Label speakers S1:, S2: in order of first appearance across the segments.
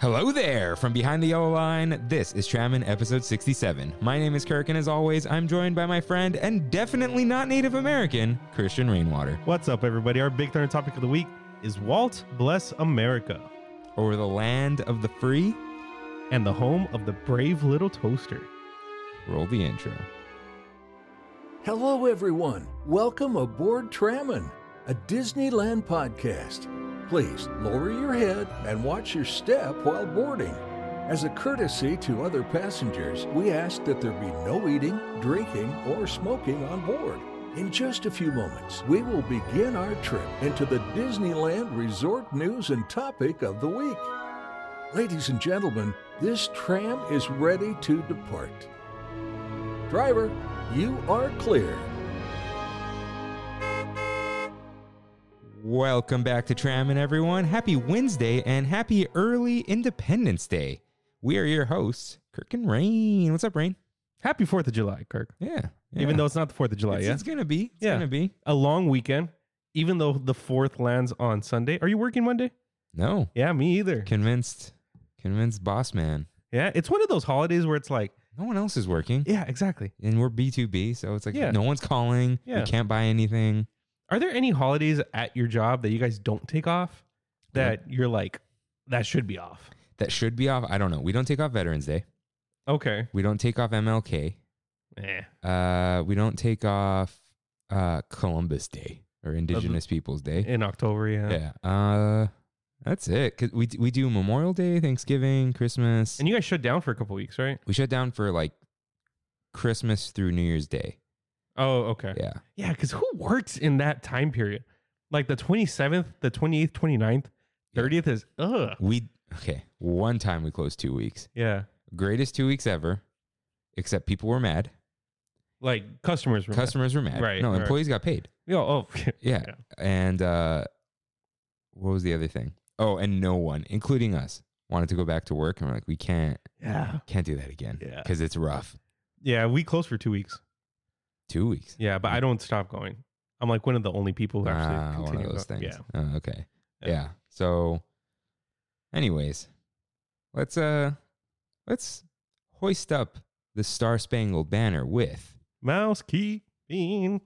S1: Hello there from behind the yellow line. This is Tramin episode 67. My name is Kirk, and as always, I'm joined by my friend and definitely not Native American, Christian Rainwater.
S2: What's up, everybody? Our Big Thunder topic of the week is Walt Bless America
S1: Over the land of the free,
S2: and the home of the brave little toaster.
S1: roll the intro.
S3: Hello, everyone. Welcome aboard Trammin, a Disneyland podcast. Please lower your head and watch your step while boarding. As a courtesy to other passengers, we ask that there be no eating, drinking, or smoking on board. In just a few moments, we will begin our trip into the Disneyland Resort News and Topic of the Week. Ladies and gentlemen, this tram is ready to depart. Driver, you are clear.
S1: Welcome back to Tramin, everyone. Happy Wednesday and happy early Independence Day. We are your hosts, Kirk and Rain. What's up, Rain?
S2: Happy 4th of July, Kirk.
S1: Yeah.
S2: Even
S1: yeah.
S2: though it's not the 4th of July
S1: it's,
S2: yet.
S1: it's gonna be. It's
S2: Yeah.
S1: gonna be.
S2: a long weekend, even though the 4th lands on Sunday. Are you working Monday?
S1: No.
S2: Yeah, me either.
S1: Convinced. Convinced boss man.
S2: Yeah, it's one of those holidays where it's like,
S1: No one else is working.
S2: yeah, exactly.
S1: and we're B2B, so it's like
S2: Yeah.
S1: no one's calling.
S2: Yeah.
S1: We can't buy anything.
S2: Are there any holidays at your job that you guys don't take off that you're like, that should be off?
S1: That should be off. I don't know. We don't take off Veterans Day.
S2: Okay.
S1: We don't take off MLK.
S2: Eh.
S1: Uh, we don't take off uh, Columbus Day or Indigenous Peoples Day.
S2: In October, yeah.
S1: Yeah. Uh, that's it. 'Cause we, we do Memorial Day, Thanksgiving, Christmas.
S2: And you guys shut down for a couple weeks, right?
S1: we shut down for like Christmas through New Year's Day.
S2: Oh, okay.
S1: Yeah.
S2: Yeah, because who works in that time period? Like the 27th, the 28th, 29th, 30th is, ugh.
S1: We, okay. One time we closed two weeks.
S2: Yeah.
S1: Greatest two weeks ever, except people were mad.
S2: Like customers. were-
S1: Customers were mad.
S2: Right,
S1: No,
S2: right.
S1: employees got paid.
S2: Yeah, oh,
S1: Yeah.
S2: Yeah.
S1: And uh, what was the other thing? Oh, and no one, including us, wanted to go back to work, and we're like, we can't,
S2: yeah.
S1: can't do that again,
S2: Yeah.
S1: because it's rough.
S2: Yeah, we closed for two weeks.
S1: Two weeks.
S2: Yeah, but I don't stop going. I'm like one of the only people who actually
S1: Ah, one
S2: continue.
S1: of those
S2: going.
S1: things.
S2: Yeah.
S1: Oh, okay. Yeah.
S2: Yeah.
S1: So, anyways, let's uh, let's hoist up the Star Spangled Banner with
S2: Mouse key bean.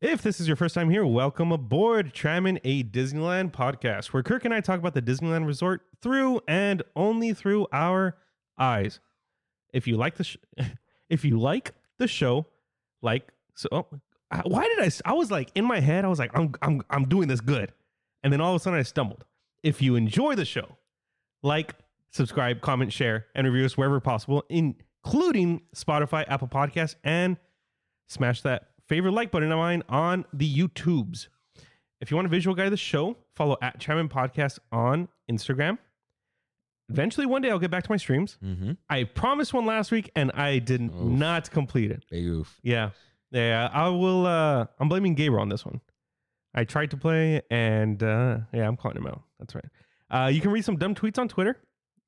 S2: If this is your first time here, welcome aboard Tramin, a Disneyland podcast where Kirk and I talk about the Disneyland Resort through and only through our eyes. If you like the sh- if you like the show, like so oh, I- why did I s- I was like in my head I was like I'm I'm I'm doing this good. And then all of a sudden I stumbled. If you enjoy the show, like, subscribe, comment, share, and review us wherever possible, including Spotify, Apple Podcasts, and smash that favorite like button of mine on the YouTubes. If you want a visual guide of the show, follow at Chapman Podcast on Instagram. Eventually, one day I'll get back to my streams.
S1: mm-hmm.
S2: I promised one last week and I did
S1: Oof.
S2: not complete it.
S1: Big Oof.
S2: Yeah. Yeah. I will, uh, I'm blaming Gabriel on this one. I tried to play and, uh, yeah, I'm calling him out. That's right. Uh, you can read some dumb tweets on Twitter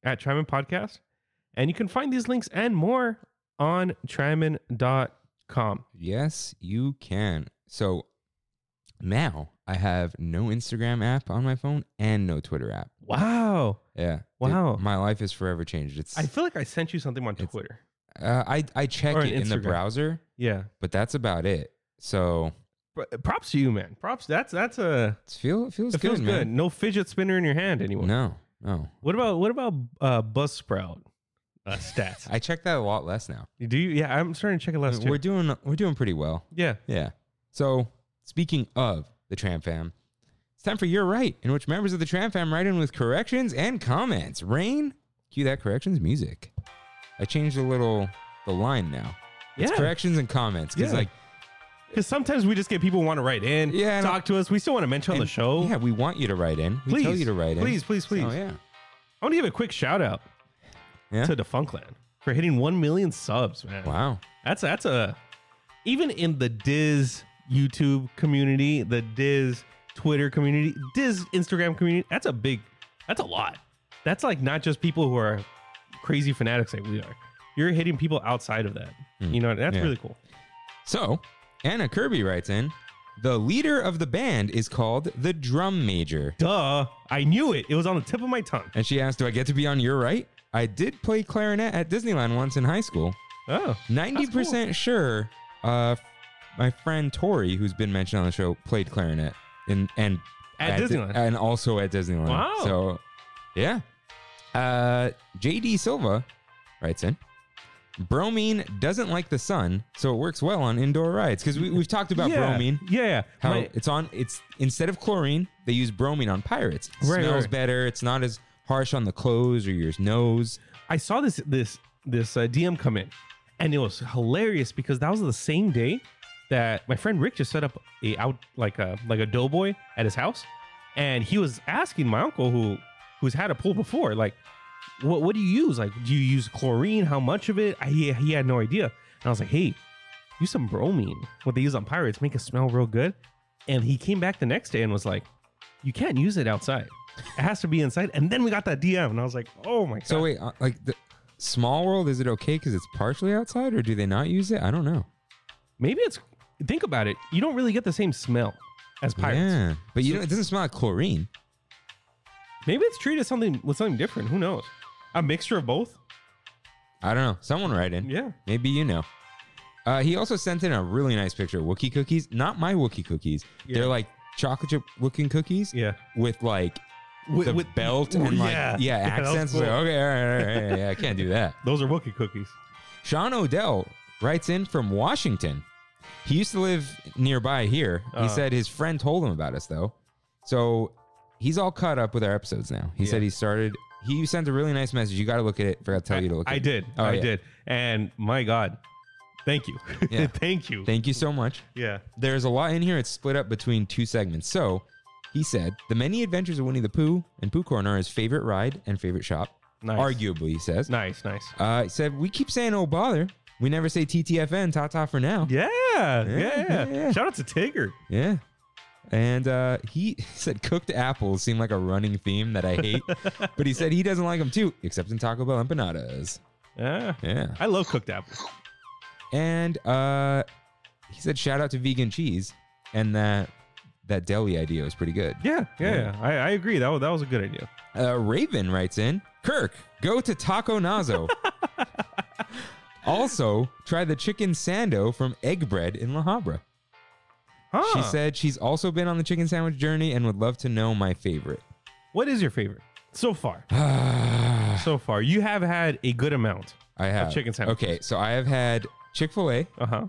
S2: at Tryman Podcast. And you can find these links and more on tryman.com.
S1: Yes, you can. So now I have no Instagram app on my phone and no Twitter app.
S2: Wow.
S1: Yeah. Dude,
S2: Wow.
S1: my life is forever changed. It's
S2: I feel like I sent you something on
S1: It's-
S2: Twitter.
S1: uh, I I check
S2: Or
S1: it in the
S2: Instagram.
S1: browser,
S2: Yeah.
S1: but that's about it. So
S2: Pr- Props to you, man. Props. That's, that's a,
S1: it's feel it feels
S2: it feels
S1: good,
S2: good.
S1: man.
S2: No fidget spinner in your hand anymore.
S1: No, no.
S2: What about, what about, uh, Buzzsprout uh, stats?
S1: I check that a lot less now.
S2: Do you, yeah, I'm starting to check it last
S1: we're
S2: year.
S1: doing we're doing pretty well.
S2: Yeah.
S1: Yeah. So speaking of the Tram Fam, it's time for your right, in which members of the Tram Fam write in with corrections and comments. Rain, cue that corrections music. I changed a little the line now. It's
S2: Yeah.
S1: corrections and comments because
S2: Yeah.
S1: like
S2: Because sometimes we just get people want to write in,
S1: Yeah, and-
S2: talk to us. We still want to mention on the
S1: and-
S2: show.
S1: Yeah, we want you to write in. We
S2: Oh. please,
S1: tell you to write in.
S2: Please, please, please.
S1: Oh yeah.
S2: I want to give a quick shout out
S1: Yeah.
S2: to Defunctland for hitting one million subs, man.
S1: Wow.
S2: That's that's a even in the Diz YouTube community, the Diz Twitter community, Diz Instagram community. That's a big. That's a lot. That's like not just people who are crazy fanatics like we are. You're hitting
S1: Hmm.
S2: people outside of that. You know that's
S1: yeah.
S2: really cool.
S1: So Anna Kirby writes in. The leader of the band is called the drum major.
S2: Duh. I knew it. It was on the tip of my tongue.
S1: And she asked, Do I get to be on your right? I did play clarinet at Disneyland once in high school.
S2: Oh.
S1: 90% sure uh, f- my friend Tori, who's been mentioned on the show, played clarinet in, and
S2: At
S1: Di-
S2: Disneyland.
S1: and also at Disneyland.
S2: Wow.
S1: So, yeah. Uh, JD Silva writes in. Bromine doesn't like the sun, so it works well on indoor rides because we, we've talked about
S2: yeah.
S1: bromine.
S2: Yeah. yeah.
S1: How
S2: My-
S1: it's on it's instead of chlorine, they use bromine on pirates. It
S2: Right,
S1: smells
S2: right.
S1: better. It's not as harsh on the clothes or your nose.
S2: I saw this this this uh, DM come in, and it was hilarious because that was the same day that my friend Rick just set up a out like a like a doughboy at his house, and he was asking my uncle who who's had a pool before like, what what do you use? Like, do you use chlorine? How much of it? I, he he had no idea, and I was like, hey, use some bromine. What they use on pirates make it smell real good, and he came back the next day and was like, you can't use it outside. It has to be inside. And then we got that DM, and I was like, oh my god.
S1: So wait, uh, like the small world, is it okay because it's partially outside, or do they not use it? I don't know.
S2: Maybe it's think about it. You don't really get the same smell as pirates.
S1: Yeah, but you know it doesn't smell like chlorine.
S2: Maybe it's treated something with something different. Who knows? A mixture of both.
S1: I don't know. Someone write in.
S2: Yeah.
S1: Maybe you know. Uh, he also sent in a really nice picture of Wookie cookies. Not my Wookie cookies.
S2: Yeah.
S1: They're like chocolate chip looking cookies
S2: Yeah.
S1: with like
S2: With,
S1: the
S2: with-
S1: belt
S2: Ooh,
S1: and like
S2: yeah.
S1: yeah,
S2: Yeah, that was
S1: accents. It's like, oh.
S2: cool.
S1: okay, all right, all right, all right, yeah, I can't do that.
S2: Those are Wookiee cookies.
S1: Sean Odell writes in from Washington. He used to live nearby here. He
S2: Uh-huh.
S1: said his friend told him about us though. So he's all caught up with our episodes now. He said
S2: Yeah.
S1: he started he sent a really nice message. You gotta look at it. Forgot to tell you to look at
S2: I, I
S1: it.
S2: did.
S1: Oh,
S2: I
S1: yeah.
S2: did. And my God, thank you.
S1: Yeah.
S2: thank you.
S1: Thank you so much.
S2: yeah.
S1: There's a lot in here. It's split up between two segments. So he said, The Many Adventures of Winnie the Pooh and Pooh Corner are his favorite ride and favorite shop.
S2: Nice.
S1: Arguably, he says.
S2: Nice. Nice.
S1: Uh, he said, We keep saying, Oh, bother. We never say TTFN, ta ta for now.
S2: Yeah. Yeah.
S1: yeah, yeah.
S2: Shout out to Tigger.
S1: Yeah. And uh, he said cooked apples seem like a running theme that I hate, but he said he doesn't like them too, except in Taco Bell empanadas.
S2: Yeah.
S1: Yeah.
S2: I love cooked apples.
S1: And uh, he said shout out to vegan cheese, and that that deli idea was pretty good.
S2: Yeah. Yeah.
S1: Yeah.
S2: yeah. I, I agree. That was, that was a good idea.
S1: Uh, Raven writes in Kirk, go to Taco Nazo. also, try the chicken sando from Egg Bread in La Habra.
S2: Huh.
S1: She said she's also been on the chicken sandwich journey and would love to know my favorite.
S2: What is your favorite so far? so far, you have had a good amount.
S1: I have
S2: chicken sandwiches.
S1: Okay, so I have had Chick Fil A,
S2: Uh huh.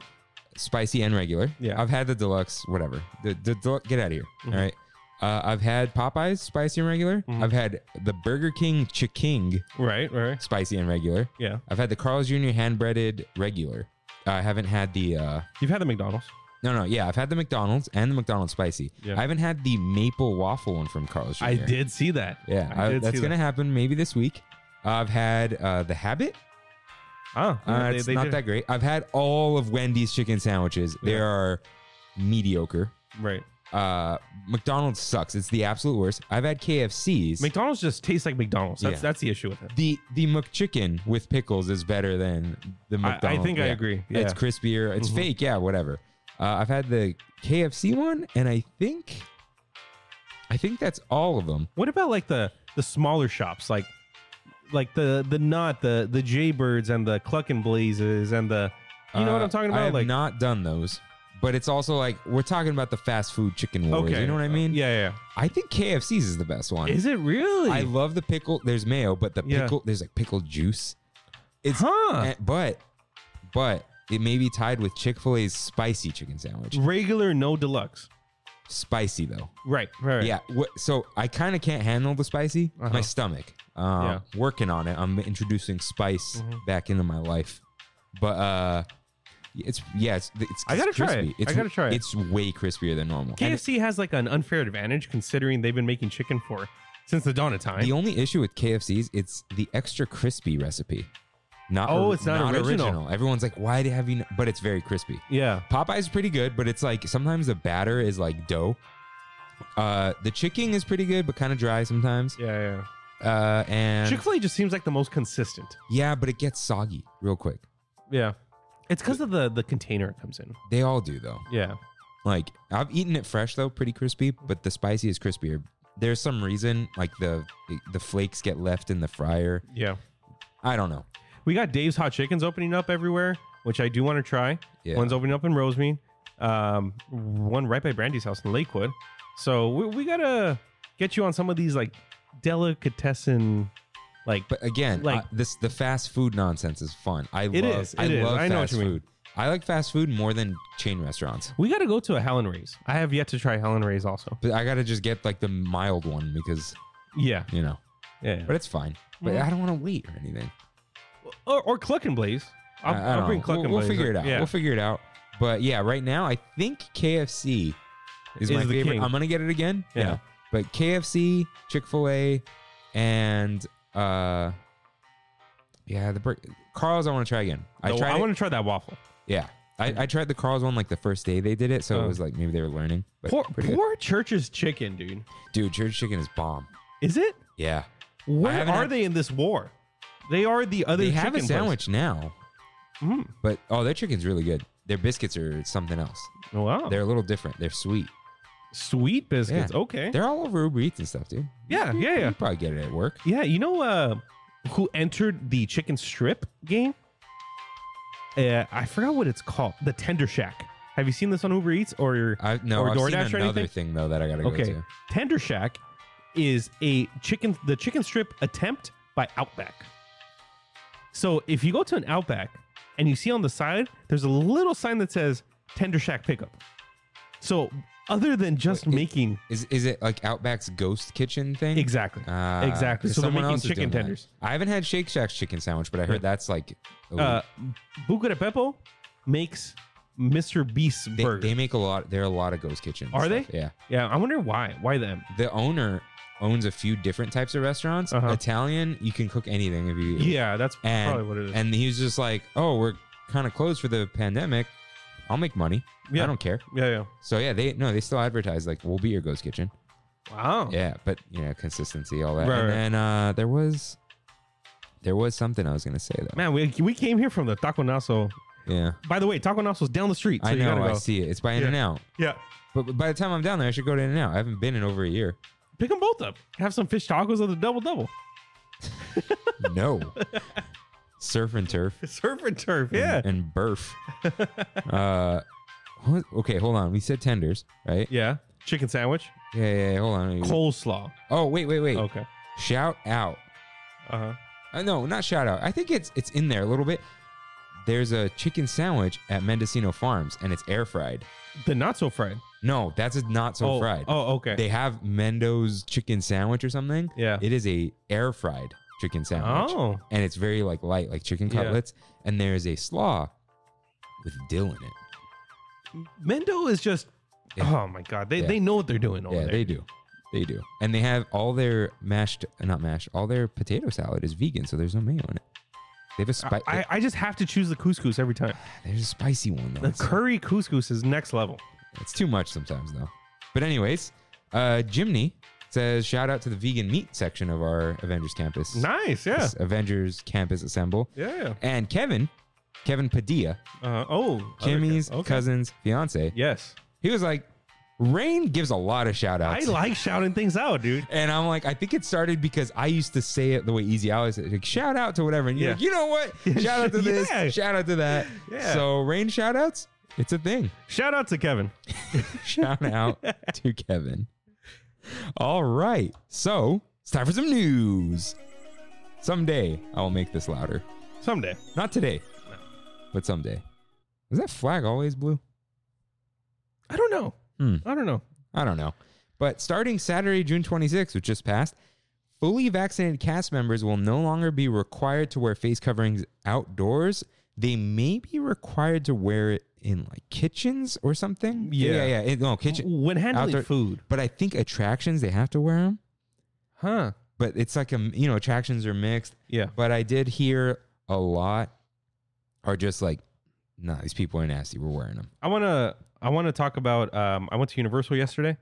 S1: spicy and regular.
S2: Yeah. Mm-hmm.
S1: I've had the deluxe, whatever. The, the del- get out of here. All right. Uh, I've had Popeyes, spicy and regular. I've had the Burger King Chiking,
S2: Right. Right.
S1: spicy and regular.
S2: Yeah.
S1: I've had the Carl's Jr. hand breaded regular. I haven't had the uh,
S2: You've had the McDonald's.
S1: no no yeah I've had the McDonald's and the McDonald's spicy.
S2: Yeah.
S1: I haven't had the maple waffle one from Carl's Jr.
S2: I did see that.
S1: Yeah,
S2: I
S1: I-
S2: did
S1: that's
S2: see
S1: gonna
S2: that.
S1: happen maybe this week. I've had uh, the Habit.
S2: Oh,
S1: Uh,
S2: yeah, they-
S1: it's
S2: they
S1: not
S2: did-
S1: that great. I've had all of Wendy's chicken sandwiches. They
S2: Yeah.
S1: are mediocre.
S2: right.
S1: Uh, McDonald's sucks. It's the absolute worst. I've had KFC's.
S2: McDonald's just tastes like McDonald's. That's
S1: Yeah.
S2: that's the issue with it.
S1: the the McChicken with pickles is better than the
S2: I- I
S1: McDonald's.
S2: think I agree.
S1: It's
S2: Yeah.
S1: crispier. It's
S2: Mhm.
S1: fake. Yeah, whatever. Uh, I've had the KFC one, and I think, I think that's all of them.
S2: What about like the the smaller shops, like like the the nut, the the Jaybirds and the Cluck and Blazes and the you know what
S1: Uh,
S2: I'm talking
S1: I
S2: about?
S1: have
S2: like
S1: not done those, but it's also like we're talking about the fast food chicken wars.
S2: okay,
S1: You know what I mean?
S2: Yeah,
S1: I think KFC's is the best one.
S2: yeah. Is it really?
S1: I love the pickle. There's mayo, but the
S2: Yeah.
S1: pickle there's like pickle juice. It's
S2: huh?
S1: eh, but but it may be tied with Chick Fil A's spicy chicken sandwich.
S2: Regular, no deluxe.
S1: Spicy though,
S2: Right. Right. right.
S1: yeah. wh- so I kind of can't handle the spicy.
S2: Uh-huh.
S1: My stomach. Uh, Working on it. I'm introducing spice
S2: Mhm.
S1: back into my life, but uh, it's yeah, it's, it's
S2: I gotta
S1: it's
S2: try it.
S1: crispy.
S2: I
S1: It's,
S2: gotta try it.
S1: It's way crispier than normal. And
S2: KFC has like an unfair advantage considering they've been making chicken for since the dawn of time.
S1: The only issue with KFC's, it's the extra crispy recipe. Not
S2: Oh, it's not original.
S1: Everyone's like, why do have you? n-" But it's very crispy.
S2: yeah.
S1: Popeye's pretty good, but it's like sometimes the batter is like dough. Uh, the chicken is pretty good, but kind of dry sometimes.
S2: Yeah.
S1: Uh,
S2: Yeah.
S1: and
S2: Chick Fil A just seems like the most consistent.
S1: yeah, but it gets soggy real quick.
S2: Yeah. It's because of the the container it comes in.
S1: They all do though.
S2: Yeah.
S1: Like I've eaten it fresh though, pretty crispy, but the spicy is crispier. There's some reason like the the flakes get left in the fryer.
S2: Yeah.
S1: I don't know.
S2: We got Dave's Hot Chickens opening up everywhere, which I do want to try.
S1: Yeah.
S2: One's opening up in Rosemead, um, one right by Brandy's house in Lakewood. So we, we gotta get you on some of these like delicatessen, like
S1: But again,
S2: Like-
S1: uh, this the fast food nonsense is fun. I
S2: It
S1: love
S2: is,
S1: I
S2: it is.
S1: love
S2: I know what
S1: fast
S2: you mean.
S1: food. I like fast food more than chain restaurants.
S2: we gotta go to a Helen Ray's. I have yet to try Helen Ray's also.
S1: But I gotta just get like the mild one because
S2: Yeah,
S1: you know.
S2: yeah.
S1: But it's fine. But
S2: Mhm.
S1: I don't want to wait or anything.
S2: Or, or Cluck and Blaze. I'll,
S1: I- I
S2: I'll
S1: don't
S2: bring
S1: know.
S2: Cluck
S1: We'll-
S2: and
S1: We'll
S2: Blaze.
S1: figure it out.
S2: Yeah.
S1: We'll figure it out. But yeah, right now I think KFC is,
S2: Is
S1: my
S2: the
S1: favorite.
S2: king.
S1: I'm gonna get it again.
S2: Yeah.
S1: But KFC, Chick Fil A, and uh, yeah, the bur- Carl's. I want to try again. I
S2: So
S1: tried. it-
S2: want to try that waffle.
S1: yeah. I, I tried the Carl's one like the first day they did it, so
S2: Oh.
S1: it was like maybe they were learning. But
S2: Poor,
S1: pretty good.
S2: poor Church's chicken, dude.
S1: Dude, church chicken is bomb.
S2: Is it?
S1: Yeah.
S2: Where
S1: haven't
S2: are
S1: had-
S2: they in this war? They are the other.
S1: they have a
S2: chicken place.
S1: sandwich now,
S2: Mm.
S1: but oh, their chicken's really good. Their biscuits are something else.
S2: Wow.
S1: They're a little different. They're sweet.
S2: Sweet biscuits. Okay.
S1: They're all over Uber Eats and stuff, dude.
S2: Yeah, yeah,
S1: You
S2: yeah.
S1: can probably get it at work.
S2: Yeah, you know uh, who entered the chicken strip game? Uh, I forgot what it's called. The Tender Shack. Have you seen this on Uber Eats or
S1: I no,
S2: Or
S1: I've
S2: DoorDash or
S1: seen another
S2: anything?
S1: thing though that I gotta
S2: Okay.
S1: go to.
S2: Tender Shack is a chicken the chicken strip attempt by Outback. So if you go to an Outback and you see on the side, there's a little sign that says Tender Shack pickup. So other than just
S1: Wait, it-
S2: making
S1: Is is it like Outback's ghost kitchen thing?
S2: exactly,
S1: Ah,
S2: exactly.
S1: 'cause
S2: So they're
S1: someone
S2: making
S1: else is
S2: chicken
S1: doing that.
S2: tenders.
S1: I haven't had Shake Shack's chicken sandwich, but I heard
S2: Yeah.
S1: that's like elite.
S2: uh, Buca de Beppo makes Mr. Beast's
S1: they,
S2: burger.
S1: they make a lot. There are a lot of ghost kitchens. and
S2: Are they?
S1: stuff, Yeah.
S2: yeah, I wonder why. Why them?
S1: The owner owns a few different types of restaurants.
S2: Uh-huh.
S1: Italian, you can cook anything if you.
S2: Yeah, that's
S1: And-
S2: probably what it is.
S1: And he was just like, "Oh, we're kind of closed for the pandemic. I'll make money.
S2: Yeah.
S1: I don't care."
S2: yeah,
S1: So yeah, they no, they still advertise like, "We'll be your ghost kitchen."
S2: yeah. Wow.
S1: Yeah, but you know, consistency, all that.
S2: Right,
S1: and
S2: right.
S1: then uh, there was there was something I was gonna say though.
S2: Man, we, we came here from the Taco Naso.
S1: Yeah.
S2: By the way, Taco Naso's down the street, so
S1: I
S2: you
S1: know,
S2: gotta go.
S1: I see it. It's by In
S2: Yeah.
S1: and Out.
S2: Yeah.
S1: But but by the time I'm down there, I should go to In and Out. I haven't been in over a year.
S2: Pick them both up. Have some fish tacos of the double double.
S1: No. Surf and turf.
S2: Surf and turf.
S1: and-
S2: Yeah.
S1: And, burf. uh what- okay, hold on. We said tenders, right?
S2: Yeah. Chicken sandwich.
S1: Yeah, yeah, yeah hold on.
S2: Coleslaw.
S1: oh, wait, wait, wait.
S2: Okay.
S1: Shout out.
S2: Uh huh.
S1: Uh, no, not shout out. I think it's it's in there a little bit. There's a chicken sandwich at Mendocino Farms and it's air fried.
S2: The not so fried.
S1: No, that's a not so
S2: oh,
S1: fried.
S2: Oh, okay.
S1: They have Mendo's chicken sandwich or something.
S2: yeah.
S1: It is a air fried chicken sandwich,
S2: Oh.
S1: and it's very like light, like chicken
S2: Yeah.
S1: cutlets. And there is a slaw with dill in it.
S2: Mendo is just.
S1: Yeah.
S2: Oh my God. They
S1: Yeah.
S2: Oh, they know what they're doing over
S1: yeah,
S2: there.
S1: they do, they do. And they have all their mashed, uh, not mashed, all their potato salad is vegan, so there's no mayo in it. They have a
S2: I,
S1: spicy.
S2: I, I just have to choose the couscous every time.
S1: There's a spicy one though.
S2: The
S1: It's-
S2: curry couscous is next level.
S1: It's too much sometimes though. But anyways, uh, Jimny says shout out to the vegan meat section of our Avengers campus.
S2: Nice, yeah,
S1: this Avengers Campus Assemble.
S2: yeah.
S1: And Kevin, Kevin Padilla,
S2: Uh, oh,
S1: Kimmy's
S2: okay.
S1: cousin's fiance,
S2: Yes,
S1: he was like, Rain gives a lot of shout
S2: I
S1: outs.
S2: like shouting things out, dude.
S1: and I'm like, I think it started because I used to say it the way Easy always said, like, shout out to whatever. And you're
S2: Yeah.
S1: like, you know what? Shout out to this,
S2: Yeah.
S1: shout out to that.
S2: Yeah.
S1: So, Rain shout outs, it's a thing.
S2: Shout out to Kevin.
S1: Shout out to Kevin. All right. So, it's time for some news. Someday I will make this louder.
S2: Someday,
S1: Not today, but someday. Is that flag always blue?
S2: I don't know.
S1: Hmm.
S2: I don't know.
S1: I don't know. But starting Saturday, June 26th, which just passed, fully vaccinated cast members will no longer be required to wear face coverings outdoors. They may be required to wear it in like kitchens or something.
S2: Yeah.
S1: yeah, yeah. It- no kitchen.
S2: When handling
S1: Outdoor-
S2: food,
S1: But I think attractions they have to wear them.
S2: huh?
S1: But it's like a you know attractions are mixed.
S2: Yeah,
S1: But I did hear a lot are just like, nah, these people are nasty. We're wearing them.
S2: I wanna I wanna talk about. Um, I went to Universal yesterday,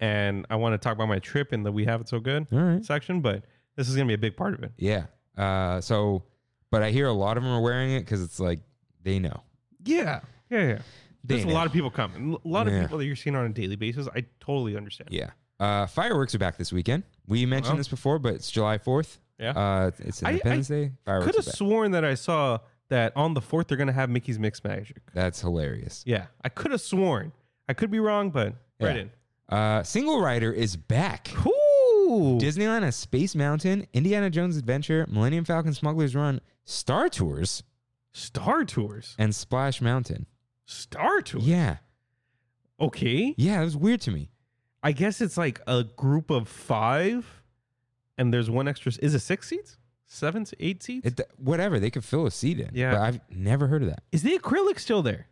S2: and I want to talk about my trip and the We Have It So Good
S1: Mm-hmm. All right.
S2: section. But this is gonna be a big part of it.
S1: Yeah. Uh, so, but I hear a lot of them are wearing it because it's like they know.
S2: Yeah, yeah, yeah.
S1: They
S2: There's a
S1: ain't
S2: lot of people coming. A lot of
S1: Yeah.
S2: people that you're seeing on a daily basis. I totally understand.
S1: Yeah. Uh, fireworks are back this weekend. We mentioned
S2: Well.
S1: this before, but it's July 4th.
S2: Yeah.
S1: Uh, it's
S2: I- I
S1: Independence Day.
S2: Could
S1: Fireworks are
S2: have
S1: back.
S2: sworn that I saw that on the fourth they're gonna have Mickey's Mix Magic.
S1: That's hilarious.
S2: Yeah, I could have sworn. I could be wrong, but
S1: Yeah.
S2: right in.
S1: Uh, Single Rider is back.
S2: Cool.
S1: Disneyland has Space Mountain, Indiana Jones Adventure, Millennium Falcon Smuggler's Run, Star Tours,
S2: Star Tours.
S1: and Splash Mountain.
S2: Star Tours.
S1: Yeah.
S2: Okay.
S1: Yeah, that was weird to me.
S2: I guess it's like a group of five, and there's one extra. Is it six seats? Seven, eight seats?
S1: It, whatever, they could fill a seat in.
S2: Yeah.
S1: But I've never heard of that.
S2: Is the acrylic still there?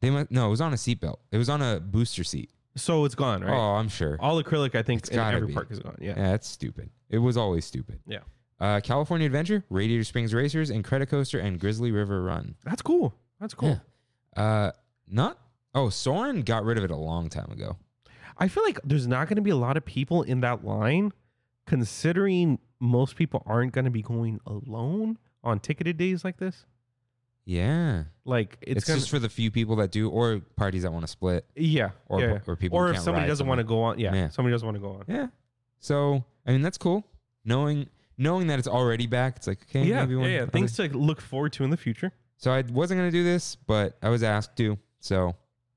S1: They must, no, it was on a seatbelt. It was on a booster seat.
S2: So it's gone, right?
S1: Oh, I'm sure.
S2: All acrylic, I think,
S1: It's
S2: in
S1: gotta
S2: every
S1: be.
S2: park is gone. Yeah.
S1: Yeah, that's stupid. It was always stupid.
S2: Yeah.
S1: Uh, California Adventure, Radiator Springs Racers, and Credit Coaster and Grizzly River Run.
S2: That's cool. That's cool.
S1: Yeah. Uh, not. Oh, Soren got rid of it a long time ago.
S2: I feel like there's not going to be a lot of people in that line, considering most people aren't going to be going alone on ticketed days like this.
S1: Yeah.
S2: Like it's,
S1: It's,
S2: gonna,
S1: just for the few people that do, or parties that want to split.
S2: yeah,
S1: or-
S2: yeah, yeah.
S1: or people
S2: or
S1: who
S2: if
S1: can't
S2: somebody
S1: ride
S2: doesn't want to go on, yeah,
S1: Yeah.
S2: somebody doesn't want to go on.
S1: Yeah. So I mean, that's cool. Knowing knowing that it's already back, it's like okay,
S2: yeah,
S1: maybe
S2: yeah,
S1: one.
S2: yeah. Things to look forward to in the future.
S1: So I wasn't gonna do this, but I was asked to. So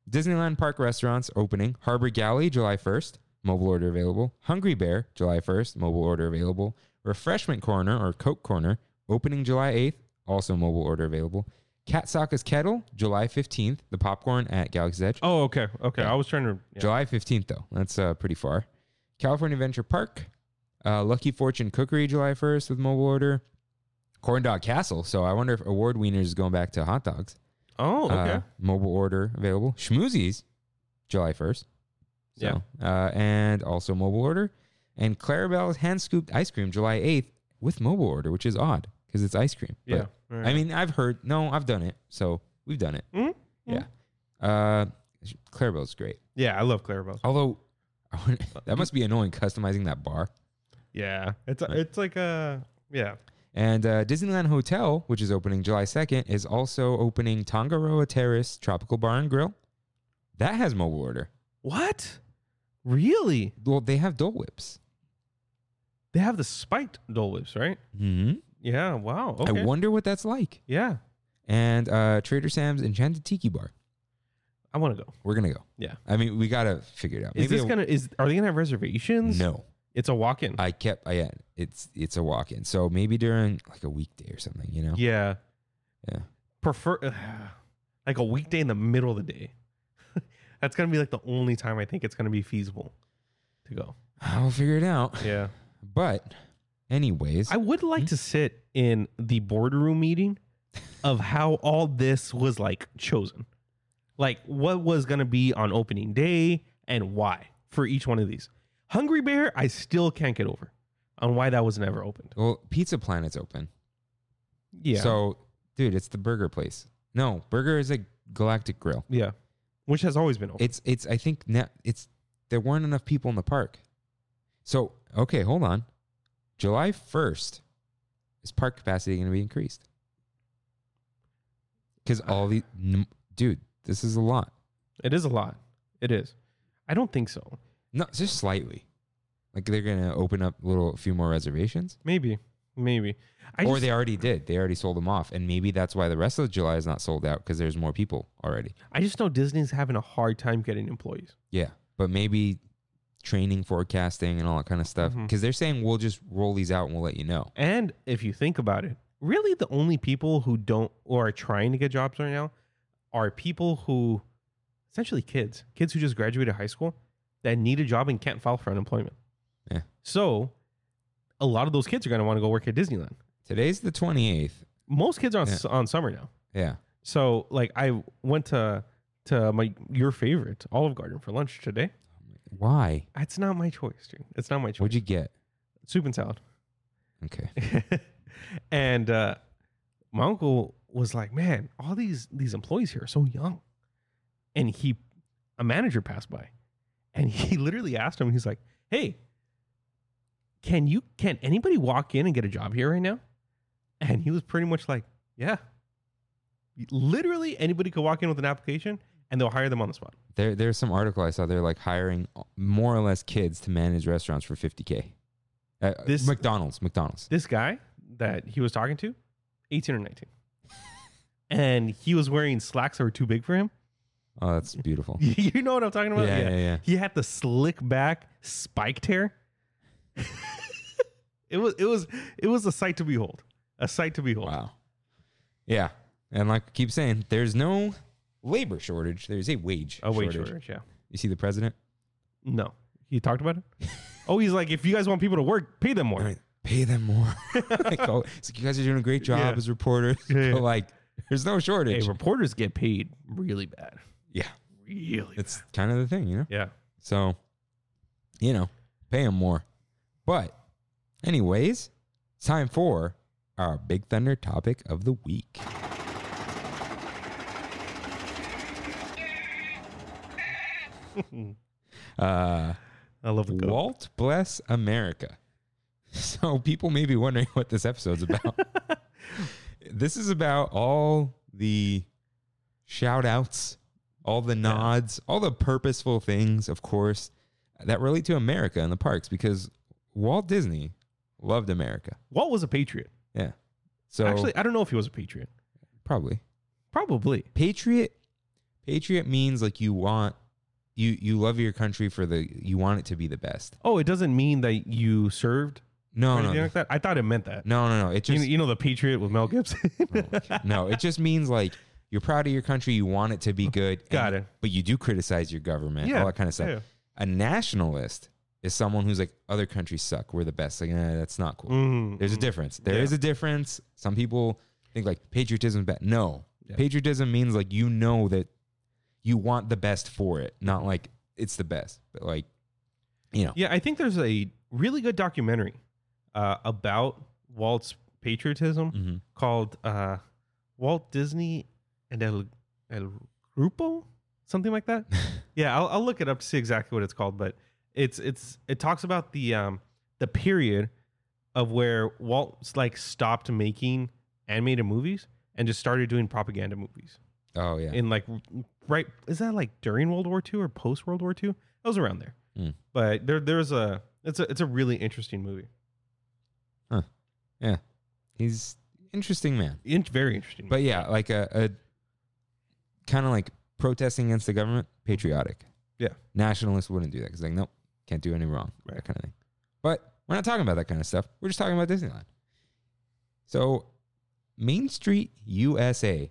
S1: Disneyland Park restaurants opening: Harbor Galley, July first, mobile order available. Hungry Bear, July first, mobile order available. Refreshment Corner or Coke Corner, opening July eighth, also mobile order available. Cat Saka's Kettle, July fifteenth. The popcorn at Galaxy's Edge,
S2: Oh, okay, okay.
S1: Yeah.
S2: I was trying to. yeah.
S1: July fifteenth though. That's uh, pretty far. California Adventure Park, uh, Lucky Fortune Cookery, July first with mobile order. Corn Dog Castle. So I wonder if Award Wieners is going back to hot dogs.
S2: Oh, okay.
S1: Uh, mobile order available. Schmoozies, July 1st. So, Uh, and also mobile order. And Clarabelle's hand scooped ice cream, July 8th, with mobile order, which is odd because it's ice cream. But,
S2: yeah. all right.
S1: I mean, I've heard, no, I've done it. So we've done it.
S2: Mhm,
S1: Yeah. Uh, Clarabelle's great.
S2: yeah, I love Clarabelle.
S1: Although, I wonder- that must be annoying customizing that bar.
S2: Yeah, it's it's like a yeah.
S1: And uh, Disneyland Hotel, which is opening July 2nd, is also opening Tongaroa Terrace Tropical Bar and Grill. That has mobile order.
S2: What? Really?
S1: Well, they have Dole Whips.
S2: They have the spiked Dole Whips, right?
S1: Mm-hmm.
S2: Yeah. Wow. Okay.
S1: I wonder what that's like.
S2: yeah,
S1: And uh, Trader Sam's Enchanted Tiki Bar.
S2: I want to go.
S1: We're gonna go.
S2: Yeah.
S1: I mean, we gotta figure it out.
S2: Is this
S1: I-
S2: gonna is are they gonna have reservations?
S1: No,
S2: It's a walk in.
S1: I kept. I, yeah, it's it's a walk in. So maybe during like a weekday or something. You know.
S2: Yeah.
S1: Yeah.
S2: Prefer like a weekday in the middle of the day. That's gonna be like the only time I think it's gonna be feasible to go.
S1: I'll figure it out.
S2: Yeah.
S1: But, anyways,
S2: I would
S1: Hmm?
S2: like to sit in the boardroom meeting of how all this was like chosen. Like what was going to be on opening day and why for each one of these. Hungry Bear, I still can't get over on why that was never opened.
S1: well, Pizza Planet's open.
S2: Yeah.
S1: So, dude, it's the burger place. No, burger is a Galactic Grill.
S2: yeah. Which has always been open.
S1: It's it's I think now it's there weren't enough people in the park. So okay, hold on. July first is park capacity going to be increased? Because all the n- dude, this is a lot.
S2: It is a lot. It is. I don't think so.
S1: No, just slightly. Like they're going to open up a little a few more reservations,
S2: Maybe. Maybe. I
S1: or
S2: just-
S1: they already did. They already sold them off, and maybe that's why the rest of July is not sold out because there's more people already.
S2: I just know Disney's having a hard time getting employees.
S1: Yeah, but maybe training, forecasting, and all that kind of stuff.
S2: Mhm.
S1: Because they're saying we'll just roll these out and we'll let you know.
S2: And if you think about it, really the only people who don't or are trying to get jobs right now are people who essentially kids, kids who just graduated high school that need a job and can't file for unemployment.
S1: Yeah.
S2: So a lot of those kids are going to want to go work at Disneyland.
S1: Today's the 28th.
S2: Most kids are on,
S1: Yeah.
S2: s on summer now.
S1: Yeah.
S2: So like I went to to my your favorite Olive Garden for lunch today.
S1: Why?
S2: It's not my choice, dude. It's not my choice.
S1: What'd you get?
S2: Soup and salad.
S1: Okay.
S2: and uh, my uncle was like, "Man, all these these employees here are so young." And he, a manager passed by, and he literally asked him, "He's like, hey, can you can anybody walk in and get a job here right now?" And he was pretty much like, "Yeah." Literally, anybody could walk in with an application and they'll hire them on the spot.
S1: There, there's some article I saw. They're like hiring more or less kids to manage restaurants for 50k. Uh,
S2: This-
S1: McDonald's, McDonald's.
S2: This guy that he was talking to, 18 or 19. and he was wearing slacks that were too big for him.
S1: Oh, that's beautiful.
S2: You know what I'm talking about?
S1: Yeah, yeah, yeah.
S2: He had the slick back, spiked hair. it was it was it was a sight to behold. A sight to behold.
S1: Wow. Yeah, and like I keep saying, there's no labor shortage. There's a wage.
S2: A wage shortage, yeah.
S1: You see the president?
S2: No. He talked about it? oh, he's like, if you guys want people to work, pay them more.
S1: I mean, pay them more. like, oh, it's like, you guys are doing a great job
S2: Yeah.
S1: as reporters.
S2: Yeah, yeah.
S1: But like, there's no
S2: Hey,
S1: shortage.
S2: reporters get paid really bad.
S1: yeah,
S2: Really
S1: it's kind of the thing, you know.
S2: Yeah.
S1: So, you know, pay them more. But, anyways, it's time for our Big Thunder topic of the week. uh,
S2: I love the goat.
S1: Walt bless America. So people may be wondering what this episode's about. this is about all the shout outs, all the nods, all the purposeful things, of course, that relate to America and the parks because Walt Disney loved America.
S2: Walt was a patriot.
S1: Yeah. So
S2: Actually, I don't know if he was a patriot.
S1: probably
S2: Probably.
S1: patriot patriot means like you want you you love your country for the you want it to be the best.
S2: Oh, it doesn't mean that you served or
S1: Oh, No,
S2: anything
S1: no.
S2: like that. I thought it meant that.
S1: No, no, no. It
S2: You-
S1: just Oh,
S2: you, know the Patriot with Mel Gibson.
S1: no, it just means like you're proud of your country, you want it to be good. and-
S2: Got it.
S1: But you do criticize your government, all that kind of stuff.
S2: yeah.
S1: A nationalist is someone who's like, other countries suck. We're the best. Like, eh, that's not cool.
S2: Mm,
S1: There's a difference. There is
S2: Yeah.
S1: a difference. Some people think like patriotism is bad. No.
S2: Yeah.
S1: Patriotism means like you know that you want the best for it, not like it's the best, but like, you know,
S2: Yeah, I think there's a really good documentary uh, about Walt's patriotism
S1: Mhm.
S2: called uh, Walt Disney and El, El Grupo, something like that. yeah, I'll, I'll look it up to see exactly what it's called, but it's it's it talks about the um, the period of where Walt's like stopped making animated movies and just started doing propaganda movies.
S1: oh, yeah.
S2: in like right is that like during World War II or post World War II? That was around there.
S1: Mm.
S2: But there there's a it's a it's a really interesting movie.
S1: He's interesting man.
S2: In, very interesting.
S1: But yeah, like a, a kind of like protesting against the government, patriotic.
S2: Yeah.
S1: Nationalists wouldn't do that because like, nope, can't do any wrong, that kind of thing. But we're not talking about that kind of stuff. We're just talking about Disneyland. So, Main Street USA.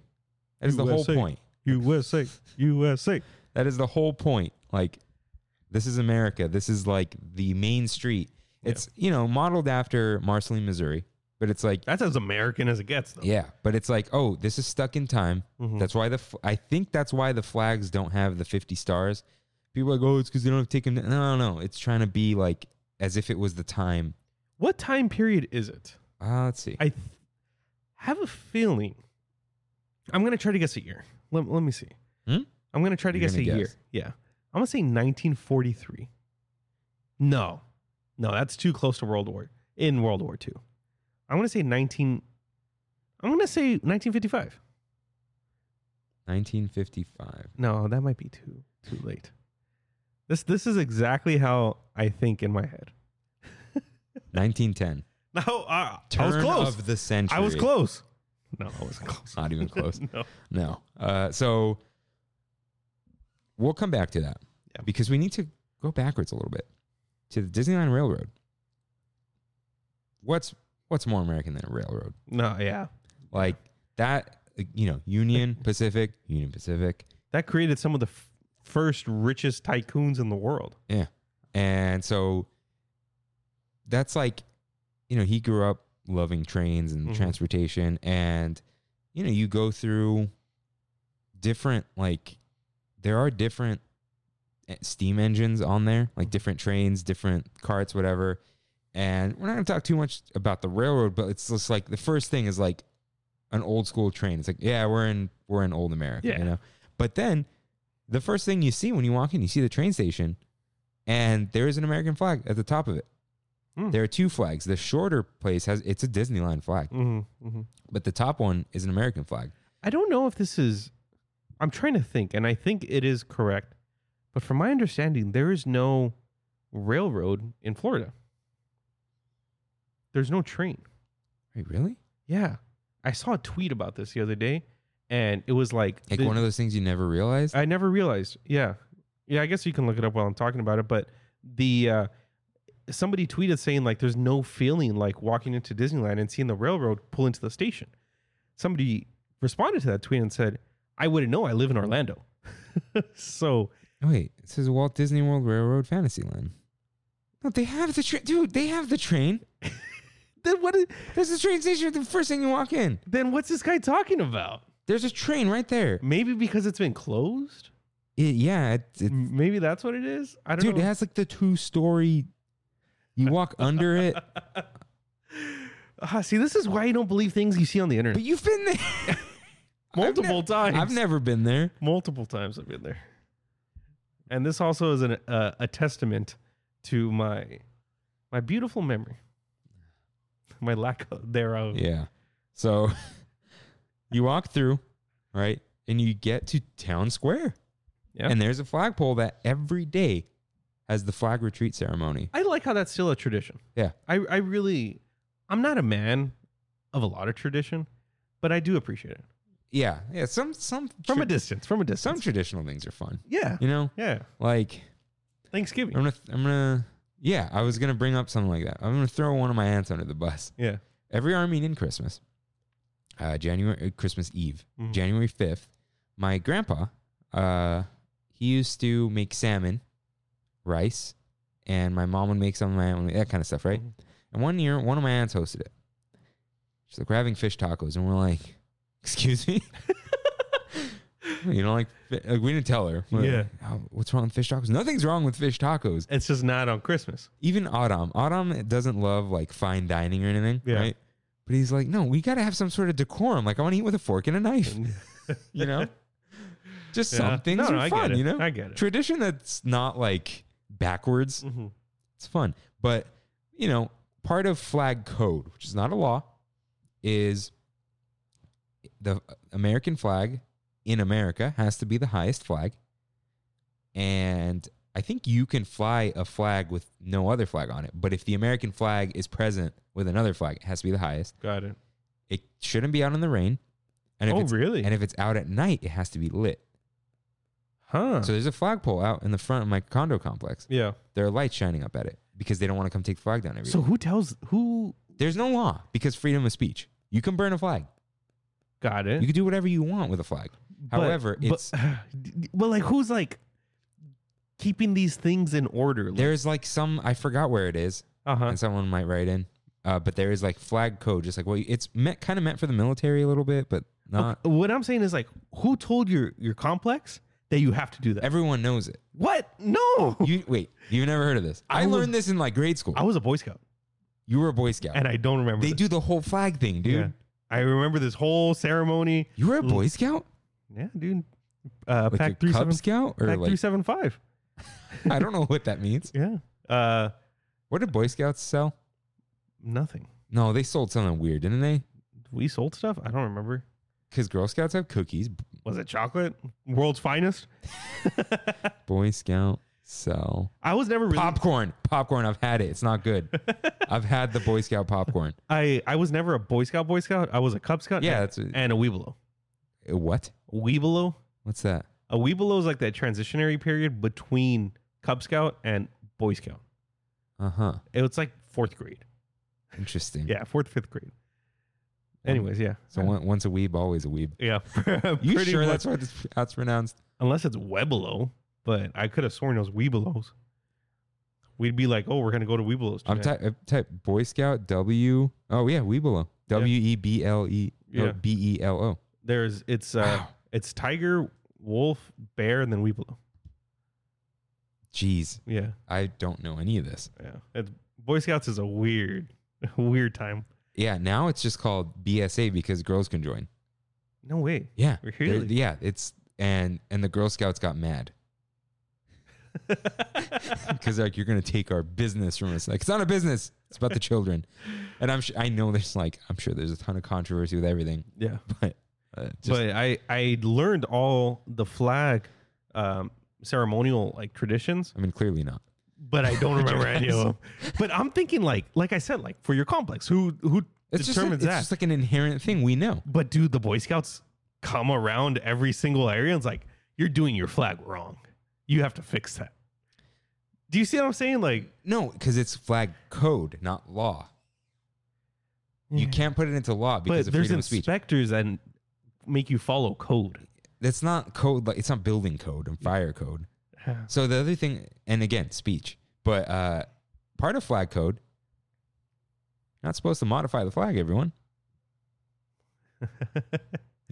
S1: That is the whole
S2: USA.
S1: point.
S2: movie. USA USA.
S1: That is the whole point. Like, this is America. This is like the main street.
S2: Yeah.
S1: It's you know modeled after Marceline, Missouri, but it's like
S2: That's as American as it gets though.
S1: yeah, but it's like oh, this is stuck in time.
S2: Mhm.
S1: That's why the f- I think that's why the flags don't have the 50 stars. People are like, oh, it's because they don't have taken. No, no, no. It's trying to be like as if it was the time.
S2: What time period is it?
S1: Uh, let's see.
S2: I th- have a feeling I'm going to try to guess a year. Let, let me see.
S1: Hmm?
S2: I'm going to try to
S1: You're
S2: guess a
S1: gonna
S2: year.
S1: guess.
S2: Yeah. I'm going to say 1943. No. No, that's too close to World War in World War II. I'm going to say 19 I'm going to say 1955.
S1: 1955.
S2: No, that might be too too late. This this is exactly how I think in my head.
S1: 1910.
S2: No, uh, I
S1: Turn
S2: was close.
S1: of the century.
S2: I was close. No, I wasn't close.
S1: Not even close.
S2: no.
S1: no. Uh, so we'll come back to that
S2: Yeah.
S1: because we need to go backwards a little bit to the Disneyland Railroad. What's what's more American than a railroad?
S2: No, yeah.
S1: Like that, like, you know, Union Pacific, Union Pacific.
S2: that created some of the f- first richest tycoons in the world.
S1: Yeah. And so that's like, you know, he grew up loving trains and
S2: Mhm.
S1: transportation. And, you know, you go through different, like, there are different eh, steam engines on there, like different trains, different carts, whatever. And we're not going to talk too much about the railroad, but it's just like the first thing is like an old school train. It's like, yeah, we're in we're in old America,
S2: Yeah.
S1: you know. But then the first thing you see when you walk in, you see the train station, and there is an American flag at the top of it.
S2: Hmm.
S1: There are two flags. The shorter place has it's a Disneyland flag,
S2: Mm-hmm, mm-hmm.
S1: but the top one is an American flag.
S2: I don't know if this is I'm trying to think, and I think it is correct. But from my understanding, there is no railroad in Florida. There's no train.
S1: Wait, really?
S2: Yeah. I saw a tweet about this the other day, and it was like,
S1: Like
S2: the-
S1: one of those things you never realized?
S2: I never realized. Yeah. Yeah, I guess you can look it up while I'm talking about it, but the uh somebody tweeted saying like there's no feeling like walking into Disneyland and seeing the railroad pull into the station. Somebody responded to that tweet and said, "I wouldn't know. I live in Orlando." so,
S1: Wait, it says Walt Disney World Railroad Fantasyland. No, they have the train. Dude, they have the train.
S2: then what is,
S1: There's the train station the first thing you walk in.
S2: then what's this guy talking about?
S1: There's a train right there.
S2: Maybe because it's been closed?
S1: It- yeah, it, it,
S2: M- Maybe that's what it is? I don't
S1: dude,
S2: know.
S1: it has like the two story. You walk under it,
S2: Ah, see, this is why you don't believe things you see on the
S1: but
S2: internet.
S1: you've been there
S2: Multiple times.
S1: I've never been there.
S2: multiple times I've been there. And this also is an, uh, a testament to my my beautiful memory, my lack of- thereof.
S1: Yeah. So you walk through, right? And you get to town square.
S2: Yeah.
S1: And there's a flagpole that every day has the flag retreat ceremony.
S2: I like how that's still a tradition.
S1: Yeah.
S2: I, I really, I'm not a man of a lot of tradition, but I do appreciate it
S1: Yeah. Yeah. Some some
S2: from a
S1: tra-
S2: distance. From a
S1: some
S2: distance.
S1: traditional things are fun.
S2: yeah.
S1: You know?
S2: Yeah.
S1: Like
S2: Thanksgiving.
S1: I'm gonna I'm gonna yeah, I was gonna bring up something like that. I'm gonna throw one of my aunts under the bus.
S2: Yeah.
S1: Every Armenian Christmas, uh, January uh, Christmas Eve,
S2: Mhm.
S1: January fifth, my grandpa, uh, he used to make salmon, rice, and my mom would make some of my own, that kind of stuff, right?
S2: Mhm.
S1: And one year, one of my aunts hosted it. She's like, "We're having fish tacos," and we're like, "Excuse me." You know, like, fi- like we didn't tell her. We're like,
S2: Yeah.
S1: "Oh, what's wrong with fish tacos? Nothing's wrong with fish tacos
S2: It's just not on Christmas.
S1: even Adam, Adam doesn't love like fine dining or anything,
S2: Yeah.
S1: right? But he's like, no, we got to have some sort of decorum. Like, I want to eat with a fork and a knife, you know? Just
S2: Yeah.
S1: some things
S2: No, no,
S1: are
S2: I get
S1: fun,
S2: it.
S1: you know?
S2: I get it.
S1: Tradition that's not like backwards,
S2: Mhm.
S1: it's fun. But, you know, part of flag code, which is not a law, is the American flag in America has to be the highest flag. And I think you can fly a flag with no other flag on it. But if the American flag is present with another flag, it has to be the highest.
S2: Got it.
S1: It shouldn't be out in the rain. And if
S2: Oh,
S1: it's,
S2: really?
S1: And if it's out at night, it has to be lit.
S2: Huh.
S1: So there's a flagpole out in the front of my condo complex.
S2: yeah.
S1: There are lights shining up at it because they don't want to come take the flag down every
S2: So who tells who
S1: There's no law because freedom of speech. You can burn a flag.
S2: got it?
S1: You can do whatever you want with a flag.
S2: But-
S1: However,
S2: but-
S1: it's
S2: well, like who's like keeping these things in order? Like,
S1: there's like some I forgot where it is,
S2: uh-huh.
S1: and someone might write in. Uh, but there is like flag code, just like well, it's meant kind of meant for the military a little bit, but not
S2: Okay, What I'm saying is like who told your your complex that you have to do that?
S1: everyone knows it.
S2: what? No.
S1: You wait, you've never heard of this? I,
S2: I was-
S1: learned this in like grade school.
S2: I was a boy scout
S1: you were a Boy Scout.
S2: and I don't remember.
S1: they
S2: this.
S1: do the whole flag thing, dude.
S2: Yeah. I remember this whole ceremony.
S1: You were a Boy Scout,
S2: Yeah, dude. Uh
S1: like
S2: pack
S1: a
S2: 37
S1: Cub Scout, or
S2: pack
S1: like
S2: 375.
S1: I don't know what that means.
S2: Yeah. Uh
S1: What did Boy Scouts sell?
S2: nothing.
S1: No, they sold something weird, didn't they?
S2: We sold stuff? I don't remember.
S1: Because Girl Scouts have cookies,
S2: Was it chocolate? World's finest?
S1: Boy Scout sell
S2: I was never really
S1: popcorn. Popcorn. I've had it. It's not good. I've had the Boy Scout popcorn.
S2: I I was never a Boy Scout, Boy Scout. I was a Cub Scout.
S1: Yeah,
S2: and-
S1: that's what-
S2: and a Weeblo.
S1: Uh, What?
S2: Weeblo.
S1: What's that?
S2: A Weeblo is like that transitionary period between Cub Scout and Boy Scout.
S1: Uh huh.
S2: It was like fourth grade.
S1: Interesting.
S2: Yeah, fourth fifth grade. Anyways, yeah.
S1: So one, once a weeb, always a weeb.
S2: yeah,
S1: You
S2: pretty
S1: sure
S2: much.
S1: that's what it's, how it's pronounced?
S2: unless it's Webelo, but I could have sworn it was Weebelos. We'd be like, oh, we're gonna go to Weebelos.
S1: I'm
S2: tonight.
S1: type type Boy Scout W. Oh yeah, Weebelo.
S2: Yeah.
S1: W e b l e.
S2: Yeah.
S1: No, B e l o.
S2: There's it's uh
S1: Wow.
S2: it's tiger, wolf, bear, and then Weebelo.
S1: Jeez,
S2: Yeah,
S1: I don't know any of this.
S2: yeah. It's, Boy Scouts is a weird, weird time.
S1: Yeah, now it's just called BSA because girls can join.
S2: No way.
S1: Yeah,
S2: Really?
S1: They're- yeah. It's and and the Girl Scouts got mad. because like you're gonna take our business from us. Like it's not a business. It's about the children. And I'm sure I know there's like I'm sure there's a ton of controversy with everything,
S2: yeah.
S1: but Uh, just-
S2: but I I learned all the flag um, ceremonial like traditions,
S1: I mean, clearly not.
S2: but I don't remember any of them. But I'm thinking like like I said like for your complex, who who
S1: It's just, it's
S2: determines that?
S1: just like an inherent thing we know.
S2: but dude, the Boy Scouts come around every single area and it's like you're doing your flag wrong. You have to fix that. Do you see what I'm saying? Like
S1: No, because it's flag code, not law. You can't put it into law because
S2: but
S1: of
S2: there's
S1: freedom of speech.
S2: inspectors and make you follow code.
S1: That's not code. Like it's not building code and fire code. So the other thing, and again, speech, but uh, part of flag code, not supposed to modify the flag. Everyone, you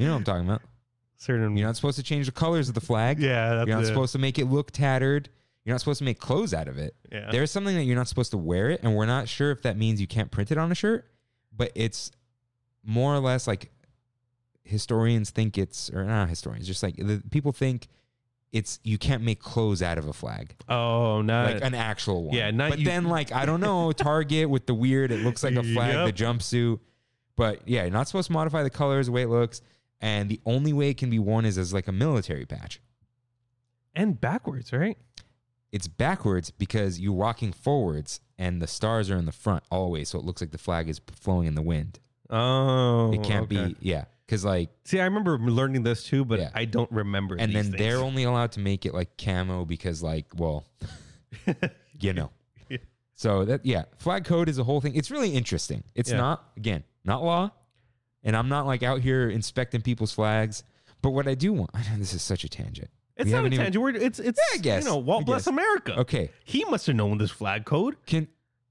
S1: know what I'm talking about.
S2: Certain
S1: You're not supposed to change the colors of the flag.
S2: Yeah, that's
S1: You're not
S2: it.
S1: supposed to make it look tattered. You're not supposed to make clothes out of it.
S2: Yeah.
S1: There's something that you're not supposed to wear it, and we're not sure if that means you can't print it on a shirt, but it's more or less like historians think it's or not historians, just like the people think it's you can't make clothes out of a flag.
S2: Oh, no.
S1: Like an actual one.
S2: yeah, not
S1: but
S2: you-
S1: then like I don't know, Target with the weird, it looks like a flag,
S2: Yep.
S1: the jumpsuit. But yeah, you're not supposed to modify the colors, the way it looks, and the only way it can be worn is as like a military patch.
S2: and backwards, right?
S1: it's backwards because you're walking forwards and the stars are in the front always so it looks like the flag is flowing in the wind
S2: Oh,
S1: it can't
S2: okay.
S1: be yeah because like
S2: See, I remember learning this too, but
S1: Yeah.
S2: I don't remember.
S1: and
S2: these
S1: then
S2: things.
S1: they're only allowed to make it like camo because like well you know
S2: Yeah.
S1: so that yeah flag code is a whole thing it's really interesting it's
S2: Yeah.
S1: not again not law and i'm not like out here inspecting people's flags but what i do want i know this is such a tangent
S2: it's
S1: We
S2: not a
S1: haven't even-
S2: tangent. We're, it's it's
S1: I guess.
S2: you know Walt
S1: I
S2: bless
S1: guess.
S2: America.
S1: okay
S2: he must have known this flag code.
S1: can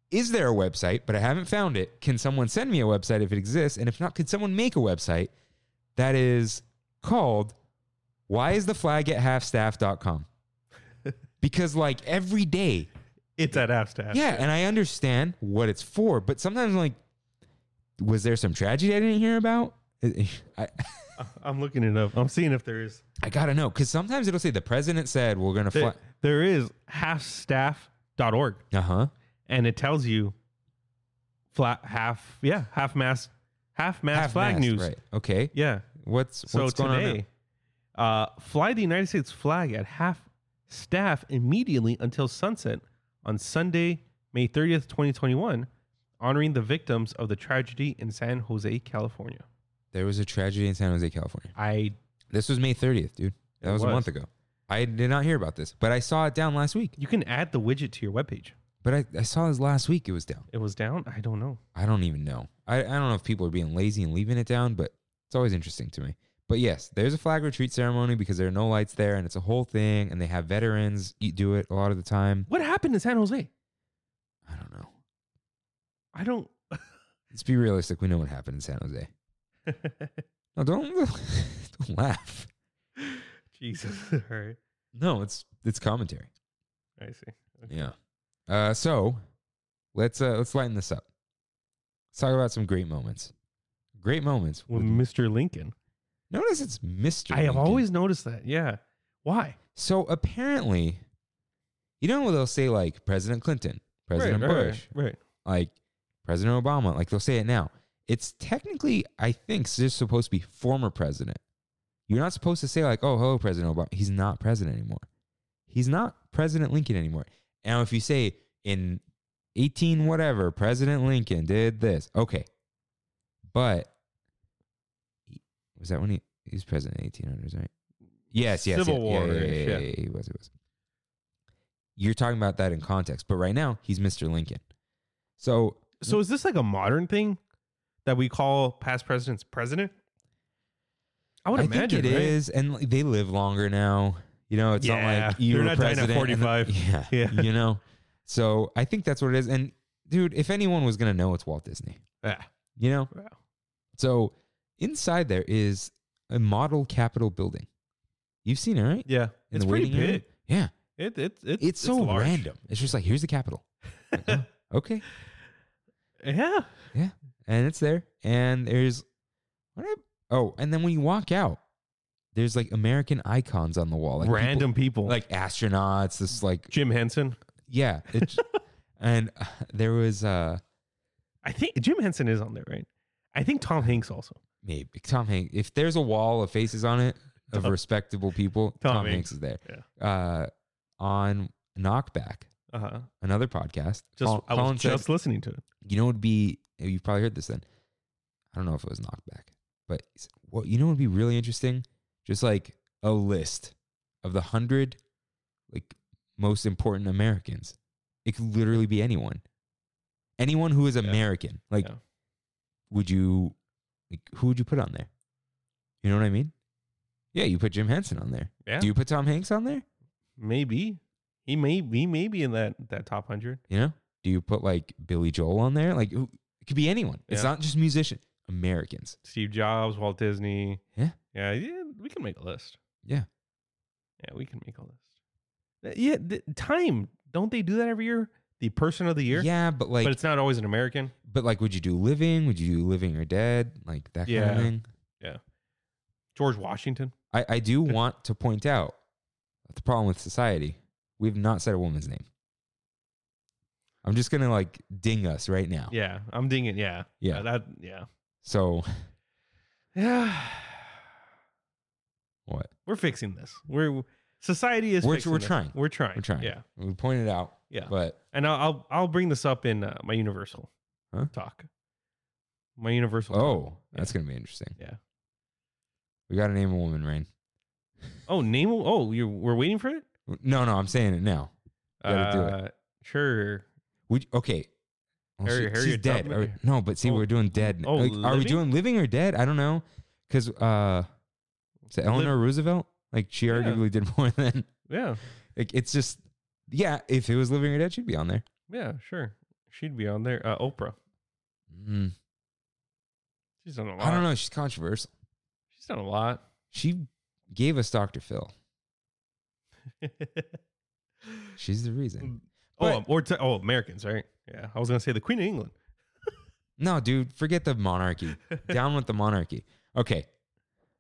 S1: is there a website but i haven't found it can someone send me a website if it exists and if not could someone make a website that is called why is the flag at halfstaff.com because like every day
S2: It's at half staff.
S1: yeah and i understand what it's for but sometimes like was there some tragedy i didn't hear about I,
S2: I'm looking it up. I'm seeing if there is.
S1: I gotta know because sometimes it'll say the president said we're gonna fly
S2: There, there is halfstaff.org,
S1: uh-huh
S2: and it tells you flat half. Yeah, half mass, half mass flag
S1: Half-mast,
S2: news.
S1: right okay
S2: Yeah.
S1: what's
S2: So
S1: what's going on now?
S2: today, uh, fly the United States flag at half staff immediately until sunset on Sunday, May 30th, 2021, honoring the victims of the tragedy in San Jose, California.
S1: there was a tragedy in san jose california
S2: I
S1: This was May 30th, dude. That
S2: It
S1: was,
S2: was.
S1: a month ago. I did not hear about this, but I saw it down last week.
S2: you can add the widget to your webpage.
S1: But I, I saw this last week. It was down.
S2: It was down. I don't know.
S1: I don't even know. I, I don't know if people are being lazy and leaving it down, but it's always interesting to me. But yes, there's a flag retreat ceremony because there are no lights there and it's a whole thing. And they have veterans eat, do it a lot of the time.
S2: What happened in San Jose?
S1: I don't know.
S2: I don't.
S1: Let's be realistic. We know what happened in San Jose. No, don't, don't laugh.
S2: Jesus. All right.
S1: No, it's it's commentary.
S2: I see.
S1: Yeah. Uh, so let's uh, let's lighten this up. Let's talk about some great moments. Great moments.
S2: Well,
S1: with-
S2: Mr. Lincoln.
S1: notice it's Mr.
S2: I have
S1: Lincoln.
S2: always noticed that. Yeah. Why?
S1: so apparently, you know they'll say like President Clinton, President
S2: right,
S1: Bush,
S2: Right. right.
S1: like President Obama, like they'll say it now. It's technically, I think, just supposed to be former president. You're not supposed to say like, "Oh, hello, President Obama." He's not president anymore. He's not President Lincoln anymore. Now, if you say in 18 whatever, President Lincoln did this, okay, but was that when he, he was president in 1800s, right? Yes, yes,
S2: Civil
S1: yeah, yeah, yeah,
S2: War-ish,
S1: yeah,
S2: yeah.
S1: yeah, he was, he was. You're talking about that in context, but right now he's Mr. Lincoln. So
S2: So is this like a modern thing that we call past presidents president? I would
S1: I
S2: imagine
S1: think it
S2: right?
S1: is, and like, they live longer now. You know, it's
S2: Yeah,
S1: not like you
S2: they're
S1: were
S2: not dying at
S1: president and then-
S2: 45.
S1: yeah,
S2: Yeah.
S1: you know. So I think that's what it is. And dude, if anyone was gonna know, it's Walt Disney.
S2: Yeah.
S1: You know.
S2: Wow.
S1: So inside there is a model Capitol building. You've seen it, right?
S2: Yeah.
S1: In
S2: it's
S1: the
S2: pretty
S1: waiting area?
S2: big.
S1: Yeah,
S2: It, it, it,
S1: it's, so
S2: large.
S1: random. It's just like here's the Capitol. Like, oh, okay,
S2: yeah.
S1: and it's there. And there's what? I- oh, and then when you walk out, there's like American icons on the wall, like people-
S2: random people.
S1: like astronauts. This like
S2: Jim Henson.
S1: yeah, it, and uh, there was uh
S2: I think Jim Henson is on there, right? I think Tom Hanks also.
S1: maybe Tom Hanks. If there's a wall of faces on it of
S2: Tom-
S1: respectable people,
S2: Tom
S1: Tom, Hanks.
S2: Hanks.
S1: is there. Uh, on Knockback,
S2: Uh huh.
S1: another podcast.
S2: Just
S1: Col-
S2: I
S1: Colin
S2: was
S1: said-
S2: just listening to it.
S1: you know, it'd be eh, you've probably heard this then. I don't know if it was knockback, but he said, what you know would be really interesting, just like a list of the hundred like most important Americans. It could literally be anyone, anyone who is American. Like,
S2: Yeah.
S1: would you like who would you put on there? You know what I mean? Yeah, you put Jim Henson on there.
S2: Yeah.
S1: Do you put Tom Hanks on there?
S2: Maybe he may he may be in that that top hundred.
S1: You know? Do you put like Billy Joel on there? Like, who, it could be anyone. It's
S2: Yeah.
S1: not just musician. Americans.
S2: Steve Jobs, Walt Disney.
S1: Yeah.
S2: Yeah, yeah, we can make a list.
S1: Yeah.
S2: Yeah, we can make a list. Uh, Yeah, th- time. Don't they do that every year? The person of the year?
S1: Yeah, but like,
S2: but
S1: but,
S2: it's not always an American.
S1: like, would you do living? Would you do living or dead? Like that kind
S2: Yeah.
S1: of thing.
S2: George Washington.
S1: I, I do want to point out the problem with society. We've not said a woman's name. I'm just gonna like ding us right now.
S2: Yeah, I'm dinging. Yeah.
S1: Yeah.
S2: Uh, that, yeah.
S1: So
S2: Yeah.
S1: what?
S2: We're fixing this. We're society is.
S1: We're-
S2: fixing
S1: we're
S2: this.
S1: trying.
S2: We're trying.
S1: We're trying.
S2: Yeah.
S1: We pointed out.
S2: Yeah.
S1: But
S2: And I'll I'll, I'll bring this up in uh, my Universal
S1: Huh?
S2: talk. My Universal. talk.
S1: oh, that's gonna be interesting.
S2: Yeah.
S1: We gotta name a woman, Rain.
S2: Oh, name. Oh, you we're waiting for it.
S1: No, no, I'm saying it now. Gotta do it.
S2: Uh, Sure.
S1: Would okay. Well,
S2: Harry- Harry,
S1: she's
S2: you're
S1: dead.
S2: talking-
S1: Are- no, but see,
S2: Oh,
S1: we're doing dead.
S2: oh,
S1: like, are we
S2: living?
S1: doing living or dead? I don't know, because uh, is it Eleanor Roosevelt, like she
S2: Yeah.
S1: arguably did more than.
S2: Yeah.
S1: Like, it's just, yeah. If it was living or dead, she'd be on there.
S2: Yeah. Sure. She'd be on there. Uh, Oprah.
S1: Mm.
S2: She's done a lot.
S1: I don't know. She's controversial.
S2: She's done a lot.
S1: She gave us Doctor Phil. She's the reason. But-
S2: oh, or t- oh, Americans, right? Yeah. I was gonna say the Queen of England.
S1: No, dude, forget the monarchy. Down with the monarchy. Okay.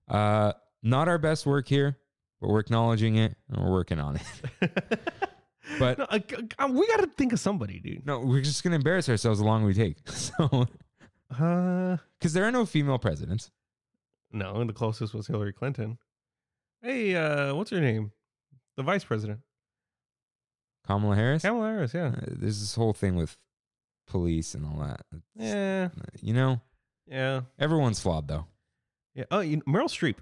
S1: Uh, not our best work here, but we're acknowledging it and we're working on it. But-
S2: No, uh, I- I- we got to think of somebody, dude.
S1: No, we're just gonna embarrass ourselves the longer we take. So,
S2: Uh,
S1: because there are no female presidents.
S2: no, the closest was Hillary Clinton. Hey, uh, what's her name? The vice president,
S1: Kamala Harris.
S2: Kamala Harris.
S1: Uh,
S2: Yeah,
S1: There's this whole thing with police and all that.
S2: yeah,
S1: You know,
S2: yeah,
S1: everyone's flawed though.
S2: yeah. Oh, you Meryl Streep.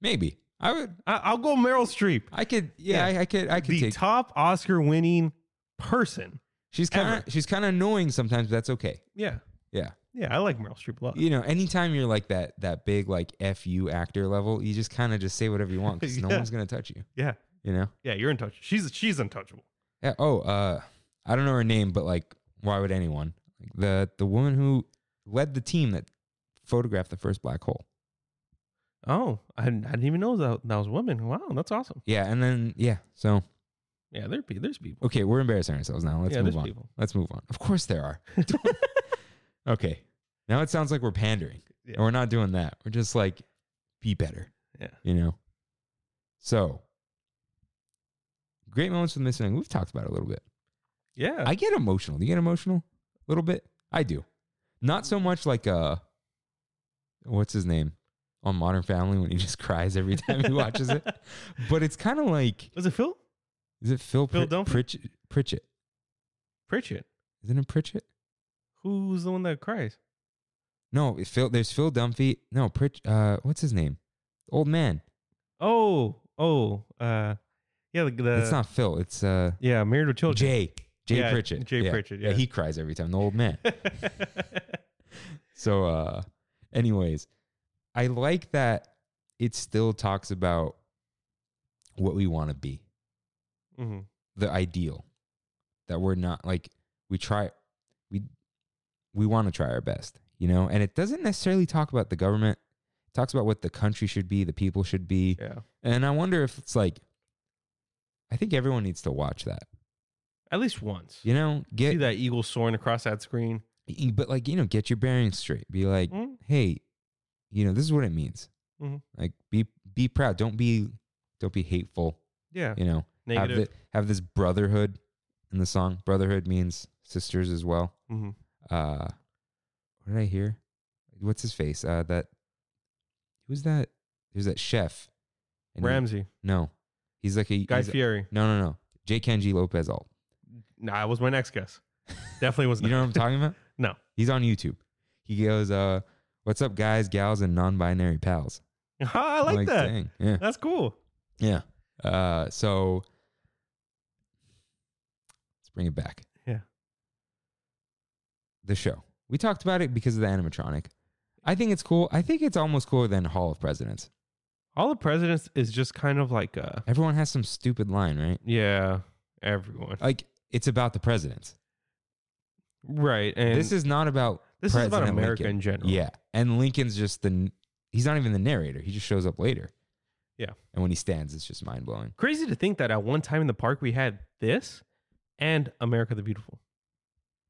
S1: Maybe I would.
S2: I, I'll go Meryl Streep.
S1: I could. Yeah,
S2: Yeah.
S1: I, I could. I could
S2: The
S1: take.
S2: top Oscar-winning person.
S1: she's kind
S2: ever.
S1: of. She's kind of annoying sometimes. But that's okay.
S2: Yeah,
S1: Yeah.
S2: yeah. I like Meryl Streep a lot.
S1: You know, anytime you're like that. That big like fu actor level. You just kind of just say whatever you want because no
S2: Yeah.
S1: one's gonna touch you.
S2: Yeah,
S1: You know.
S2: yeah. You're untouchable. She's she's untouchable.
S1: Yeah. Oh, uh, I don't know her name, but like, why would anyone? Like the the woman who led the team that photographed the first black hole.
S2: Oh, I, didn't- I didn't even know that that was a woman. Wow, that's awesome.
S1: Yeah, and then yeah. So
S2: Yeah, there be there's people.
S1: okay, we're embarrassing ourselves now. Let's
S2: yeah,
S1: move
S2: there's
S1: on.
S2: people.
S1: Let's move on. Of course there are. okay. Now it sounds like we're pandering.
S2: Yeah.
S1: And we're not doing that. We're just like, be better.
S2: Yeah.
S1: You know? So great moments with missing. Link. We've talked about it a little bit.
S2: Yeah,
S1: I get emotional. Do you get emotional a little bit? I do. Not so much like uh what's his name on Modern Family when he just cries every time he watches it. But it's kind of like
S2: Was it Phil
S1: is it Phil,
S2: Phil
S1: Prit-
S2: Dunphy?
S1: Pritchett, Pritchett?
S2: Pritchett?
S1: Isn't it Pritchett?
S2: Who's the one that cries?
S1: No, it- Phil. There's Phil Dunphy. No, Pritch. Uh, what's his name? Old man.
S2: Oh, oh, uh, yeah, the, the
S1: it's not Phil. It's uh
S2: yeah, married with children.
S1: Jay. Jay
S2: Yeah,
S1: Pritchett.
S2: Jay Pritchett, yeah.
S1: he cries every time. The old man. So uh anyways, I like that it still talks about what we want to be,
S2: Mhm.
S1: the ideal. That we're not like we try we we want to try our best, you know? And it doesn't necessarily talk about the government. It talks about what the country should be, the people should be.
S2: Yeah,
S1: And I wonder if it's like I think everyone needs to watch that.
S2: at least once.
S1: You know,
S2: See
S1: get
S2: that eagle soaring across that screen.
S1: but like, you know, get your bearings straight. Be like,
S2: Mhm.
S1: hey, you know, this is what it means.
S2: Mhm.
S1: Like be be proud. Don't be don't be hateful.
S2: Yeah,
S1: You know, have
S2: negative.
S1: the, have this brotherhood in the song.
S2: Mm-hmm.
S1: Brotherhood means sisters as well.
S2: Mhm.
S1: Uh, what did I hear? what's his face? Uh, that who's that? There's that chef. And he-
S2: Ramsey,
S1: no, he's like a
S2: Guy
S1: he's-
S2: Fieri.
S1: No, no, no. J. Kenji Lopez Alt.
S2: Nah, it was my next guess. Definitely was
S1: You
S2: not.
S1: know what I'm talking about?
S2: No.
S1: He's on YouTube. He goes, uh, "What's up, guys, gals, and non-binary pals?"
S2: I
S1: I'm
S2: like, that.
S1: dang, Yeah.
S2: That's cool.
S1: Yeah. Uh, so let's bring it back.
S2: Yeah.
S1: The show. We talked about it because of the animatronic. I think it's cool. I think it's almost cooler than Hall of Presidents.
S2: All the presidents is just kind of like uh
S1: Everyone has some stupid line, right?
S2: yeah, everyone.
S1: Like it's about the presidents.
S2: Right. And
S1: this is not about
S2: this is about
S1: President
S2: America
S1: Lincoln.
S2: in general.
S1: yeah. And Lincoln's just the n- he's not even the narrator. He just shows up later.
S2: Yeah.
S1: And when he stands, it's just mind blowing.
S2: Crazy to think that at one time in the park we had this and America the Beautiful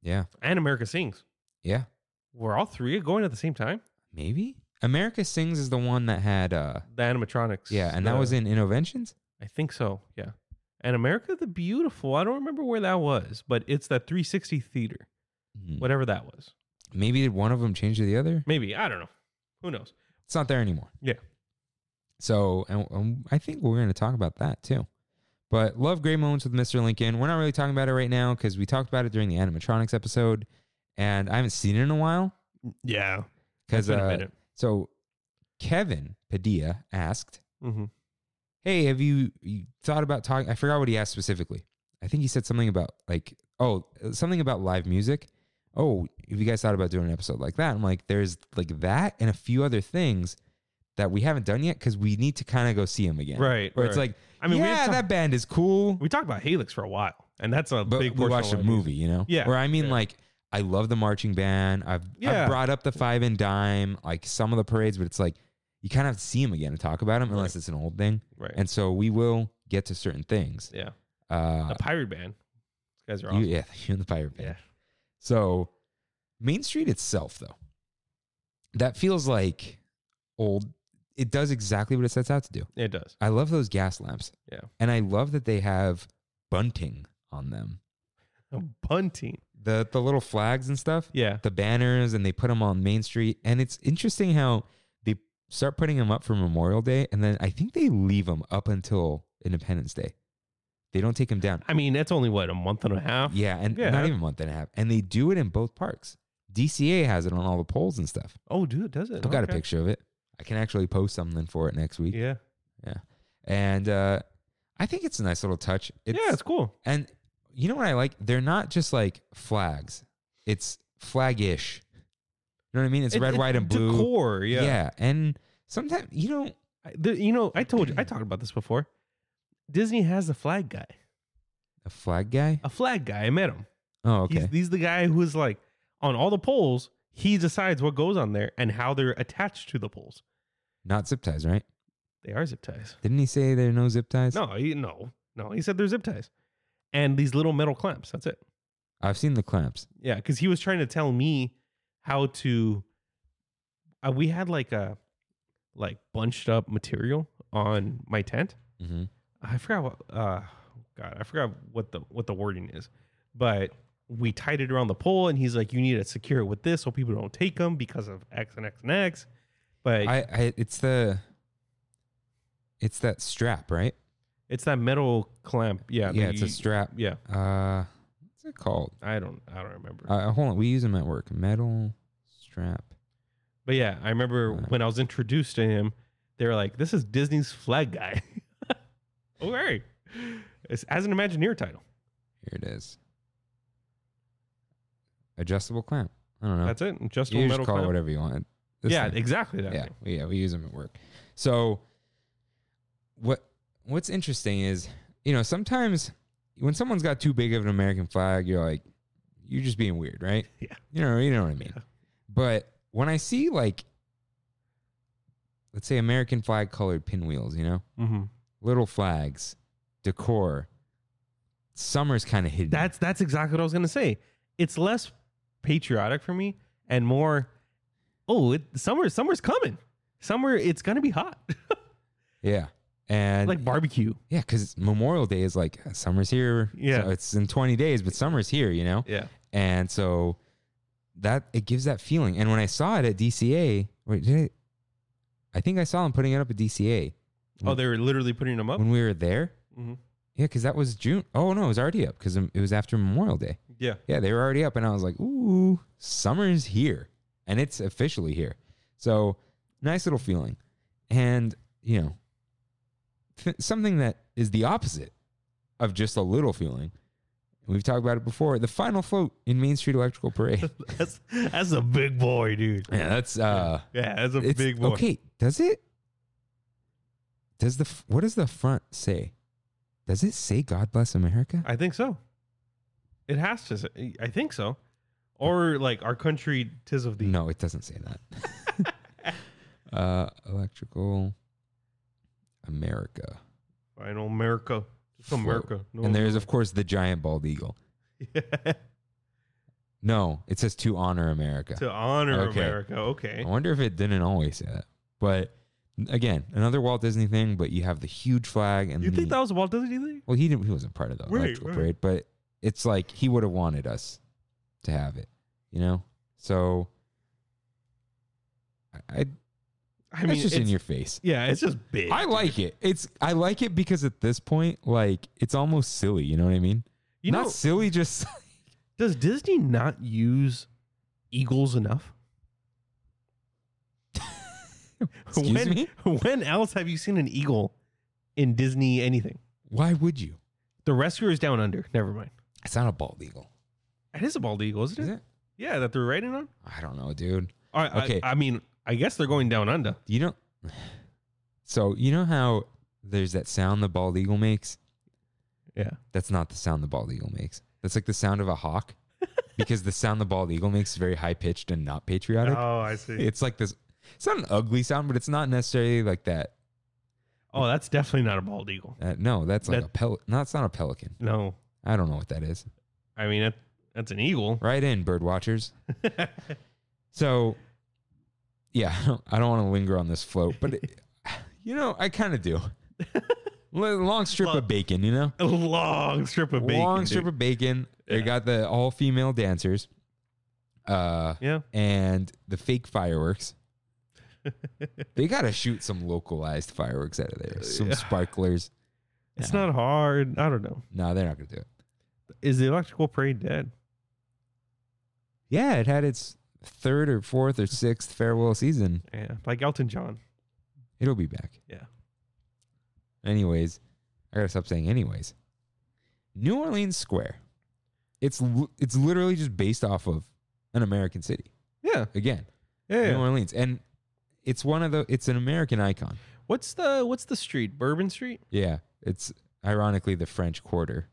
S1: Yeah.
S2: and America Sings.
S1: Yeah.
S2: Were all three going at the same time?
S1: Maybe America Sings is the one that had uh
S2: The animatronics.
S1: Yeah, and that
S2: the-
S1: was in Innoventions.
S2: I think so. Yeah. And America the Beautiful. I don't remember where that was, but it's that 360 theater, whatever that was.
S1: Maybe did one of them change to the other?
S2: Maybe I don't know. Who knows?
S1: It's not there anymore.
S2: Yeah.
S1: So, and, and I think we're going to talk about that too. But love great moments with Mr. Lincoln. We're not really talking about it right now because we talked about it during the animatronics episode, and I haven't seen it in a while.
S2: Yeah.
S1: Because uh, so Kevin Padilla asked,
S2: Mm-hmm.
S1: "Hey, have you, you thought about talking?" I forgot what he asked specifically. I think he said something about like, oh, something about live music. Oh, have you guys thought about doing an episode like that? I'm like, there's like that and a few other things that we haven't done yet because we need to kind of go see him again.
S2: Right,
S1: Where it's
S2: right.
S1: like,
S2: I mean, we had
S1: yeah,
S2: talk-
S1: that band is cool,
S2: We talked about Halix for a while, and that's a
S1: but
S2: big
S1: we
S2: portion
S1: watched a
S2: of what I do.
S1: movie, you know?
S2: Yeah,
S1: Where I mean,
S2: yeah.
S1: like, I love the marching band. I've,
S2: Yeah.
S1: I've brought up the five and dime, like some of the parades, but it's like, you kind of have to see him again and talk about him unless it's an old thing.
S2: Right.
S1: And so we will get to certain things.
S2: yeah.
S1: Uh,
S2: the pirate band. You guys are
S1: You,
S2: awesome.
S1: yeah, you and the pirate band. So Main Street itself, though, that feels like old. It does exactly what it sets out to do.
S2: It does.
S1: I love those gas lamps.
S2: Yeah.
S1: And I love that they have bunting on them.
S2: Bunting.
S1: The the little flags and stuff,
S2: Yeah.
S1: the banners, and they put them on Main Street. And it's interesting how they start putting them up for Memorial Day, and then I think they leave them up until Independence Day. They don't take them down.
S2: I mean, that's only what a month and a half.
S1: Yeah, and
S2: Oh, Yeah.
S1: not even a month and a half. And they do it in both parks. DCA has it on all the polls and stuff.
S2: Oh, dude, does it?
S1: I've got a
S2: Okay.
S1: picture of it. I can actually post something for it next week.
S2: Yeah.
S1: And uh, I think it's a nice little touch. It's,
S2: yeah, it's cool.
S1: and you know what I like? They're not just like flags. It's flag-ish. You know what I mean? It's
S2: It-
S1: red,
S2: it-
S1: white, and blue.
S2: Decor. Yeah.
S1: yeah. And sometimes you know,
S2: I- the- you know, I told you, I talked about this before. Disney has a flag guy.
S1: a flag guy.
S2: A flag guy. I met him.
S1: Oh, okay.
S2: He's, he's the guy who is like on all the poles. He decides what goes on there and how they're attached to the poles.
S1: not zip ties, right?
S2: They are zip ties.
S1: Didn't he say there are no zip ties?
S2: No, he, no, no. He said they're zip ties, and these little metal clamps. That's it.
S1: I've seen the clamps.
S2: Yeah, because he was trying to tell me how to. Uh, we had like a like bunched up material on my tent.
S1: Mm-hmm.
S2: I forgot what. Uh, God, I forgot what the what the wording is, but we tied it around the pole, and he's like, "You need to secure it with this so people don't take them because of X and X and X." But
S1: I, I it's the it's that strap, right?
S2: it's that metal clamp. Yeah,
S1: yeah,
S2: that
S1: it's a
S2: you-
S1: strap.
S2: Yeah,
S1: Uh, what's it called?
S2: I don't, I don't remember.
S1: Uh, hold on, we use them at work. Metal strap.
S2: But yeah, I remember
S1: Right.
S2: when I was introduced to him, they were like, "This is Disney's flag guy." okay, it's as an Imagineer title.
S1: Here it is. Adjustable clamp. I don't know.
S2: That's it. Adjustable
S1: you just
S2: metal.
S1: call it
S2: clamp.
S1: whatever you want. This
S2: yeah,
S1: thing.
S2: exactly that.
S1: yeah,
S2: thing.
S1: yeah. We use them at work. So what what's interesting is you know sometimes when someone's got too big of an American flag, you're like you're just being weird, right?
S2: Yeah.
S1: You know, you know what I mean.
S2: Yeah.
S1: But when I see like let's say American flag colored pinwheels, you know,
S2: Mm-hmm.
S1: little flags, decor, summer's kind of hidden.
S2: That's that's exactly what I was gonna say. It's less patriotic for me and more. Oh, it, summer, summer's coming. Summer, it's gonna be hot,
S1: yeah. And
S2: like barbecue.
S1: yeah, because Memorial Day is like summer's here.
S2: Yeah.
S1: so it's in 20 days, but summer's here, you know?
S2: Yeah,
S1: And so that it gives that feeling. And when I saw it at DCA, wait, did I, I think I saw him putting it up at DCA
S2: Oh, they were literally putting them up.
S1: when we were there.
S2: Mhm.
S1: Yeah, because that was June. Oh no, it was already up because it was after Memorial Day.
S2: Yeah,
S1: Yeah, they were already up, and I was like, "Ooh, summer's here, and it's officially here." So nice little feeling, and you know, th- something that is the opposite of just a little feeling. We've talked about it before. The final float in Main Street Electrical Parade.
S2: that's that's a big boy, dude.
S1: yeah, that's uh,
S2: Yeah, that's a
S1: it's-
S2: big boy.
S1: Okay, does it? Does the f- what does the front say? Does it say "God bless America"?
S2: I think so. It has to. Say, I think so. Or like our country, tis of thee.
S1: No, it doesn't say that. uh, electrical America.
S2: Final America. Just
S1: Float.
S2: America. No
S1: and there's, of course, the giant bald eagle. No, it says to honor America.
S2: to honor
S1: Okay.
S2: America. Okay.
S1: I wonder if it didn't always say that. But again, another Walt Disney thing, but you have the huge flag and
S2: You
S1: the,
S2: think that was Walt Disney? thing?
S1: Well, he didn't. He wasn't part of the
S2: Right,
S1: electrical
S2: right.
S1: parade, but it's like he would have wanted us to have it, you know. So, I, I
S2: I mean,
S1: it's just in
S2: it's-
S1: your face.
S2: Yeah, it's just big.
S1: I like it. It's I like it because at this point, like it's almost silly. You know what I mean?
S2: you
S1: Not
S2: know,
S1: silly, just
S2: does Disney not use eagles enough?
S1: excuse
S2: when,
S1: me.
S2: When else have you seen an eagle in Disney anything?
S1: Why would you?
S2: The Rescuers Down Under. Never mind.
S1: It's not a bald eagle,
S2: It is a bald eagle, isn't it?
S1: is it?
S2: Yeah, that they're riding on.
S1: I don't know, dude.
S2: All right,
S1: Okay.
S2: I, I mean, I guess they're going down under.
S1: You know, so you know how there's that sound the bald eagle makes.
S2: Yeah.
S1: That's not the sound the bald eagle makes. That's like the sound of a hawk because the sound the bald eagle makes is very high pitched and not patriotic.
S2: Oh, I see.
S1: It's like this, it's not an ugly sound, but it's not necessarily like that.
S2: Oh, that's definitely not a bald eagle.
S1: Uh, no, that's like
S2: That-
S1: a pel. No, it's not a pelican.
S2: No,
S1: I don't know what that is.
S2: I mean that, that's an eagle.
S1: Right in, bird watchers. So, yeah, I don't, I don't want to linger on this float, but it, you know, I kind of do. L- Long strip
S2: Long-
S1: of bacon, you know?
S2: a long strip of bacon.
S1: Long
S2: dude.
S1: strip of bacon. They
S2: Yeah.
S1: got the all female dancers. Uh,
S2: Yeah.
S1: and the fake fireworks. they got to shoot some localized fireworks out of there, some
S2: Uh, Yeah.
S1: sparklers.
S2: It's
S1: Yeah.
S2: not hard. I don't know.
S1: No, they're not going to do it.
S2: Is the electrical parade dead?
S1: Yeah, it had its third or fourth or sixth farewell season.
S2: Yeah. Like Elton John.
S1: It'll be back.
S2: Yeah.
S1: Anyways, I got to stop saying anyways. New Orleans Square. It's l- it's literally just based off of an American city.
S2: Yeah.
S1: Again,
S2: Yeah.
S1: New Orleans and it's one of the it's an American icon.
S2: What's the what's the street? Bourbon Street?
S1: Yeah, it's ironically the French Quarter,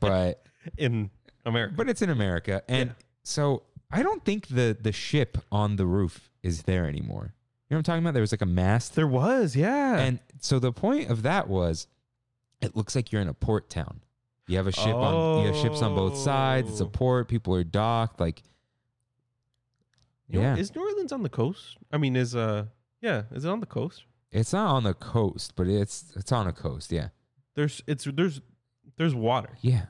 S1: but
S2: In America.
S1: but it's in America, and
S2: Yeah.
S1: so I don't think the the ship on the roof is there anymore. You know what I'm talking about? There was like a mast,
S2: there was, yeah.
S1: and so the point of that was, it looks like you're in a port town. You have a ship on you have ships on both sides. It's a
S2: Oh.
S1: port. People are docked. Like
S2: You know,
S1: yeah.
S2: Is New Orleans on the coast? I mean, is uh yeah, is it on the coast?
S1: it's not on the coast, but it's it's on a coast. Yeah,
S2: There's it's there's there's water.
S1: yeah.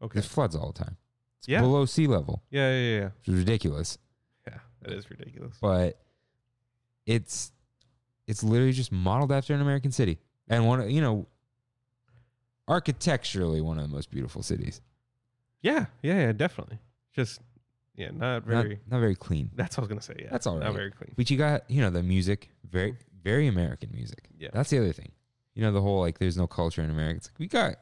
S2: Okay.
S1: There's floods all the time. It's
S2: Yeah.
S1: below sea level,
S2: Yeah, yeah, yeah.
S1: which is ridiculous.
S2: Yeah. That is ridiculous.
S1: but it's it's literally just modeled after an American city and one of you know architecturally one of the most beautiful cities.
S2: Yeah, yeah, yeah, definitely. Just yeah, not
S1: Not-
S2: very
S1: not, very clean,
S2: that's what I was gonna say, yeah.
S1: That's all right.
S2: Not very clean.
S1: but you got you know the music very very American music.
S2: Yeah.
S1: that's the other thing. You know the whole like there's no culture in America. It's like we got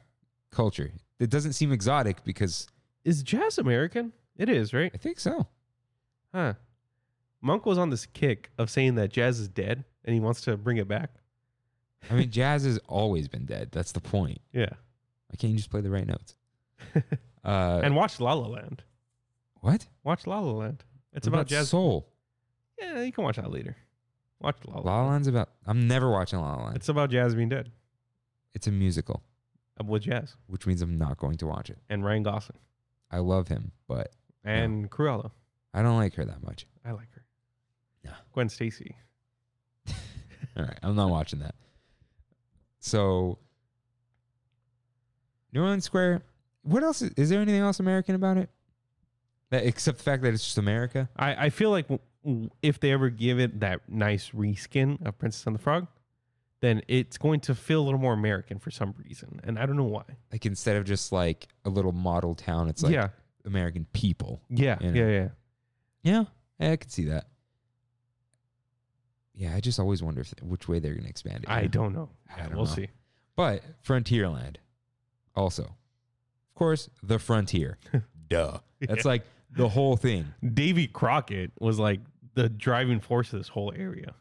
S1: culture. It doesn't seem exotic because
S2: Is jazz American? It is, right?
S1: I think so.
S2: Huh. Monk was on this kick of saying that jazz is dead and he wants to bring it back.
S1: I mean, jazz has always been dead. That's the point.
S2: Yeah.
S1: Why can't you just play the right notes? Uh,
S2: and watch La La Land.
S1: what?
S2: Watch La La Land. It's
S1: What
S2: about, jazz.
S1: soul.
S2: yeah, you can watch that later. Watch La La.
S1: La La Land's about. I'm never watching La La Land.
S2: It's about jazz being dead
S1: It's a musical,
S2: Uh, with jazz
S1: which means I'm not going to watch it.
S2: and Ryan Gosling
S1: I love him, but
S2: and Cruella.
S1: I don't like her that much.
S2: I like her.
S1: Yeah.
S2: Gwen Stacy.
S1: All right, I'm not watching that. So, New Orleans Square. What else is, is there? Anything else American about it? That, except the fact that it's just America.
S2: I, I feel like w- w- if they ever give it that nice reskin of Princess and the Frog, then it's going to feel a little more American for some reason, and I don't know why.
S1: Like instead of just like a little model town, it's like
S2: yeah,
S1: American people.
S2: yeah,
S1: you know.
S2: yeah, yeah.
S1: Yeah, I could see that. Yeah, I just always wonder if, which way they're going to expand it. you
S2: I
S1: know?
S2: don't know.
S1: I
S2: Yeah,
S1: don't
S2: we'll
S1: know.
S2: see.
S1: But Frontierland, also, of course, the frontier. Duh. That's like the whole thing.
S2: Davy Crockett was like the driving force of this whole area,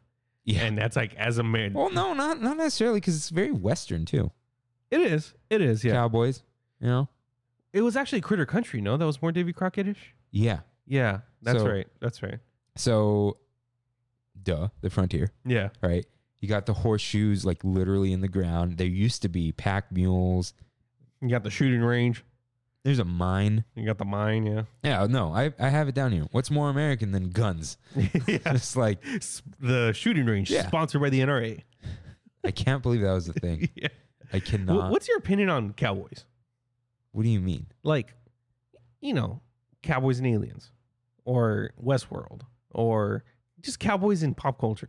S1: Yeah.
S2: and that's like as a man,
S1: well, no, not not necessarily because it's very western too.
S2: it is, it is, yeah.
S1: Cowboys, you know.
S2: It was actually Critter Country, no? That was more Davy Crockettish.
S1: Yeah.
S2: Yeah, that's
S1: So-
S2: right. That's right.
S1: So, duh, the frontier,
S2: Yeah,
S1: right? You got the horseshoes like literally in the ground. There used to be pack mules.
S2: you got the shooting range,
S1: There's a mine.
S2: you got the mine, yeah,
S1: Yeah, no, I, I have it down here. What's more American than guns?
S2: yeah.
S1: Just like
S2: S- The shooting range
S1: Yeah.
S2: sponsored by the NRA.
S1: I can't believe that was the thing.
S2: yeah.
S1: I
S2: Wh-
S1: cannot.
S2: What's your opinion on cowboys?
S1: What do you mean?
S2: Like, you know, cowboys and aliens, or Westworld, or just cowboys in pop culture.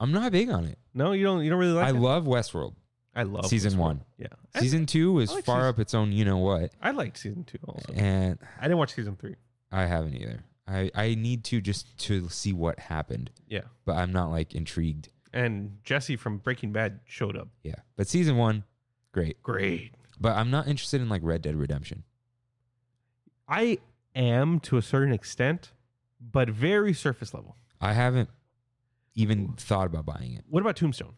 S1: I'm not big on it.
S2: No, you don't. You don't really like.
S1: I
S2: it?
S1: love Westworld
S2: I love
S1: season
S2: Westworld.
S1: one.
S2: Yeah,
S1: Season two is
S2: I like
S1: far
S2: season-
S1: up its own. You know what?
S2: I, I liked season two also.
S1: And
S2: I didn't watch season three.
S1: I haven't either. I I need to just to see what happened,
S2: Yeah,
S1: but I'm not like intrigued.
S2: and Jesse from Breaking Bad showed up.
S1: Yeah, but season one, great.
S2: Great.
S1: But I'm not interested in like Red Dead Redemption.
S2: I am to a certain extent, but very surface level.
S1: I haven't even thought about buying it.
S2: What about Tombstone?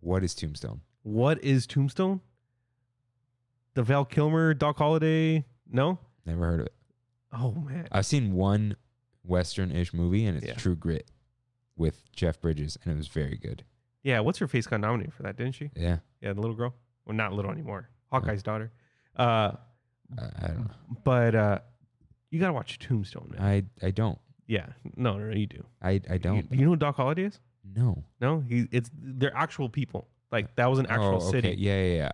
S1: What is Tombstone?
S2: What is Tombstone? The Val Kilmer, Doc Holliday? No.
S1: Never heard of it.
S2: Oh man.
S1: I've seen one Western-ish movie, and it's
S2: Yeah.
S1: True Grit with Jeff Bridges, and it was very good.
S2: Yeah. What's her face got nominated for that? Didn't she?
S1: Yeah,
S2: Yeah, the little girl. Well, not little anymore. Hawkeye's daughter. Uh,
S1: I, I don't know.
S2: but uh, you gotta watch Tombstone, man.
S1: I I don't.
S2: yeah. No, no, no, you do.
S1: I I don't.
S2: You, you know who Doc Holliday is?
S1: No.
S2: No, he. It's they're actual people. Like that was an actual
S1: Oh, okay.
S2: city,
S1: Yeah, yeah, yeah.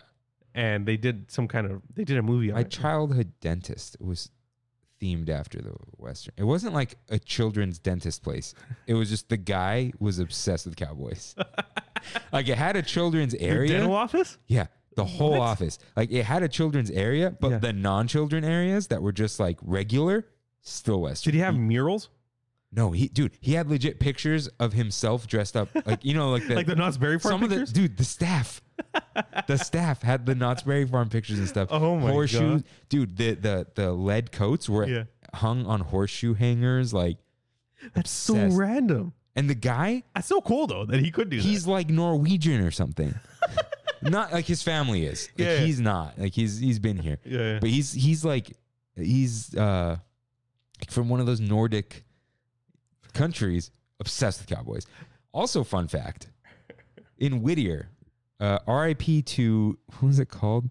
S2: and they did some kind of they did a movie on
S1: My
S2: it.
S1: childhood dentist was themed after the western. It wasn't like a children's dentist place. It was just the guy was obsessed with cowboys. like it had a children's
S2: The
S1: area.
S2: dental office.
S1: yeah. The whole
S2: What?
S1: office. Like it had a children's area, but
S2: Yeah.
S1: the non-children areas that were just like regular still western.
S2: Did he have murals
S1: No, he dude, he had legit pictures of himself dressed up like you know like the
S2: like the Knott's Berry Farm
S1: some
S2: pictures?
S1: of the dude, the staff, the staff had the Knott's Berry Farm pictures and stuff.
S2: Oh my
S1: horseshoes,
S2: God.
S1: dude. The the the lead coats were
S2: Yeah.
S1: hung on horseshoe hangers, like,
S2: That's so
S1: obsessed.
S2: random.
S1: and the guy,
S2: That's so cool though that he could do
S1: he's like Norwegian or something. not like his family is. Like,
S2: Yeah, yeah.
S1: he's not. Like he's he's been here,
S2: that. Yeah, yeah.
S1: but he's he's like he's uh like from one of those Nordic countries obsessed with cowboys. Also, fun fact in Whittier, uh, RIP to what was it called?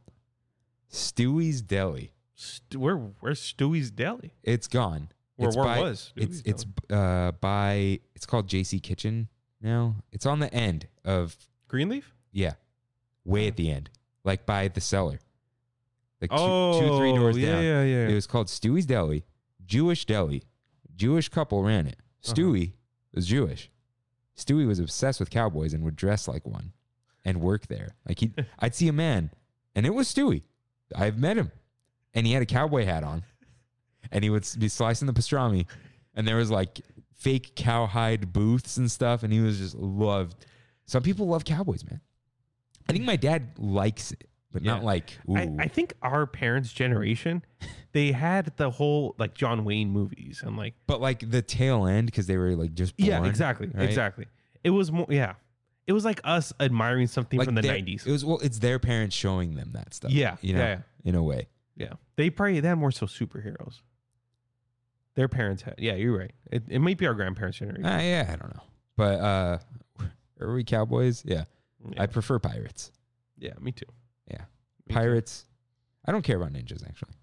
S1: Stewie's Deli.
S2: St- where where's Stewie's Deli?
S1: It's gone.
S2: Where
S1: It's
S2: where
S1: by-
S2: was?
S1: It's
S2: Stewie's
S1: it's
S2: Deli?
S1: uh by it's called JC Kitchen now. It's on the end of
S2: Greenleaf.
S1: yeah, way at the end, like by the cellar, like two two
S2: Oh,
S1: three doors
S2: yeah,
S1: down.
S2: Yeah, yeah,
S1: It was called Stewie's Deli, Jewish deli. Jewish couple ran it.
S2: Uh-huh.
S1: Stewie was Jewish. Stewie was obsessed with cowboys and would dress like one and work there. Like he I'd see a man and it was Stewie. I've met him. And he had a cowboy hat on. And he would s- be slicing the pastrami and there was like fake cowhide booths and stuff and he was just loved. Some people love cowboys, man. I think my dad likes it, but not
S2: Yeah.
S1: like ooh.
S2: I, I think our parents' generation, they had the whole like John Wayne movies and like
S1: but like the tail end because they were like just born,
S2: yeah, exactly,
S1: right?
S2: exactly. It was more yeah, it was like us admiring something
S1: Like
S2: from the
S1: their-
S2: nineties.
S1: It was well, it's their parents showing them that stuff.
S2: Yeah,
S1: you know,
S2: yeah,
S1: in a way.
S2: Yeah, they probably they had more so superheroes. Their parents had yeah, you're right. It, it might be our grandparents' generation.
S1: Ah, yeah, I don't know, but uh, are we cowboys? Yeah,
S2: yeah,
S1: I prefer pirates.
S2: yeah, me too.
S1: Yeah.
S2: Me too.
S1: Pirates. I don't care about ninjas actually.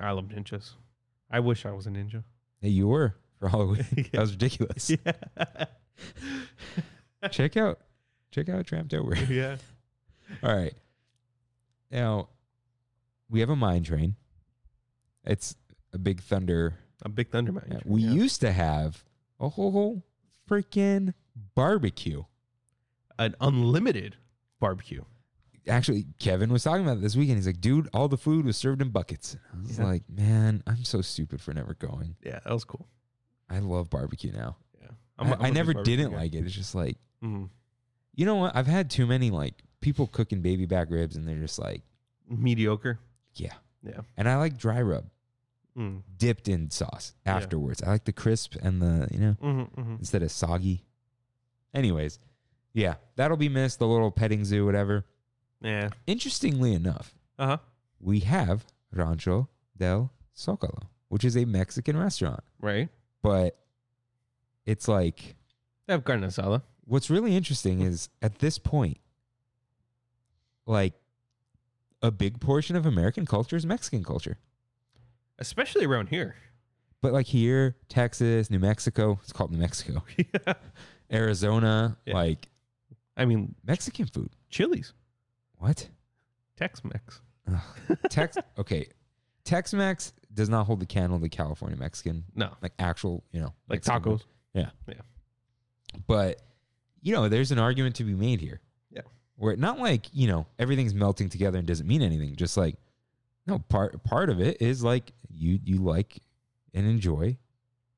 S2: I love ninjas. I wish I was a ninja.
S1: Hey, you were for Halloween. That was ridiculous.
S2: yeah.
S1: Check out, check out Tramped Over.
S2: yeah.
S1: All right. Now, we have a mine train. It's a Big Thunder.
S2: A big thunder
S1: Yeah,
S2: manager.
S1: we
S2: yeah.
S1: used to have a whole freaking barbecue.
S2: an unlimited barbecue.
S1: Actually, Kevin was talking about it this weekend. He's like, dude, all the food was served in buckets. And I was
S2: Yeah.
S1: like, man, I'm so stupid for never going.
S2: Yeah, that was cool.
S1: I love barbecue now.
S2: Yeah,
S1: i I never didn't like it. It's just like,
S2: Mm,
S1: you know what? I've had too many like people cooking baby back ribs and they're just like,
S2: mediocre.
S1: yeah.
S2: Yeah.
S1: And I like dry rub
S2: Mm.
S1: dipped in sauce
S2: Yeah.
S1: afterwards. I like the crisp and the, you know,
S2: hmm hmm
S1: instead of soggy. Anyways, yeah, that'll be missed. The little petting zoo, whatever.
S2: Yeah.
S1: Interestingly enough,
S2: Uh huh.
S1: we have Rancho del Zocalo, which is a Mexican restaurant,
S2: Right.
S1: but it's like
S2: They have carne asada.
S1: what's really interesting is at this point, like a big portion of American culture is Mexican culture.
S2: especially around here.
S1: But like here, Texas, New Mexico, it's called New Mexico, Arizona,
S2: Yeah.
S1: like
S2: I mean,
S1: Mexican food.
S2: Chili's,
S1: What?
S2: Tex-Mex.
S1: Tex okay. Tex Mex does not hold the candle to California Mexican.
S2: No,
S1: Like actual, you know,
S2: like
S1: Mexican food.
S2: tacos.
S1: But you know, there's an argument to be made here.
S2: Yeah.
S1: Where not like, you know, everything's melting together and doesn't mean anything. Just like no, part part of it is like you you like and enjoy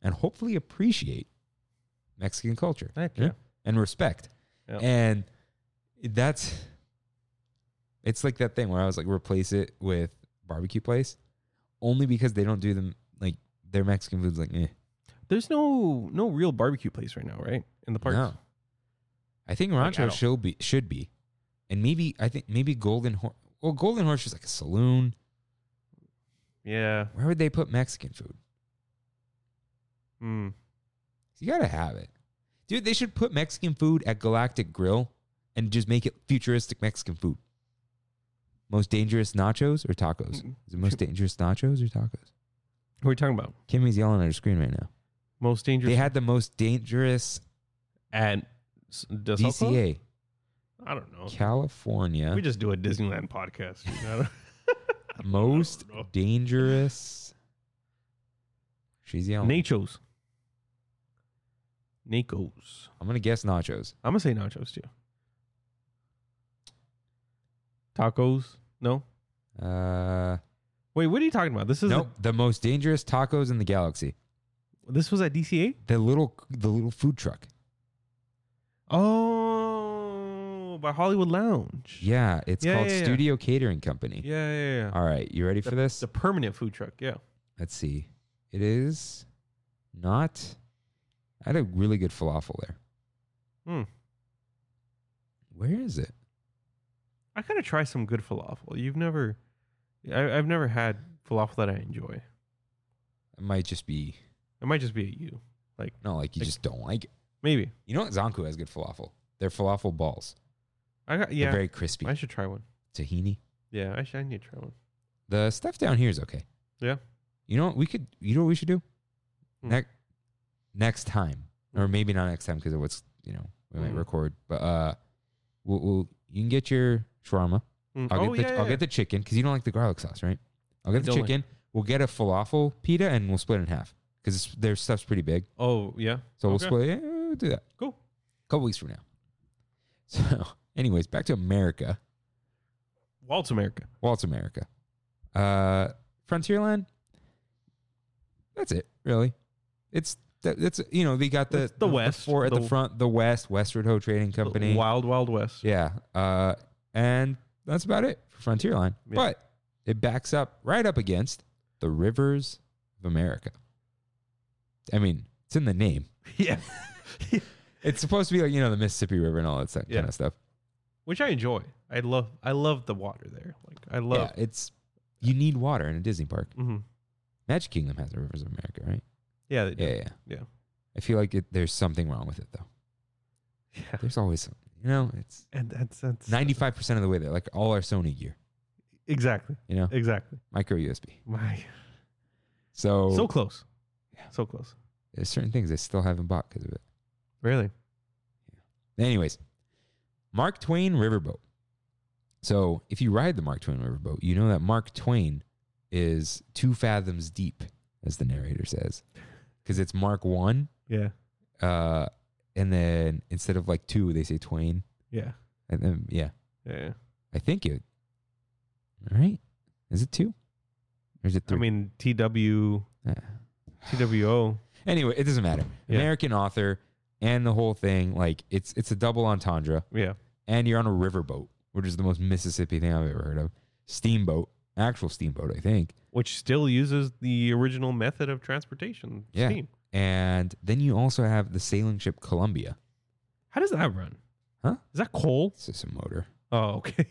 S1: and hopefully appreciate Mexican culture.
S2: Heck
S1: you know,
S2: yeah.
S1: And respect.
S2: Yeah.
S1: And that's it's like that thing where I was like replace it with barbecue place only because they don't do them like their Mexican food's like eh.
S2: There's no no real barbecue place right now, right? In the parks.
S1: No. I think
S2: Like, I
S1: Rancho
S2: don't-
S1: should be should be, and maybe I think maybe Golden Horse. Well, Golden Horse is like a saloon.
S2: Yeah.
S1: Where would they put Mexican food?
S2: Mm.
S1: You gotta have it, dude. They should put Mexican food at Galactic Grill and just make it futuristic Mexican food. Most dangerous nachos or tacos?
S2: Mm.
S1: Is it most dangerous nachos or tacos?
S2: What are we talking about?
S1: Kimmy's yelling at her screen right now.
S2: Most dangerous
S1: They had the most dangerous
S2: at S- Del Sol Club?
S1: DCA,
S2: I don't know.
S1: California.
S2: Oh. We just do a Disneyland podcast. you know?
S1: most
S2: know.
S1: dangerous. She's yelling.
S2: Nachos. Nachos.
S1: I'm gonna guess nachos.
S2: I'm gonna say nachos too. Tacos. No.
S1: Uh,
S2: Wait, what are you talking about? This is
S1: nope. The most dangerous tacos in the galaxy.
S2: this was at DCA.
S1: The little, the little food truck.
S2: Oh, by Hollywood Lounge.
S1: Yeah, it's
S2: Yeah,
S1: called
S2: yeah, yeah.
S1: Studio Catering Company.
S2: Yeah, yeah, yeah.
S1: All right, you ready for this?
S2: It's a permanent food truck. Yeah.
S1: Let's see. It is not. I had a really good falafel there.
S2: Hmm.
S1: Where is it?
S2: I gotta try some good falafel. You've never, I, I've never had falafel that I enjoy.
S1: It might just be
S2: It might just be at you.
S1: no, like you
S2: Like-
S1: just don't like it.
S2: Maybe.
S1: You know what? Zanku has good falafel. They're falafel balls.
S2: I got
S1: They're
S2: yeah.
S1: very crispy.
S2: I should try one.
S1: Tahini.
S2: Yeah, I should. I need to try one.
S1: The stuff down here is okay.
S2: Yeah.
S1: You know what we could you know what we should do?
S2: Hmm.
S1: Next next time. Or
S2: Hmm.
S1: maybe not next time because of what's you know, we might
S2: Mhm.
S1: record. But uh we'll, we'll you can get your shawarma.
S2: Mm.
S1: I'll
S2: oh
S1: get the
S2: yeah,
S1: I'll
S2: yeah.
S1: get the chicken because you don't like the garlic sauce, right? I'll
S2: I
S1: get the
S2: don't like-
S1: chicken. We'll get a falafel pita and we'll split it in half because their stuff's pretty big.
S2: Oh yeah.
S1: So we'll
S2: Okay.
S1: split. Yeah, we'll do that.
S2: Cool.
S1: A couple weeks from now. So, anyways, back to America.
S2: Waltz America.
S1: Well, it's America. Uh, Frontierland. That's it, really. It's th- that's you know they got the
S2: It's the West,
S1: four at the,
S2: the-
S1: front, the West, Westward Ho Trading Company.
S2: Wild Wild West.
S1: Yeah, uh, and that's about it for Frontierland.
S2: Yeah.
S1: But it backs up right up against the rivers of America. I mean, it's in the name.
S2: Yeah.
S1: It's supposed to be like you know the Mississippi River and all that
S2: Yeah.
S1: kind of stuff.
S2: Which I enjoy. I love. I love the water there. Like I love.
S1: Yeah, it's you need water in a Disney park.
S2: Yeah. Mm-hmm.
S1: Magic Kingdom has the rivers of America, right?
S2: Yeah. They do.
S1: Yeah, yeah,
S2: Yeah.
S1: I feel like it, there's something wrong with it though.
S2: yeah.
S1: There's always something. You know, it's
S2: And that's that's
S1: 95% of the way there, like all our Sony gear,
S2: exactly
S1: you know,
S2: exactly.
S1: micro USB.
S2: My
S1: So,
S2: so close.
S1: Oh. Yeah.
S2: So close.
S1: there's certain things I still haven't bought because of it.
S2: Really.
S1: Anyways, Mark Twain Riverboat. So, if you ride the Mark Twain Riverboat, you know that Mark Twain is two fathoms deep as the narrator says, because it's Mark one,
S2: Yeah.
S1: uh, and then instead of like two, they say twain,
S2: Yeah.
S1: and then yeah,
S2: Yeah.
S1: I think it. All right, is it two, or is it
S2: I
S1: three?
S2: mean, TW,
S1: Uh,
S2: TWO.
S1: anyway, it doesn't matter.
S2: Yeah.
S1: American author and the whole thing, like it's it's a double entendre,
S2: Yeah.
S1: and you're on a riverboat, which is the most Mississippi thing I've ever heard of. Steamboat, actual steamboat, I think.
S2: Which still uses the original method of transportation.
S1: Yeah.
S2: steam.
S1: And then you also have the sailing ship Columbia.
S2: How does that run?
S1: Huh?
S2: Is that coal?
S1: It's just a motor,
S2: Oh, okay.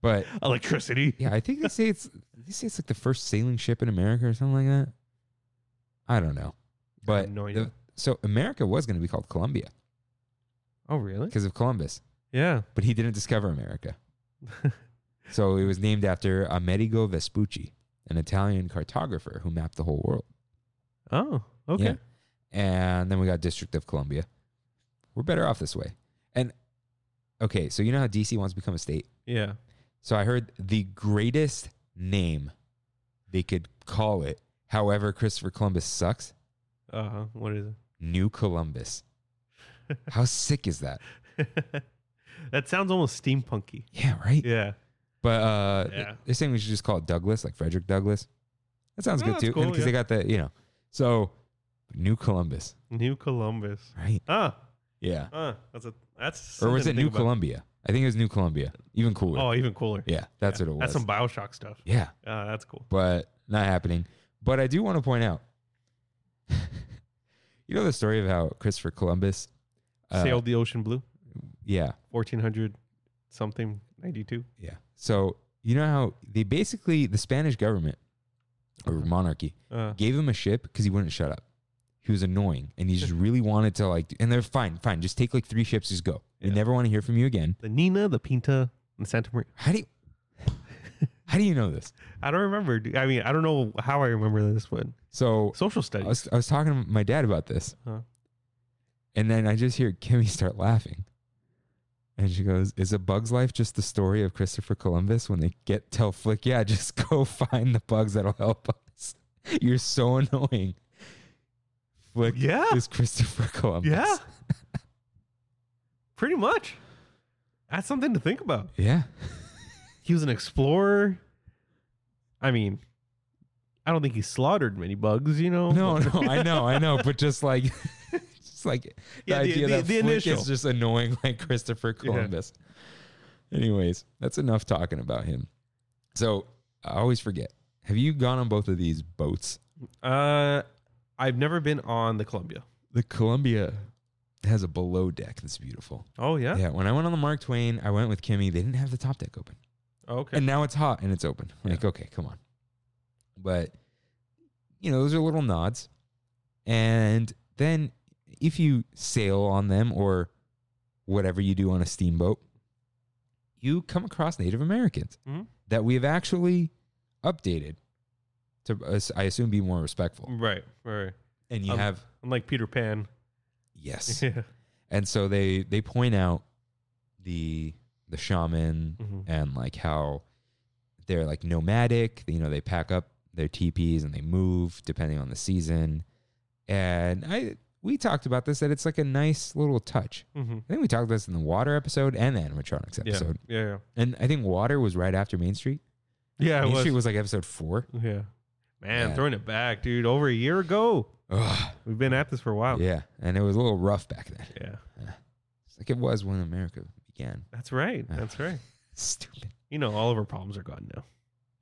S1: but
S2: Electricity.
S1: yeah, I think they say it's they say it's like the first sailing ship in America or something like that. I don't know, but
S2: no
S1: the-
S2: idea.
S1: so America was going to be called Columbia
S2: Oh, really?
S1: because of Columbus,
S2: Yeah.
S1: but he didn't discover America. So it was named after Amerigo Vespucci, an Italian cartographer who mapped the whole world.
S2: oh, okay.
S1: Yeah. And then we got District of Columbia. We're better off this way. And okay, so you know how DC wants to become a state?
S2: Yeah.
S1: So I heard the greatest name they could call it. However, Christopher Columbus sucks.
S2: Uh huh. What is
S1: New Columbus. How sick is that?
S2: it? that sounds almost steampunky.
S1: Yeah, right?
S2: Yeah.
S1: But uh,
S2: Yeah.
S1: they're saying we should just call it Douglas, like Frederick Douglass. That sounds
S2: Oh,
S1: good
S2: that's
S1: too,
S2: cool,
S1: because they got the you know. So, New Columbus,
S2: New Columbus.
S1: right?
S2: Ah,
S1: Yeah.
S2: ah. That's a that's.
S1: or was it
S2: something to
S1: New
S2: think about.
S1: Columbia? I think it was New Columbia. Even cooler.
S2: Oh, even cooler.
S1: yeah, that's
S2: Yeah.
S1: what it was.
S2: That's some Bioshock stuff.
S1: yeah,
S2: Ah, that's cool.
S1: but not happening. But I do want to point out, you know the story of how Christopher Columbus, uh,
S2: Sailed the ocean blue.
S1: yeah,
S2: Fourteen hundred something ninety two.
S1: Yeah. So you know how they basically the Spanish government or monarchy
S2: Uh,
S1: gave him a ship because he wouldn't shut up. He was annoying, and he just really wanted to like. And they're fine, fine. Just take like three ships, just go. We
S2: Yeah.
S1: never want to hear from you again.
S2: the Nina, the Pinta, and the Santa Maria.
S1: How do you? how do you know this?
S2: I don't remember. dude. I mean, I don't know how I remember this one.
S1: So
S2: Social
S1: I
S2: studies.
S1: was, I was talking to my dad about this,
S2: Huh.
S1: and then I just hear Kimmy start laughing, and she goes, "Is a Bug's Life just the story of Christopher Columbus? When they get tell Flick, yeah, just go find the bugs that'll help us. You're so annoying." Flick
S2: Yeah.
S1: is Christopher Columbus.
S2: Yeah. Pretty much. That's something to think about.
S1: yeah.
S2: He was an explorer. I mean, I don't think he slaughtered many bugs, you know.
S1: No, no, I know, I know, but just like, just like
S2: Yeah,
S1: the,
S2: the-
S1: idea
S2: the-
S1: that
S2: the
S1: Flick
S2: initial.
S1: is just annoying, like Christopher
S2: Yeah.
S1: Columbus. Anyways, that's enough talking about him. So I always forget. Have you gone on both of these boats?
S2: Uh, I've never been on the Columbia.
S1: The Columbia has a below deck that's beautiful.
S2: Oh yeah.
S1: Yeah, when I went on the Mark Twain, I went with Kimmy. They didn't have the top deck open.
S2: Oh, Okay.
S1: And now it's hot and it's open. Like, okay, come on. But you know, those are little nods. And then if you sail on them or whatever you do on a steamboat, you come across Native Americans
S2: Mhm.
S1: that we have actually updated to, uh, I assume, be more respectful.
S2: right. Right.
S1: And you
S2: Um,
S1: have
S2: Unlike Peter Pan.
S1: yes,
S2: yeah.
S1: and so they they point out the the shaman
S2: Mhm.
S1: and like how they're like nomadic. You know, they pack up their teepees and they move depending on the season. And I we talked about this that it's like a nice little touch.
S2: Mhm.
S1: I think we talked about this in the water episode and the animatronics
S2: Yeah.
S1: episode.
S2: Yeah. Yeah.
S1: And I think water was right after Main Street.
S2: Yeah. It
S1: Main
S2: was.
S1: Street was like episode four.
S2: Yeah. Man,
S1: Yeah.
S2: throwing it back, dude. Over a year ago.
S1: Ugh.
S2: We've been at this for a while.
S1: Yeah, and it was a little rough back then.
S2: Yeah.
S1: It's like it was when America began.
S2: That's right.
S1: Yeah.
S2: That's right.
S1: Stupid.
S2: You know, all of our problems are gone now.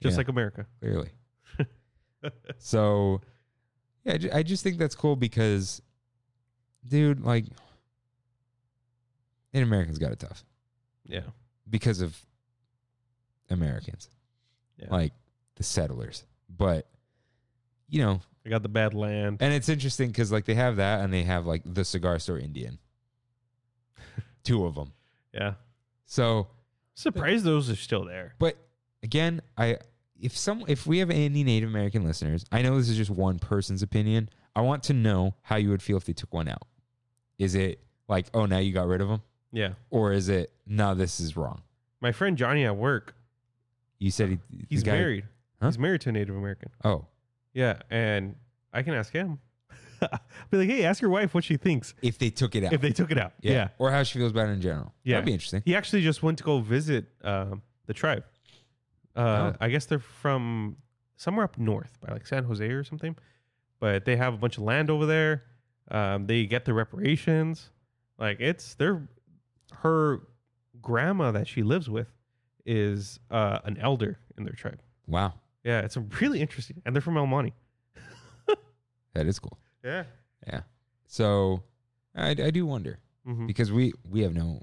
S2: Just
S1: Yeah.
S2: like America.
S1: clearly. so, yeah, I ju- I just think that's cool because, dude, like, in Americans got it tough
S2: Yeah.
S1: because of Americans,
S2: Yeah.
S1: like the settlers. But, you know,
S2: I got the bad land.
S1: and it's interesting because, like, they have that and they have, like, the cigar store Indian. Two of them.
S2: Yeah.
S1: So,
S2: Surprised those are still there.
S1: But again, I if some if we have any Native American listeners, I know this is just one person's opinion. I want to know how you would feel if they took one out. Is it like, oh, now you got rid of them,
S2: Yeah.
S1: or is it no, this is wrong?
S2: My friend Johnny at work,
S1: You said he, the
S2: he's
S1: guy-
S2: married.
S1: Huh?
S2: He's married to a Native American.
S1: Oh,
S2: Yeah, and I can ask him. be like, hey, ask your wife what she thinks
S1: if they took it out.
S2: if they took it out.
S1: yeah.
S2: Yeah.
S1: Or how she feels about it in general.
S2: Yeah.
S1: That'd be interesting.
S2: He actually just went to go visit uh, the tribe. Uh,
S1: Oh.
S2: I guess they're from somewhere up north by like San Jose or something, but they have a bunch of land over there. Um, they get the reparations. Like it's their her grandma that she lives with is uh, an elder in their tribe.
S1: Wow.
S2: Yeah, it's really interesting, and they're from El Monte.
S1: That is cool.
S2: Yeah.
S1: So I, I do wonder
S2: hmm
S1: because we, we have no,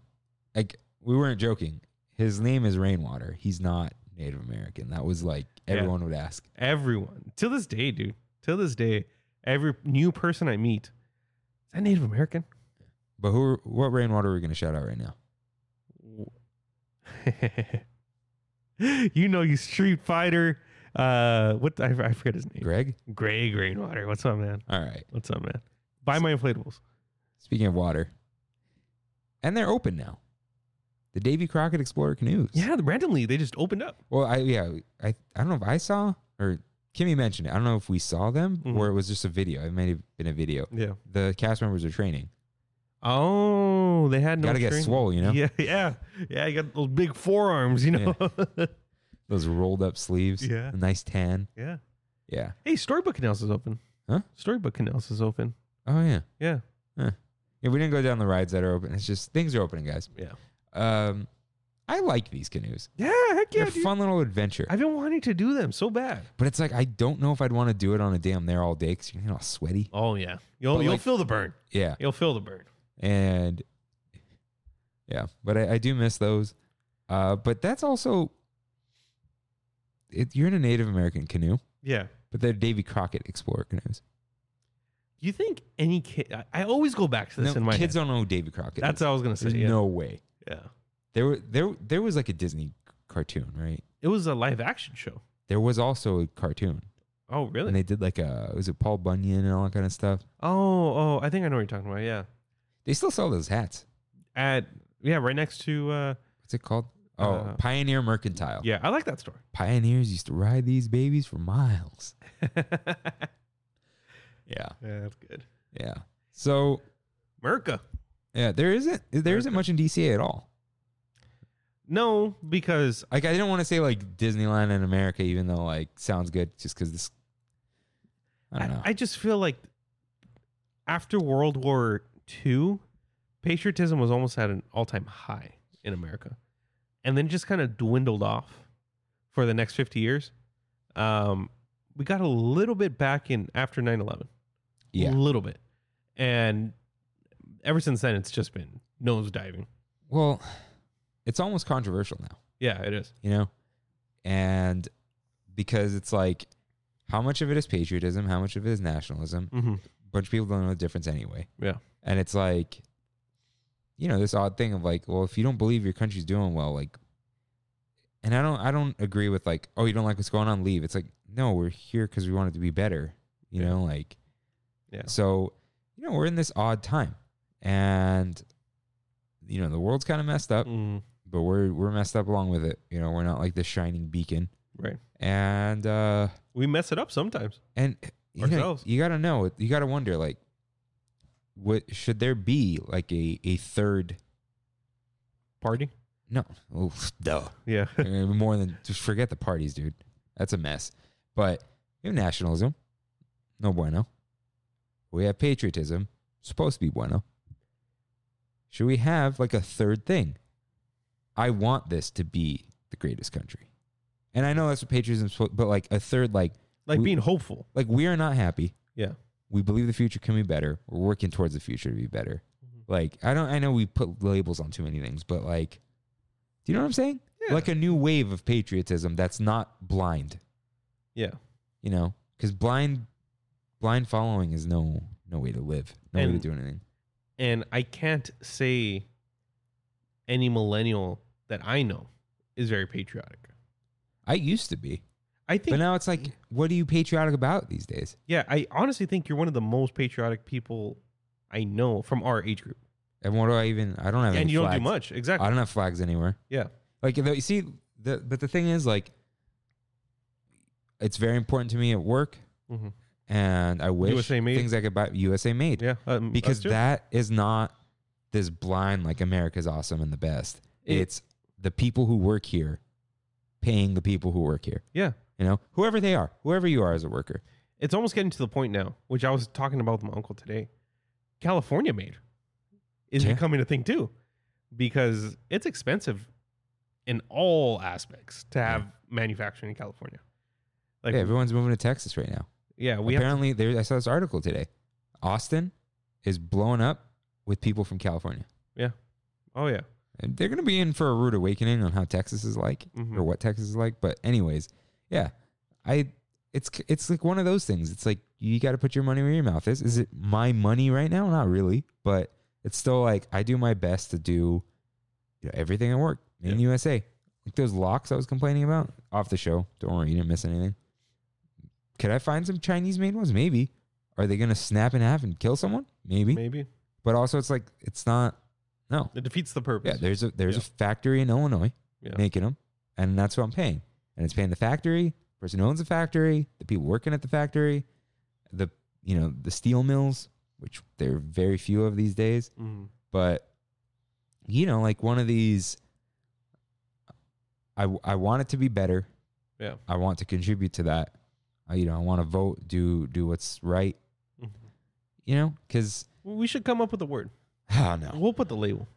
S1: like, we weren't joking. His name is Rainwater. He's not Native American. That was like
S2: Yeah.
S1: everyone would ask.
S2: Everyone till this day, dude. Till this day, every new person I meet, is that Native American?
S1: But who, are- what Rainwater are we going to shout out right now?
S2: you know you Street Fighter. Uh, what I, I forget his name.
S1: Greg?
S2: Greg Rainwater. What's up, man?
S1: All right.
S2: What's up, man? Buy my inflatables.
S1: Speaking of water, and they're open now. The Davy Crockett Explorer canoes.
S2: Yeah, randomly they just opened up.
S1: Well, I yeah, I I don't know if I saw or Kimmy mentioned it. I don't know if we saw them
S2: Mhm.
S1: or it was just a video. It may have been a video.
S2: Yeah.
S1: The cast members are training.
S2: Oh, they had no.
S1: Gotta get
S2: string.
S1: swole, you know?
S2: Yeah, yeah, yeah. You got those big forearms, you know. Yeah.
S1: Those rolled up sleeves.
S2: Yeah.
S1: A nice tan. Yeah.
S2: Hey, Storybook Canals is open.
S1: Huh?
S2: Storybook Canals is open.
S1: Oh yeah.
S2: Yeah.
S1: Yeah, we didn't go down the rides that are open. It's just things are opening, guys.
S2: Yeah.
S1: Um I like these canoes.
S2: Yeah. Heck yeah,
S1: They're
S2: dude.
S1: a fun little adventure.
S2: I've been wanting to do them so bad.
S1: but it's like I don't know if I'd want to do it on a day I'm there all day because you're getting all sweaty.
S2: Oh yeah. You'll
S1: But,
S2: you'll
S1: like-
S2: feel the burn.
S1: Yeah.
S2: You'll feel the burn.
S1: and yeah, but I, I do miss those. Uh, but that's also it, you're in a Native American canoe,
S2: Yeah.
S1: but they're Davy Crockett Explorer canoes.
S2: Do you think any kid? I- I always go back to this
S1: No,
S2: in my
S1: kids
S2: head.
S1: don't know who Davy Crockett.
S2: That's
S1: is.
S2: what I was gonna say.
S1: There's
S2: Yeah.
S1: no way.
S2: yeah,
S1: There were there there was like a Disney c- cartoon, right?
S2: it was a live action show.
S1: There was also a cartoon,
S2: Oh really?
S1: and they did like a was it Paul Bunyan and all that kind of stuff.
S2: oh oh, I think I know what you're talking about. Yeah,
S1: They still sell those hats.
S2: at yeah, right next to uh
S1: What's it called? Oh,
S2: Uh,
S1: Pioneer Mercantile.
S2: yeah, I like that story.
S1: Pioneers used to ride these babies for miles.
S2: yeah,
S1: Yeah,
S2: that's good.
S1: yeah. So
S2: Merca.
S1: Yeah, there isn't there isn't
S2: Okay.
S1: much in DCA at all.
S2: No, because
S1: Like I didn't want to say like Disneyland in America, even though like sounds good, just because this. I don't know.
S2: I, I just feel like after World War II, patriotism was almost at an all-time high in America, and then just kind of dwindled off for the next fifty years. Um, we got a little bit back in after 9-11.
S1: yeah.
S2: a little bit, and ever since then, it's just been nose diving.
S1: Well, it's almost controversial now,
S2: Yeah, it is.
S1: you know, and because it's like, how much of it is patriotism? How much of it is nationalism?
S2: Mm-hmm.
S1: A bunch of people don't know the difference anyway.
S2: Yeah.
S1: And it's like, you know, this odd thing of like, well, if you don't believe your country's doing well, like, and I don't, I don't agree with like, oh, you don't like what's going on, leave. It's like, no, we're here because we want it to be better, you
S2: Yeah.
S1: know, like,
S2: Yeah.
S1: So, you know, we're in this odd time, and you know, the world's kind of messed up,
S2: Mm,
S1: but we're we're messed up along with it. You know, we're not like this shining beacon,
S2: right.
S1: and uh
S2: We mess it up sometimes.
S1: and eh, you, know,
S2: Ourselves.
S1: you got to know, you got to wonder, like, what should there be like a a third?
S2: Party.
S1: No, oh, duh.
S2: Yeah.
S1: I mean, More than just forget the parties, dude. That's a mess. But you have nationalism, no bueno. We have patriotism, supposed to be bueno. Should we have like a third thing? I want this to be the greatest country, and I know that's what patriotism, but like a third, like
S2: like
S1: We-
S2: being hopeful.
S1: like we are not happy.
S2: Yeah.
S1: we believe the future can be better. We're working towards the future to be better.
S2: Mm-hmm.
S1: Like I don't I know we put labels on too many things, but like do you know what I'm saying?
S2: Yeah.
S1: Like a new wave of patriotism that's not blind,
S2: Yeah.
S1: you know? Cuz blind blind following is no no way to live. No way to
S2: And-
S1: do anything.
S2: and I can't say any millennial that I know is very patriotic.
S1: I used to be.
S2: I think,
S1: But now it's like what are you patriotic about these days?
S2: yeah, I honestly think you're one of the most patriotic people I know from our age group,
S1: And what do I even I don't have
S2: and
S1: any
S2: you don't
S1: flags.
S2: do much. Exactly.
S1: I don't have flags anywhere.
S2: yeah.
S1: Like though, you see the but the thing is like it's very important to me at work
S2: Mhm.
S1: and I wish
S2: USA made.
S1: things I could buy USA made
S2: Yeah, um, us
S1: because
S2: too.
S1: that is not this blind like America's awesome and the best.
S2: It-
S1: it's the people who work here paying the people who work here.
S2: Yeah,
S1: You know, whoever they are, whoever you are as a worker.
S2: it's almost getting to the point now, which I was talking about with my uncle today. California made is
S1: Yeah.
S2: becoming a thing too, because it's expensive in all aspects to have manufacturing in California. Like,
S1: yeah,
S2: yeah,
S1: everyone's moving to Texas right now.
S2: we have
S1: Apparently, there I saw this article today. Austin is blowing up with people from California.
S2: Oh yeah,
S1: And they're going to be in for a rude awakening on how Texas is like
S2: Mhm.
S1: or what Texas is like. But anyways, yeah, I it's it's like one of those things. It's like you got to put your money where your mouth is. Is it my money right now? Not really, but it's still like I do my best to do you know, everything at work in
S2: Yeah.
S1: USA. Like those locks I was complaining about off the show. Don't worry, you didn't miss anything. Could I find some Chinese made ones? Maybe. Are they going to snap in half and kill someone? Maybe.
S2: maybe
S1: But also, it's like it's not. No,
S2: it defeats the purpose.
S1: yeah, there's a there's a
S2: Yeah.
S1: factory in Illinois
S2: Yeah.
S1: making them, and that's what I'm paying. And it's paying the factory, person who owns the factory, the people working at the factory, the you know the steel mills, which there are very few of these days.
S2: Mhm.
S1: But you know, like one of these, I I want it to be better.
S2: Yeah.
S1: I want to contribute to that. I, you know, I want to vote, do do what's right.
S2: Mhm.
S1: You know, because
S2: We should come up with a word.
S1: oh no,
S2: We'll put the label.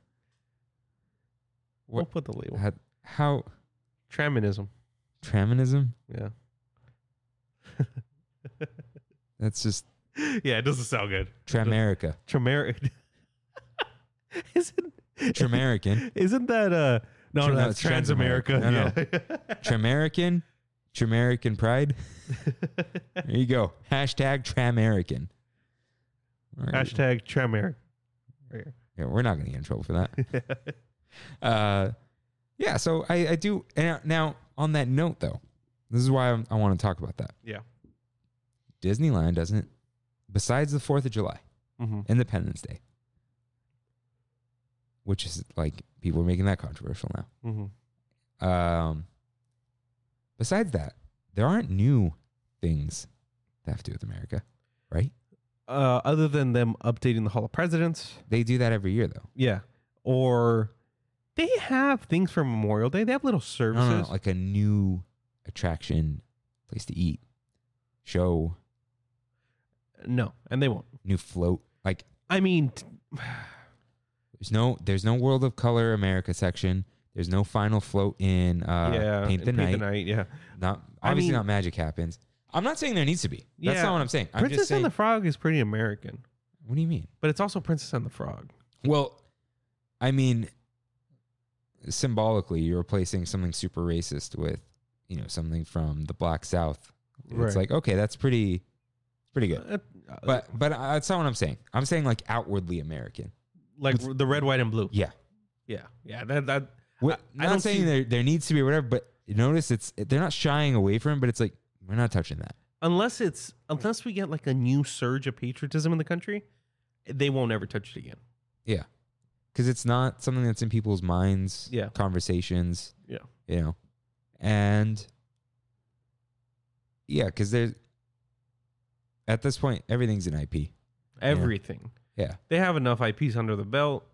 S2: We'll
S1: What-
S2: put the label.
S1: how, how
S2: Traminism.
S1: Traminism?
S2: Yeah.
S1: That's just
S2: Yeah, it doesn't sound good.
S1: Tramerica.
S2: Trameric. isn't
S1: Tramerican.
S2: isn't that uh no,
S1: Tr-
S2: no
S1: no,
S2: that's
S1: it's
S2: Transamerica.
S1: Transamerica. Tramerican. Tramerican pride.
S2: Yeah.
S1: There you go. Hashtag Tramerican. All right.
S2: Hashtag Trameric.
S1: Yeah, we're not going to get in trouble for that. uh, yeah, so I, I do. And now, on that note, though, this is why I'm, I want to talk about that.
S2: Yeah.
S1: Disneyland doesn't, besides the 4th of July,
S2: Mhm.
S1: Independence Day, which is like people are making that controversial now.
S2: Mhm.
S1: Um, besides that, there aren't new things that have to do with America, right?
S2: Uh, other than them updating the Hall of Presidents.
S1: They do that every year, though.
S2: Yeah. Or they have things for Memorial Day. They have little
S1: No,
S2: services.
S1: no, no, like a new attraction, place to eat, show,
S2: no, and they won't.
S1: new float. Like
S2: I mean, t-
S1: there's no there's no World of Color America section. There's no final float in uh,
S2: yeah,
S1: Paint, the,
S2: and
S1: night.
S2: Yeah,
S1: Not
S2: I
S1: obviously
S2: mean-
S1: not magic happens. I'm not saying there needs to be. That's
S2: Yeah.
S1: not what I'm saying. I'm
S2: Princess
S1: just saying.
S2: and the Frog is pretty American,
S1: what do you mean?
S2: but it's also Princess and the Frog.
S1: Well, I mean, symbolically, you're replacing something super racist with, you know, something from the Black South.
S2: Right.
S1: It's like okay, that's pretty, pretty good.
S2: Uh,
S1: But but uh, that's not what I'm saying. I'm saying like outwardly American.
S2: like the red, white, and blue.
S1: Yeah.
S2: Yeah, yeah. That that
S1: What,
S2: I
S1: not
S2: don't
S1: saying
S2: see-
S1: there there needs to be whatever, but notice it's they're not shying away from it, but it's like we're not touching that.
S2: unless it's unless we get like a new surge of patriotism in the country, they won't ever touch it again.
S1: Yeah. Cuz it's not something that's in people's minds,
S2: Yeah.
S1: conversations.
S2: Yeah.
S1: You know. And yeah, cuz there's at this point everything's an IP.
S2: Everything
S1: Yeah.
S2: they have enough IPs under the belt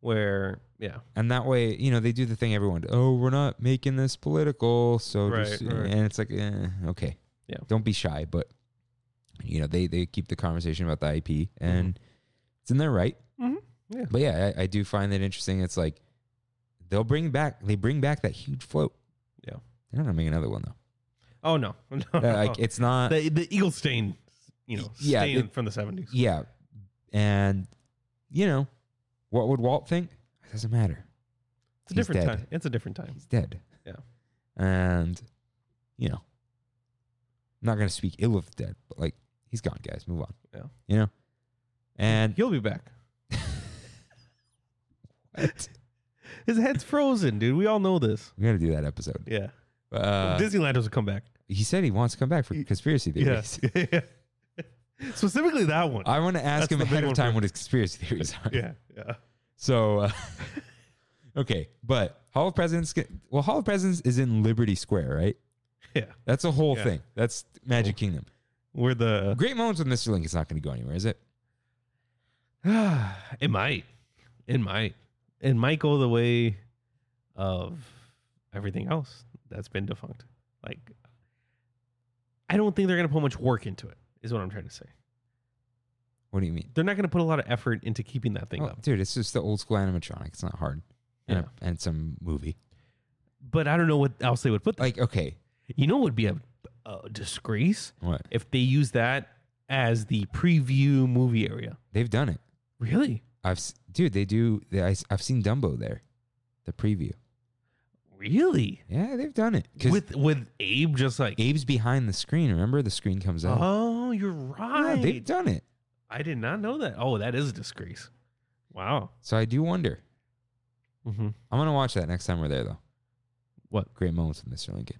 S2: where yeah,
S1: And that way, you know, they do the thing everyone, oh, we're not making this political. So,
S2: Right,
S1: just,
S2: right.
S1: and it's like, eh, okay.
S2: Yeah.
S1: Don't be shy, but, you know, they, they keep the conversation about the IP and it's in their right.
S2: Mhm, Mm-hmm. yeah.
S1: But yeah, I, I do find that interesting. It's like they'll bring back, they bring back that huge float.
S2: Yeah.
S1: They're not going to make another one though.
S2: oh no, no,
S1: Uh, like, it's not,
S2: the the eagle stain, you know,
S1: Yeah,
S2: stain
S1: it-
S2: from the seventies.
S1: yeah. And, you know, what would Walt think? It doesn't matter.
S2: It's a
S1: he's
S2: different
S1: dead.
S2: time. It's a different time.
S1: he's dead.
S2: Yeah.
S1: And, you know, I'm not going to speak ill of the dead, but like, he's gone, guys. Move on.
S2: Yeah.
S1: You know? And
S2: He'll be back.
S1: what?
S2: His head's frozen, dude. We all know this.
S1: we got to do that episode.
S2: Yeah,
S1: Uh,
S2: Disneyland doesn't come back.
S1: he said he wants to come back for
S2: He-
S1: conspiracy theories.
S2: Yes, specifically that one.
S1: I want to ask
S2: That's
S1: him
S2: the
S1: ahead
S2: big
S1: of
S2: one for-
S1: time what his conspiracy theories are.
S2: yeah, yeah.
S1: So, uh, okay. But Hall of Presidents, well, Hall of Presidents is in Liberty Square, right?
S2: Yeah.
S1: That's a whole
S2: Yeah. Oh.
S1: thing. That's Magic Kingdom.
S2: Where the
S1: Great moments with Mr. Link. It's not going to go anywhere, is it?
S2: it might, it might, it might go the way of everything else that's been defunct. Like, I don't think they're gonna put much work into it. Is what I'm trying to say.
S1: What do you mean?
S2: They're not gonna put a lot of effort into keeping that thing
S1: Oh,
S2: up.
S1: dude, it's just the old school animatronic. It's not hard. And,
S2: Yeah.
S1: a, and some movie.
S2: But I don't know what else they would put. There.
S1: Like, okay,
S2: You know, what would be a, a disgrace
S1: what?
S2: if they use that as the preview movie area.
S1: They've done it.
S2: Really?
S1: I've s- dude, they do. They, I, have seen Dumbo there, the preview.
S2: Really?
S1: Yeah, they've done it because
S2: With with Abe just like
S1: Abe's behind the screen. Remember, the screen comes up.
S2: Oh, you're
S1: Yeah,
S2: right.
S1: they've done it.
S2: I did not know that. Oh, that is a disgrace. Wow.
S1: So I do wonder.
S2: Mm-hmm.
S1: I'm gonna watch that next time we're there, though.
S2: What?
S1: Great moments with Mr. Lincoln.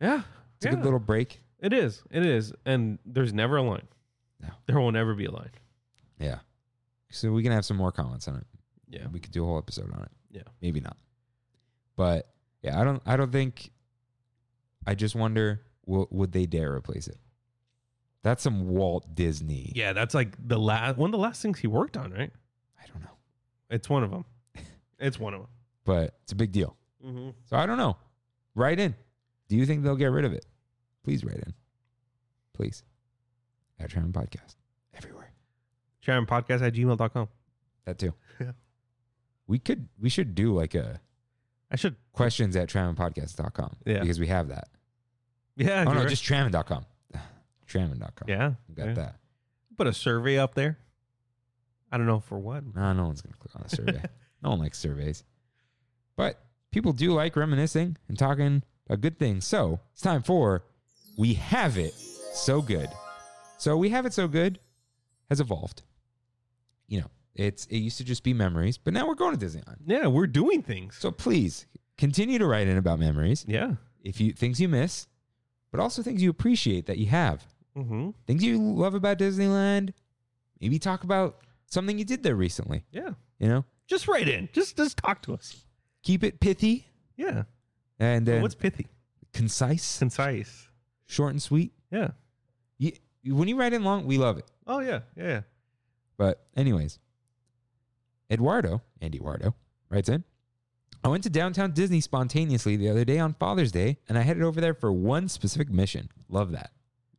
S2: Yeah.
S1: It's a good little break.
S2: it is. It is. And there's never a line.
S1: No.
S2: There will never be a line.
S1: Yeah. So we can have some more comments on it.
S2: Yeah.
S1: We could do a whole episode on it.
S2: Yeah.
S1: Maybe not. But yeah, I don't. I don't think. I just wonder. Will, would they dare replace it? That's some Walt Disney.
S2: Yeah. That's like the last one of the last things he worked on, right?
S1: I don't know,
S2: It's one of them. It's one of them.
S1: but it's a big deal.
S2: Mm-hmm.
S1: So I don't know. Write in. Do you think they'll get rid of it? Please write in. Please. At Tram Podcast. Everywhere.
S2: Sharon podcast at gmail.com.
S1: That too.
S2: Yeah.
S1: We could we should do like a
S2: I should.
S1: questions at trammondpodcast.com.
S2: Yeah.
S1: Because we have that.
S2: Yeah.
S1: oh
S2: you're
S1: no,
S2: right.
S1: just trammond.com. Trammond.com.
S2: yeah.
S1: We got
S2: yeah.
S1: that.
S2: Put a survey up there. I don't know for what.
S1: No, no one's gonna click on a survey. no one likes surveys. But people do like reminiscing and talking about good things. So it's time for We Have It So Good. So We Have It So Good has evolved. You know, it's it used to just be memories, but now we're going to Disneyland.
S2: Yeah, we're doing things.
S1: So please continue to write in about memories.
S2: yeah.
S1: If you things you miss, but also things you appreciate that you have.
S2: Mm-hmm.
S1: Things you love about Disneyland. Maybe talk about something you did there recently,
S2: Yeah.
S1: you know?
S2: Just write in. Just just talk to us.
S1: keep it pithy
S2: Yeah.
S1: and then
S2: What's pithy?
S1: concise,
S2: Concise.
S1: short and sweet.
S2: Yeah.
S1: You, you- when you write in long, we love it.
S2: Oh yeah. Yeah. yeah.
S1: But anyways, Eduardo, Andy Eduardo, writes in. I went to downtown Disney spontaneously the other day on Father's Day, and I headed over there for one specific mission. Love that.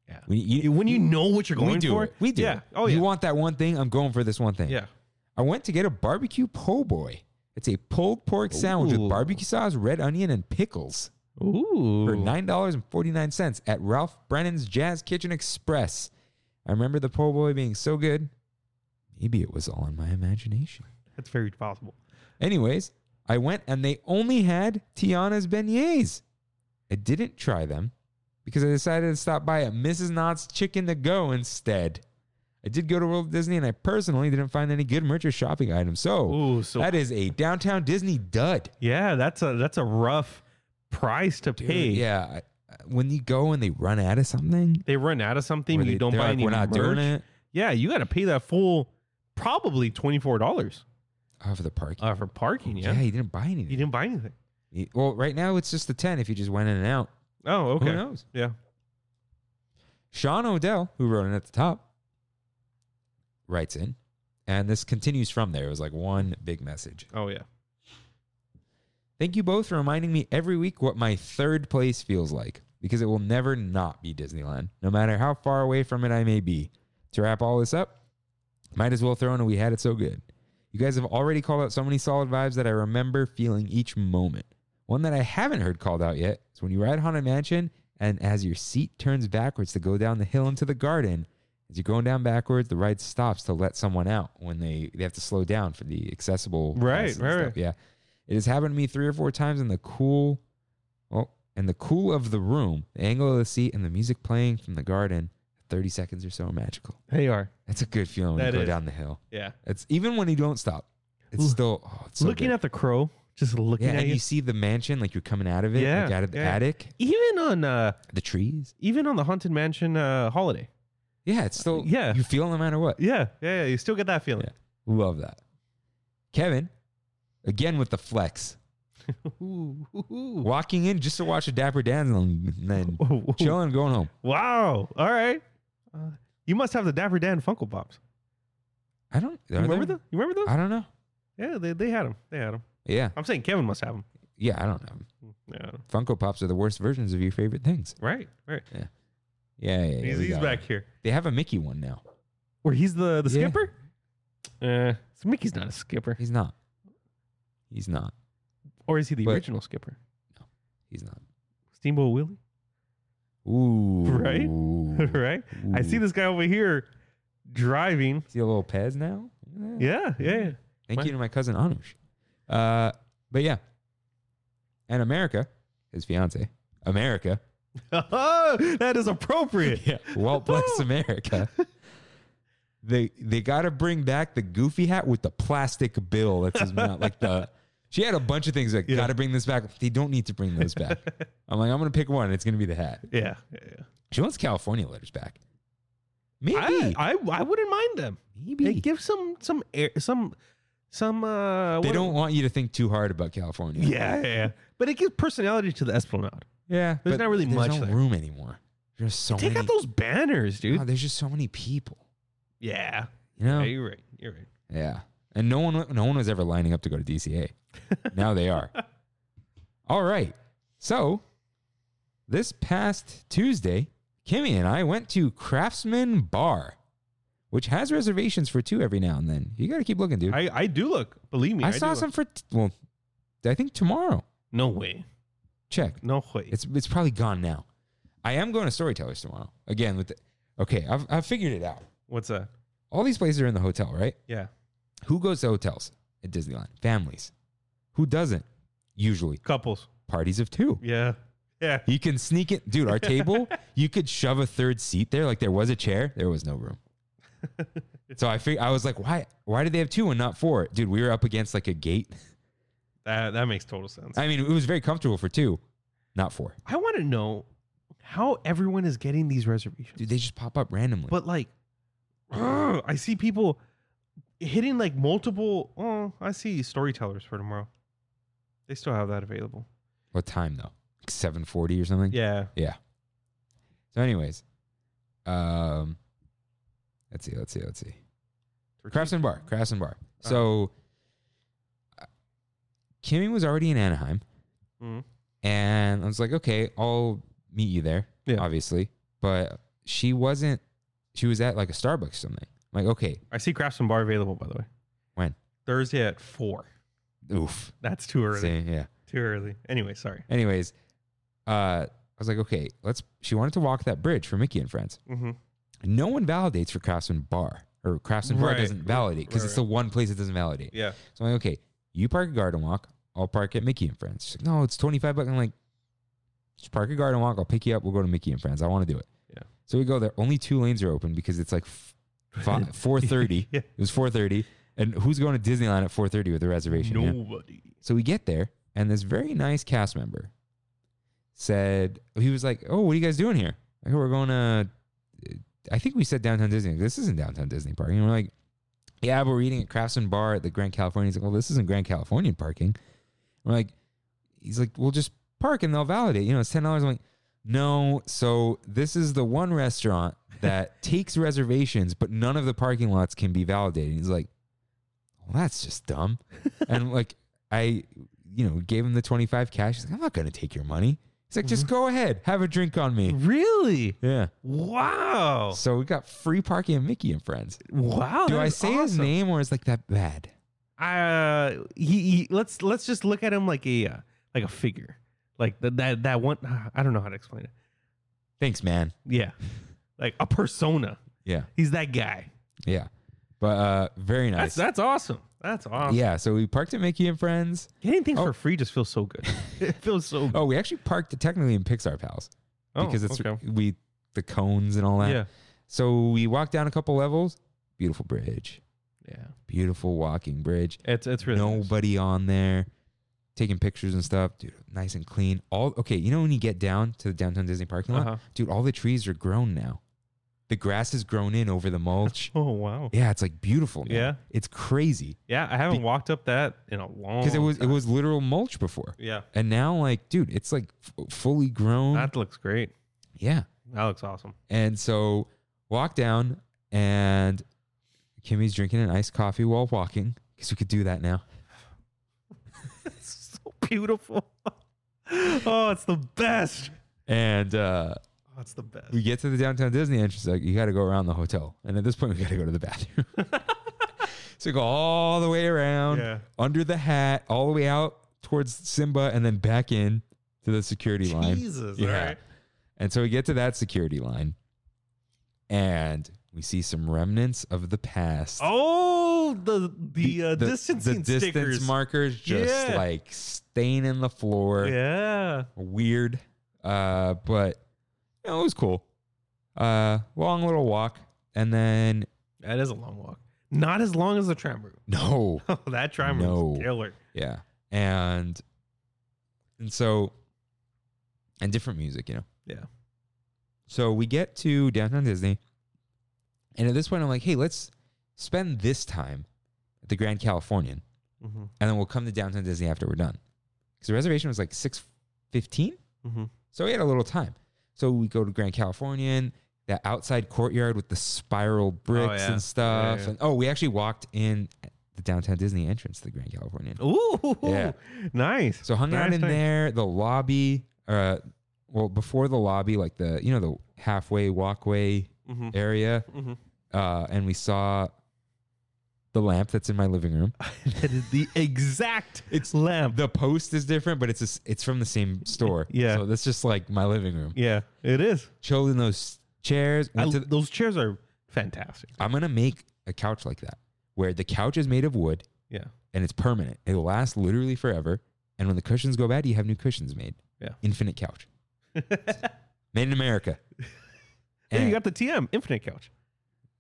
S2: Yeah.
S1: We, you,
S2: When you know what you're
S1: we
S2: going
S1: do
S2: for,
S1: it. We do.
S2: Yeah.
S1: it.
S2: Oh yeah.
S1: You want that one thing? I'm going for this one thing.
S2: yeah.
S1: I went to get a barbecue po' boy. It's a pulled pork sandwich
S2: Ooh.
S1: with barbecue sauce, red onion, and pickles.
S2: Ooh.
S1: for nine dollars and forty nine cents at Ralph Brennan's Jazz Kitchen Express. I remember the po' boy being so good. Maybe it was all in my imagination.
S2: That's very possible.
S1: Anyways, I went and they only had Tiana's beignets. I didn't try them because I decided to stop by at Mrs. Knott's Chicken to Go instead. I did go to World Disney and I personally didn't find any good merch or shopping items. So
S2: Ooh. So
S1: Oh, that is a downtown Disney dud.
S2: yeah, that's a that's a rough price to pay.
S1: Yeah. I- When you go and they run out of something,
S2: They run out of something.
S1: where
S2: You
S1: they-
S2: don't
S1: they're
S2: buy
S1: like,
S2: any
S1: We're not
S2: merch.
S1: doing it.
S2: Yeah, you got to pay that full, probably twenty four dollars
S1: Oh, for the parking.
S2: uh, for parking. Yeah.
S1: yeah. he didn't buy
S2: You
S1: anything.
S2: didn't buy anything.
S1: He- well, right now it's just the ten. If you just went in and out,
S2: Oh, okay.
S1: who knows?
S2: Yeah.
S1: Sean Odell, who wrote it at the top, writes in, and this continues from there. It was like one big message.
S2: Oh yeah.
S1: Thank you both for reminding me every week what my third place feels like, because it will never not be Disneyland, no matter how far away from it I may be. To wrap all this up, might as well throw in a we had it so good. You guys have already called out so many solid vibes that I remember feeling each moment. One that I haven't heard called out yet is when you ride Haunted Mansion and as your seat turns backwards to go down the hill into the garden, as you're going down backwards, the ride stops to let someone out when they, they have to slow down for the accessible
S2: Right,
S1: passes and
S2: right,
S1: stuff.
S2: right.
S1: Yeah. It has happened to me three or four times in the cool, well, in the cool of the room, the angle of the seat, and the music playing from the garden. Thirty seconds or so are magical.
S2: They are.
S1: That's a good feeling when
S2: That
S1: you go
S2: is.
S1: down the hill.
S2: Yeah.
S1: It's even when you don't stop. It's
S2: Ooh.
S1: still oh, it's so
S2: looking
S1: good.
S2: at the crow, just looking
S1: yeah,
S2: at
S1: and
S2: you.
S1: you see the mansion like you're coming out of it, like
S2: Yeah,
S1: out of the
S2: yeah.
S1: attic,
S2: even on uh
S1: the trees.
S2: even on the haunted mansion uh holiday
S1: Yeah, it's still
S2: Yeah.
S1: You feel it no matter what.
S2: yeah yeah, yeah, you still get that feeling
S1: Love that, Kevin. Again with the flex. Walking in just to watch a Dapper Dan and then chilling, going home.
S2: wow. All right. Uh, you must have the Dapper Dan Funko Pops.
S1: I don't
S2: You
S1: are
S2: remember
S1: there-
S2: them? You remember those?
S1: I don't know.
S2: Yeah, they, they had them. They had them.
S1: Yeah,
S2: I'm saying Kevin must have them.
S1: yeah, I don't know.
S2: Yeah.
S1: Funko Pops are the worst versions of your favorite things.
S2: Right. Right.
S1: Yeah, yeah, yeah
S2: he's
S1: we
S2: he's
S1: got
S2: back
S1: it.
S2: here.
S1: They have a Mickey one now.
S2: Where he's the the
S1: Yeah. Eh.
S2: skipper? Uh, so Mickey's not a skipper,
S1: He's not. He's not.
S2: or is he the
S1: But-
S2: original skipper?
S1: He's not.
S2: Steamboat Willie,
S1: Ooh.
S2: Right? right? I see
S1: Ooh.
S2: this guy over here driving.
S1: See a little Pez now. Yeah.
S2: Yeah, yeah, yeah.
S1: Thank
S2: Wow.
S1: you to my cousin Anush. Uh, but yeah, and America, his fiance, America,
S2: that is appropriate.
S1: Walt bless America. They they got to bring back the goofy hat with the plastic bill. That's his mouth. like the. She had a bunch of things like
S2: Yeah.
S1: got to bring this back. They don't need to bring those back. I'm like I'm gonna pick one. It's gonna be the hat.
S2: Yeah, yeah.
S1: She wants California letters back. Maybe
S2: I, I I wouldn't mind them.
S1: maybe
S2: Hey, give some some air some some uh
S1: they
S2: what-
S1: don't want you to think too hard about California.
S2: yeah, yeah, yeah. But it gives personality to the Esplanade.
S1: yeah.
S2: There's
S1: but
S2: not really
S1: there's
S2: much
S1: no
S2: there.
S1: room anymore. There's so
S2: Take
S1: many.
S2: out those banners, dude.
S1: Oh, there's just so many people.
S2: yeah.
S1: You know?
S2: yeah, you're right. You're right.
S1: Yeah. And no one no one was ever lining up to go to DCA. now they are. All right. So this past Tuesday, Kimmy and I went to Craftsman Bar, which has reservations for two every now and then. You gotta keep looking, dude. I,
S2: I, I do look. Believe me. do
S1: saw
S2: look.
S1: some for t- well, I think tomorrow.
S2: No way.
S1: Check.
S2: No way.
S1: It's it's probably gone now. I am going to Storytellers tomorrow. Again with the, okay, I've I've figured it out.
S2: What's that?
S1: All these places are in the hotel, right?
S2: Yeah.
S1: Who goes to hotels at Disneyland? Families. Who doesn't? Usually
S2: Couples.
S1: parties of two.
S2: Yeah. Yeah.
S1: You can sneak it, dude. Our table, you could shove a third seat there. Like there was a chair, there was no room. So I fig- I was like, why? Why did they have two and not four? Dude, we were up against like a gate.
S2: That that makes total sense. I,
S1: I mean, it was very comfortable for two, not four.
S2: want to know how everyone is getting these reservations.
S1: Dude, they just pop up randomly.
S2: But like ugh, I see people hitting like multiple oh, I see storytellers for tomorrow. They still have that available.
S1: what time though? Like Seven forty or something.
S2: Yeah.
S1: Yeah. So, anyways, um, let's see, let's see, let's see. Crafts and Bar. Crafts and Bar.
S2: Uh-huh.
S1: So uh, Kimmy was already in Anaheim,
S2: Mhm.
S1: and I was like, okay, I'll meet you there,
S2: Yeah.
S1: obviously. But she wasn't. She was at like a Starbucks or something. I'm like, okay,
S2: I see crafts and bar available by the way.
S1: When?
S2: Thursday at 4.
S1: oof.
S2: That's too early.
S1: Say, yeah.
S2: Too early. Anyway, sorry.
S1: Anyways, uh, I was like, okay, let's. She wanted to walk that bridge for Mickey and friends.
S2: Mm-hmm.
S1: No one validates for Craftsman Bar, or Craftsman Bar
S2: Right.
S1: doesn't validate because
S2: Right,
S1: it's the one place it doesn't validate.
S2: Yeah.
S1: So I'm like, okay, you park at Garden Walk, I'll park at Mickey and Friends. She's like, no, it's 25 bucks. I'm like, just park at Garden Walk, I'll pick you up, we'll go to Mickey and Friends. I want to do it.
S2: Yeah.
S1: So we go there. Only two lanes are open because it's like f- fi- 4:30.
S2: Yeah.
S1: It was 4:30, and who's going to Disneyland at 4:30 with a reservation? you know?
S2: Nobody.
S1: So we get there, and this very nice cast member said, he was like, Oh, what are you guys doing here? Like, we're going to, I think we said downtown Disney. This isn't downtown Disney parking. And we're like, Yeah, but we're eating at Craftsman Bar at the Grand California. He's like, Well, this isn't Grand Californian parking. we're like, He's like, We'll just park and they'll validate. You know, it's $10. I'm like, No. So this is the one restaurant that takes reservations, but none of the parking lots can be validated. He's like, Well, that's just dumb. and like, I, you know, gave him the 25 cash. He's like, I'm not going to take your money. He's like, just go ahead, have a drink on
S2: Mm-hmm.
S1: me.
S2: Really?
S1: Yeah.
S2: Wow.
S1: So we got free parking at Mickey and Friends.
S2: Wow.
S1: Do
S2: Oh, that
S1: I
S2: is
S1: say his
S2: awesome.
S1: name or is like that bad?
S2: Uh, he, he let's let's just look at him like a uh, like a figure, like that that that one. I don't know how to explain it.
S1: Thanks, man.
S2: Yeah, like a persona.
S1: Yeah.
S2: He's that guy.
S1: Yeah. But uh very nice.
S2: That's that's awesome. That's awesome.
S1: Yeah. So we parked at Mickey and Friends.
S2: Getting things
S1: Oh.
S2: for free just feels so good. it feels so good.
S1: Oh, we actually parked technically in Pixar Pals
S2: Oh,
S1: because it's
S2: okay.
S1: we the cones and all that.
S2: yeah,
S1: So we walked down a couple levels. Beautiful bridge.
S2: yeah.
S1: Beautiful walking bridge.
S2: It's it's really nice.
S1: nobody on there taking pictures and stuff dude nice and clean all okay you know when you get down to the downtown disney parking lot
S2: Uh-huh.
S1: dude all the trees are grown now The grass has grown in over the mulch.
S2: Oh wow.
S1: Yeah, it's like beautiful. now.
S2: Yeah.
S1: It's crazy
S2: Yeah, I haven't walked up that in a long.
S1: because it was it
S2: time.
S1: was literal mulch before.
S2: Yeah,
S1: And now like dude, it's like f- fully grown.
S2: that looks great.
S1: yeah.
S2: That looks awesome.
S1: And so walk down and Kimmy's drinking an iced coffee while walking because we could do that now.
S2: It's so beautiful. oh, it's the best.
S1: And uh,
S2: Oh, it's the best.
S1: we get to the downtown Disney and she's like, you got to go around the hotel. And at this point, we got to go to the bathroom. so we go all the way around,
S2: Yeah.
S1: under the hat, all the way out towards Simba, and then back in to the security line.
S2: Jesus.
S1: Yeah.
S2: All right.
S1: And so we get to that security line and we see some remnants of the past.
S2: Oh, the the, uh, distancing
S1: the distance
S2: stickers.
S1: markers just
S2: Yeah.
S1: like staining the floor.
S2: Yeah.
S1: Weird. Uh, but you know, it was cool. Uh, long little walk. And then
S2: That is a long walk. Not as long as the tram route.
S1: No.
S2: Oh, that tram route
S1: No.
S2: is killer.
S1: Yeah. And and so and different music, you know.
S2: Yeah.
S1: So we get to downtown Disney. And at this point I'm like, hey, let's spend this time at the Grand Californian.
S2: Mm-hmm.
S1: And then we'll come to downtown Disney after we're done. Because the reservation was like six fifteen.
S2: Mm-hmm.
S1: So we had a little time. So we go to Grand Californian, that outside courtyard with the spiral bricks
S2: Oh, yeah.
S1: and stuff.
S2: Yeah, yeah.
S1: And oh, we actually walked in the downtown Disney entrance to the Grand Californian.
S2: mm-hmm. Ooh,
S1: Yeah.
S2: nice.
S1: So hung out
S2: Nice,
S1: in
S2: nice.
S1: there, the lobby, uh, well, before the lobby, like the you know the halfway walkway
S2: Mm-hmm.
S1: area,
S2: Mm-hmm.
S1: uh, and we saw the lamp that's in my living room.
S2: that is the exact
S1: It's-
S2: lamp.
S1: The post is different, but it's a s it's from the same store.
S2: Yeah.
S1: so that's just like my living room.
S2: yeah, it is.
S1: Chilled in those chairs.
S2: I,
S1: Went to the-
S2: those chairs are fantastic.
S1: I'm gonna make a couch like that, where the couch is made of wood
S2: Yeah,
S1: and it's permanent. It lasts literally forever. And when the cushions go bad, you have new cushions made.
S2: Yeah.
S1: infinite couch, made in America.
S2: Hey, you
S1: And-
S2: got the TM Infinite Couch.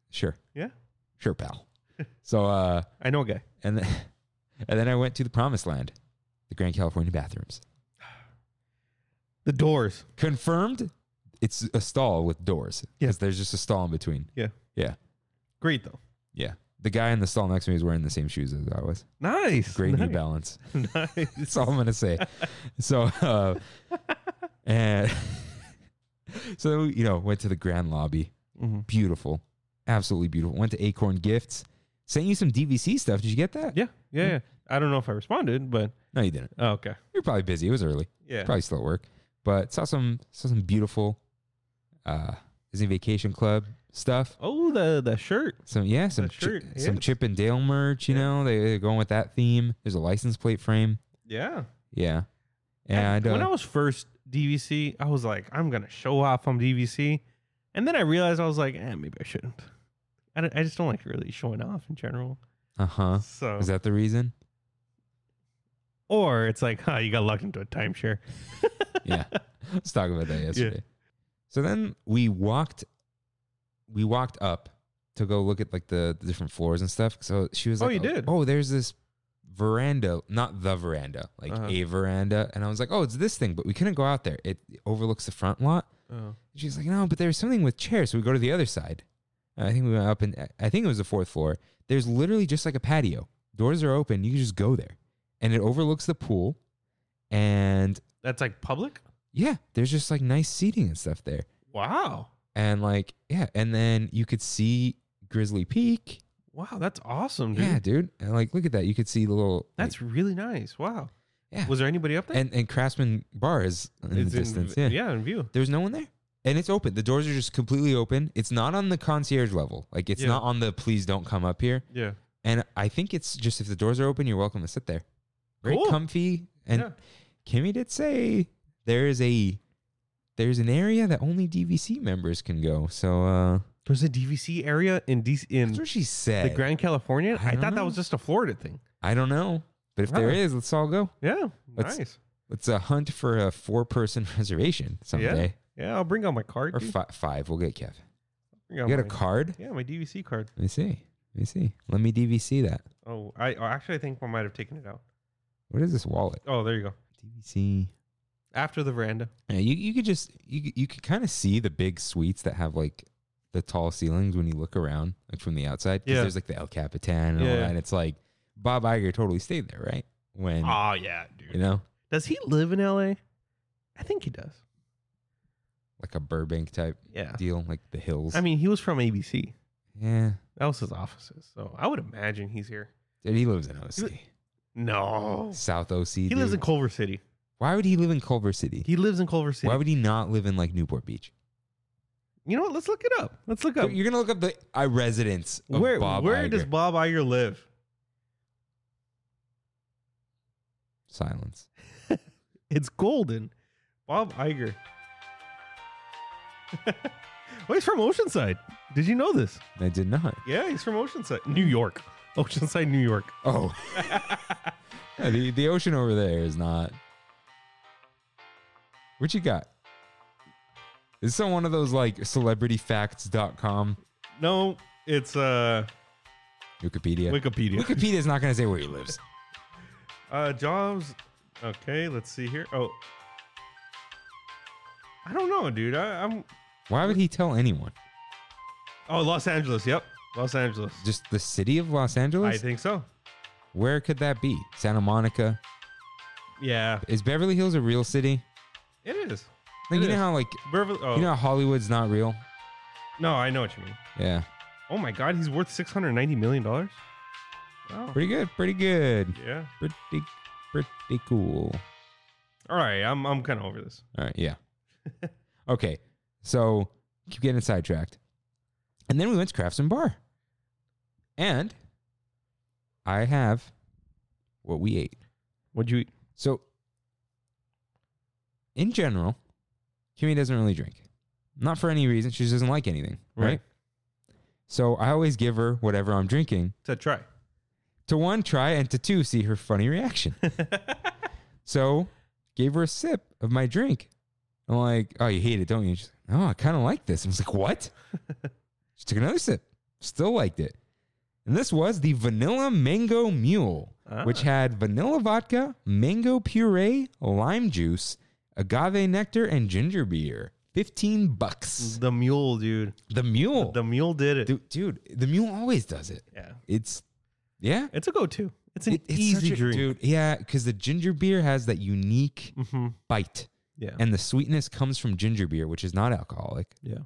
S1: Sure.
S2: Yeah.
S1: Sure, pal. so uh
S2: I know a guy.
S1: and then, and then I went to the promised land, the Grand California bathrooms.
S2: The doors.
S1: Confirmed it's a stall with doors.
S2: Yeah.
S1: Because there's just a stall in between.
S2: Yeah.
S1: Yeah.
S2: Great though.
S1: Yeah. The guy in the stall next to me is wearing the same shoes as I was.
S2: Nice.
S1: Great
S2: nice.
S1: new balance.
S2: nice.
S1: That's all I'm gonna say. so uh and so you know, went to the grand lobby.
S2: Mhm.
S1: Beautiful. Absolutely beautiful. Went to Acorn Gifts. Sent you some DVC stuff. Did you get that?
S2: Yeah, yeah, yeah. I don't know if I responded, but
S1: No, you didn't.
S2: oh, okay.
S1: You're probably busy. It was early.
S2: Yeah.
S1: probably still at work, but saw some saw some beautiful uh Disney Vacation Club stuff.
S2: Oh, the the shirt.
S1: Some yeah, some chi-
S2: shirt, yeah.
S1: some Chip and Dale merch. You
S2: Yeah.
S1: know, they, they're going with that theme. There's a license plate frame.
S2: Yeah.
S1: Yeah, and
S2: when I
S1: uh,
S2: was first DVC, I was like, I'm gonna show off on DVC, and then I realized I was like, eh, maybe I shouldn't. I, don't- I just don't like really showing off in general.
S1: uh huh.
S2: So,
S1: Is that the reason?
S2: or it's like, huh, you got lucked into a timeshare.
S1: Yeah, let's talk about that yesterday. So then we walked, we walked up to go look at like the, the different floors and stuff. So she was
S2: Oh,
S1: like,
S2: you did?
S1: Oh, there's this veranda, not the veranda, like
S2: Uh-huh.
S1: a veranda." And I was like, "Oh, it's this thing," but we couldn't go out there. It overlooks the front lot.
S2: Oh,
S1: She's like, "No, but there's something with chairs." So we go to the other side. And I think we went up, and I think it was the fourth floor. There's literally just like a patio. Doors are open. You can just go there, and it overlooks the pool. And
S2: that's like public.
S1: yeah, there's just like nice seating and stuff there.
S2: Wow,
S1: And like, yeah, and then you could see Grizzly Peak.
S2: wow, that's awesome, dude.
S1: Yeah, dude. And like look at that. You could see the little
S2: Mm-hmm. That's really nice. Wow.
S1: Yeah.
S2: Was there anybody up there?
S1: like, and, and Craftsman Bar is in
S2: It's
S1: the distance.
S2: in,
S1: yeah.
S2: yeah, in view.
S1: There's no one there. And it's open. The doors are just completely open. It's not on the concierge level. Like it's
S2: Yeah.
S1: not on the please don't come up here.
S2: Yeah.
S1: And I think it's just if the doors are open, you're welcome to sit there. Very
S2: Cool.
S1: comfy. And
S2: yeah.
S1: Kimmy did say there is a there's an area that only DVC members can go. So uh
S2: There's a DVC area in DC
S1: That's
S2: in
S1: what she said.
S2: the Grand California.
S1: I
S2: I,
S1: don't
S2: thought
S1: know.
S2: that was just a Florida thing.
S1: I don't know, but if there
S2: Wow.
S1: is, let's all go.
S2: Yeah.
S1: Let's-
S2: nice.
S1: Let's uh, hunt for a four-person reservation someday,
S2: Yeah, I'll bring out my card.
S1: or
S2: dude.
S1: fi- five. We'll get Kev.
S2: Bring out
S1: You got a
S2: my-
S1: card?
S2: Yeah, my DVC card.
S1: Let me see. Let me see. Let me DVC that.
S2: Oh, I oh, actually I think I might have taken it out.
S1: What is this wallet?
S2: Oh, there you go.
S1: DVC.
S2: After the veranda.
S1: Yeah, you you could just you could- you could kind of see the big suites that have like the tall ceilings when you look around like from the outside. 'Cause
S2: Yeah.
S1: There's like the El Capitan and all
S2: Yeah.
S1: that. And it's like Bob Iger totally stayed there, right? When
S2: Oh yeah,
S1: you
S2: dude.
S1: know,
S2: Does he live in L.A.? I think he does.
S1: like a Burbank type
S2: Yeah.
S1: deal, like the hills.
S2: I mean, he was from ABC.
S1: yeah,
S2: That was his offices. So I would imagine he's here.
S1: dude, he lives in OC,
S2: No.
S1: South OC.
S2: He lives in Culver City.
S1: Why would he live in Culver City?
S2: He lives in Culver City.
S1: Why would he not live in like Newport Beach?
S2: you know what? Let's look it up. Let's look up.
S1: You're gonna look up the uh, residence of
S2: Where
S1: Bob
S2: where
S1: Iger.
S2: does Bob Iger live?
S1: silence?
S2: It's Golden. Bob Iger. oh, he's from Oceanside. Did you know this?
S1: I did not.
S2: Yeah, he's from Oceanside, New York. Oceanside, New York.
S1: Oh, Yeah, the the ocean over there is not. What you got? Is this on one of those like celebrityfacts.com
S2: No, it's uh
S1: Wikipedia?
S2: Wikipedia.
S1: Wikipedia is not going to say where he lives.
S2: Uh, jobs. Okay, let's see here. Oh, I don't know, dude. I, I'm.
S1: Why would he tell anyone?
S2: Oh, Los Angeles. Yep, Los Angeles.
S1: Just the city of Los
S2: I
S1: Angeles?
S2: think so.
S1: Where could that be? Santa Monica?
S2: Yeah,
S1: Is Beverly Hills a real city?
S2: it is.
S1: Like,
S2: It
S1: you know
S2: is.
S1: how like
S2: Beverly. Oh,
S1: you know how Hollywood's not real?
S2: no, I know what you mean.
S1: Yeah.
S2: Oh my God, he's worth six hundred ninety million dollars. Wow.
S1: Pretty good. Pretty good.
S2: Yeah.
S1: Pretty pretty cool.
S2: All right. I'm. I'm kind of over this.
S1: All right, yeah. okay, so keep getting sidetracked, and then we went to Crafts and Bar, and I have what we ate.
S2: What'd you eat?
S1: So, in general, Kimmy doesn't really drink, not for any reason. She just doesn't like anything, right?
S2: Right.
S1: So I always give her whatever I'm drinking
S2: To try.
S1: to one try and to two see her funny reaction. So gave her a sip of my drink. I'm like, oh, you hate it, don't you? She's like, no, I kind of like this. I was like, what? she took another sip, still liked it. And this was the vanilla mango mule, which
S2: Ah.
S1: had vanilla vodka, mango puree, lime juice, agave nectar, and ginger beer. 15 bucks.
S2: the mule, dude.
S1: The mule.
S2: Mm. The mule did it.
S1: dude, dude, the mule always does it.
S2: Yeah.
S1: It's, yeah.
S2: It's a go-to. It's an
S1: It- it's
S2: easy
S1: such a-
S2: drink.
S1: Dude, yeah, because the ginger beer has that unique
S2: Mm-hmm.
S1: bite
S2: Yeah.
S1: and the sweetness comes from ginger beer, which is not alcoholic,
S2: yeah.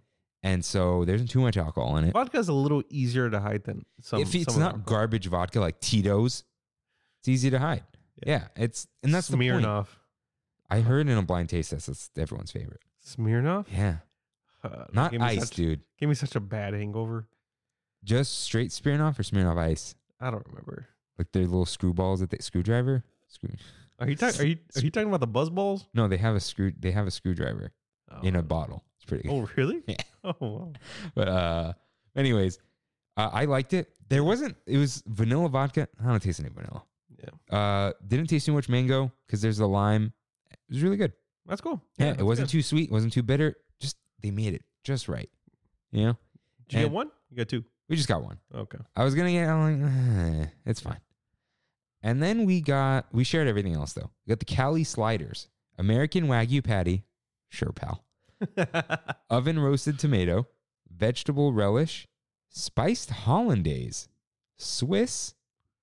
S1: and so there isn't too much alcohol in it.
S2: Vodka's a little easier to hide than some.
S1: if it's
S2: some
S1: not garbage vodka like Tito's, it's easy to hide. Yeah, it's and that's the point.
S2: Smirnoff.
S1: I heard in a blind taste test that's everyone's favorite.
S2: Smirnoff.
S1: Yeah,
S2: Uh, that
S1: not
S2: gave me
S1: ice,
S2: such-
S1: dude.
S2: Gave me such a bad hangover.
S1: Just straight Smirnoff or Smirnoff Ice,
S2: I don't remember.
S1: like their little screwballs that they screwdriver. Screw.
S2: Are you talking? Are you are you talking about the buzz balls?
S1: No, they have a screw. They have a screwdriver
S2: Oh.
S1: in a bottle. It's pretty. good.
S2: Oh really?
S1: Yeah.
S2: Oh wow.
S1: But uh, anyways, uh, I liked it. There wasn't. It was vanilla vodka. I don't taste any vanilla. Yeah. Uh, didn't taste too much mango because there's the lime. It was really good.
S2: That's cool.
S1: Yeah,
S2: that's
S1: it wasn't
S2: good.
S1: too sweet. wasn't too bitter. Just they made it just right. You know,
S2: Did you
S1: and-
S2: get one? You got two.
S1: we just got one.
S2: Okay.
S1: I was gonna get. I'm like, "Eh, it's fine. And then we got we shared everything else though. We got the Cali sliders, American Wagyu patty, sure pal, oven roasted tomato, vegetable relish, spiced hollandaise, Swiss,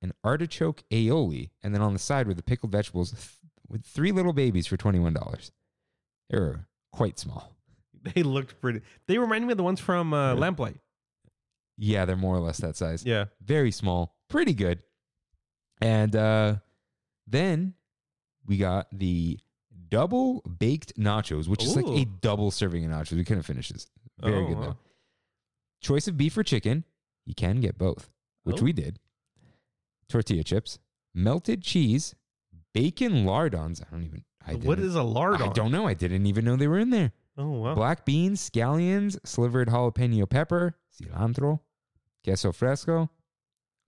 S1: and artichoke aioli. And then on the side were the pickled vegetables th- with three little babies for twenty one dollars. They were quite small.
S2: they looked pretty. They remind me of the ones from uh,
S1: Yeah.
S2: Lamplight.
S1: Yeah, they're more or less that size.
S2: Yeah.
S1: very small, pretty good. And uh, then we got the double baked nachos, which is like a
S2: Ooh.
S1: double serving of nachos. We couldn't finish this. Very
S2: Oh,
S1: good
S2: wow.
S1: though. Choice of beef or chicken. You can get both, which
S2: Oh.
S1: we did. Tortilla chips, melted cheese, bacon lardons. I don't even. I
S2: What
S1: didn't-
S2: is a lard?
S1: I don't know. I didn't even know they were in there.
S2: Oh wow.
S1: Black beans, scallions, slivered jalapeno pepper, cilantro, queso fresco,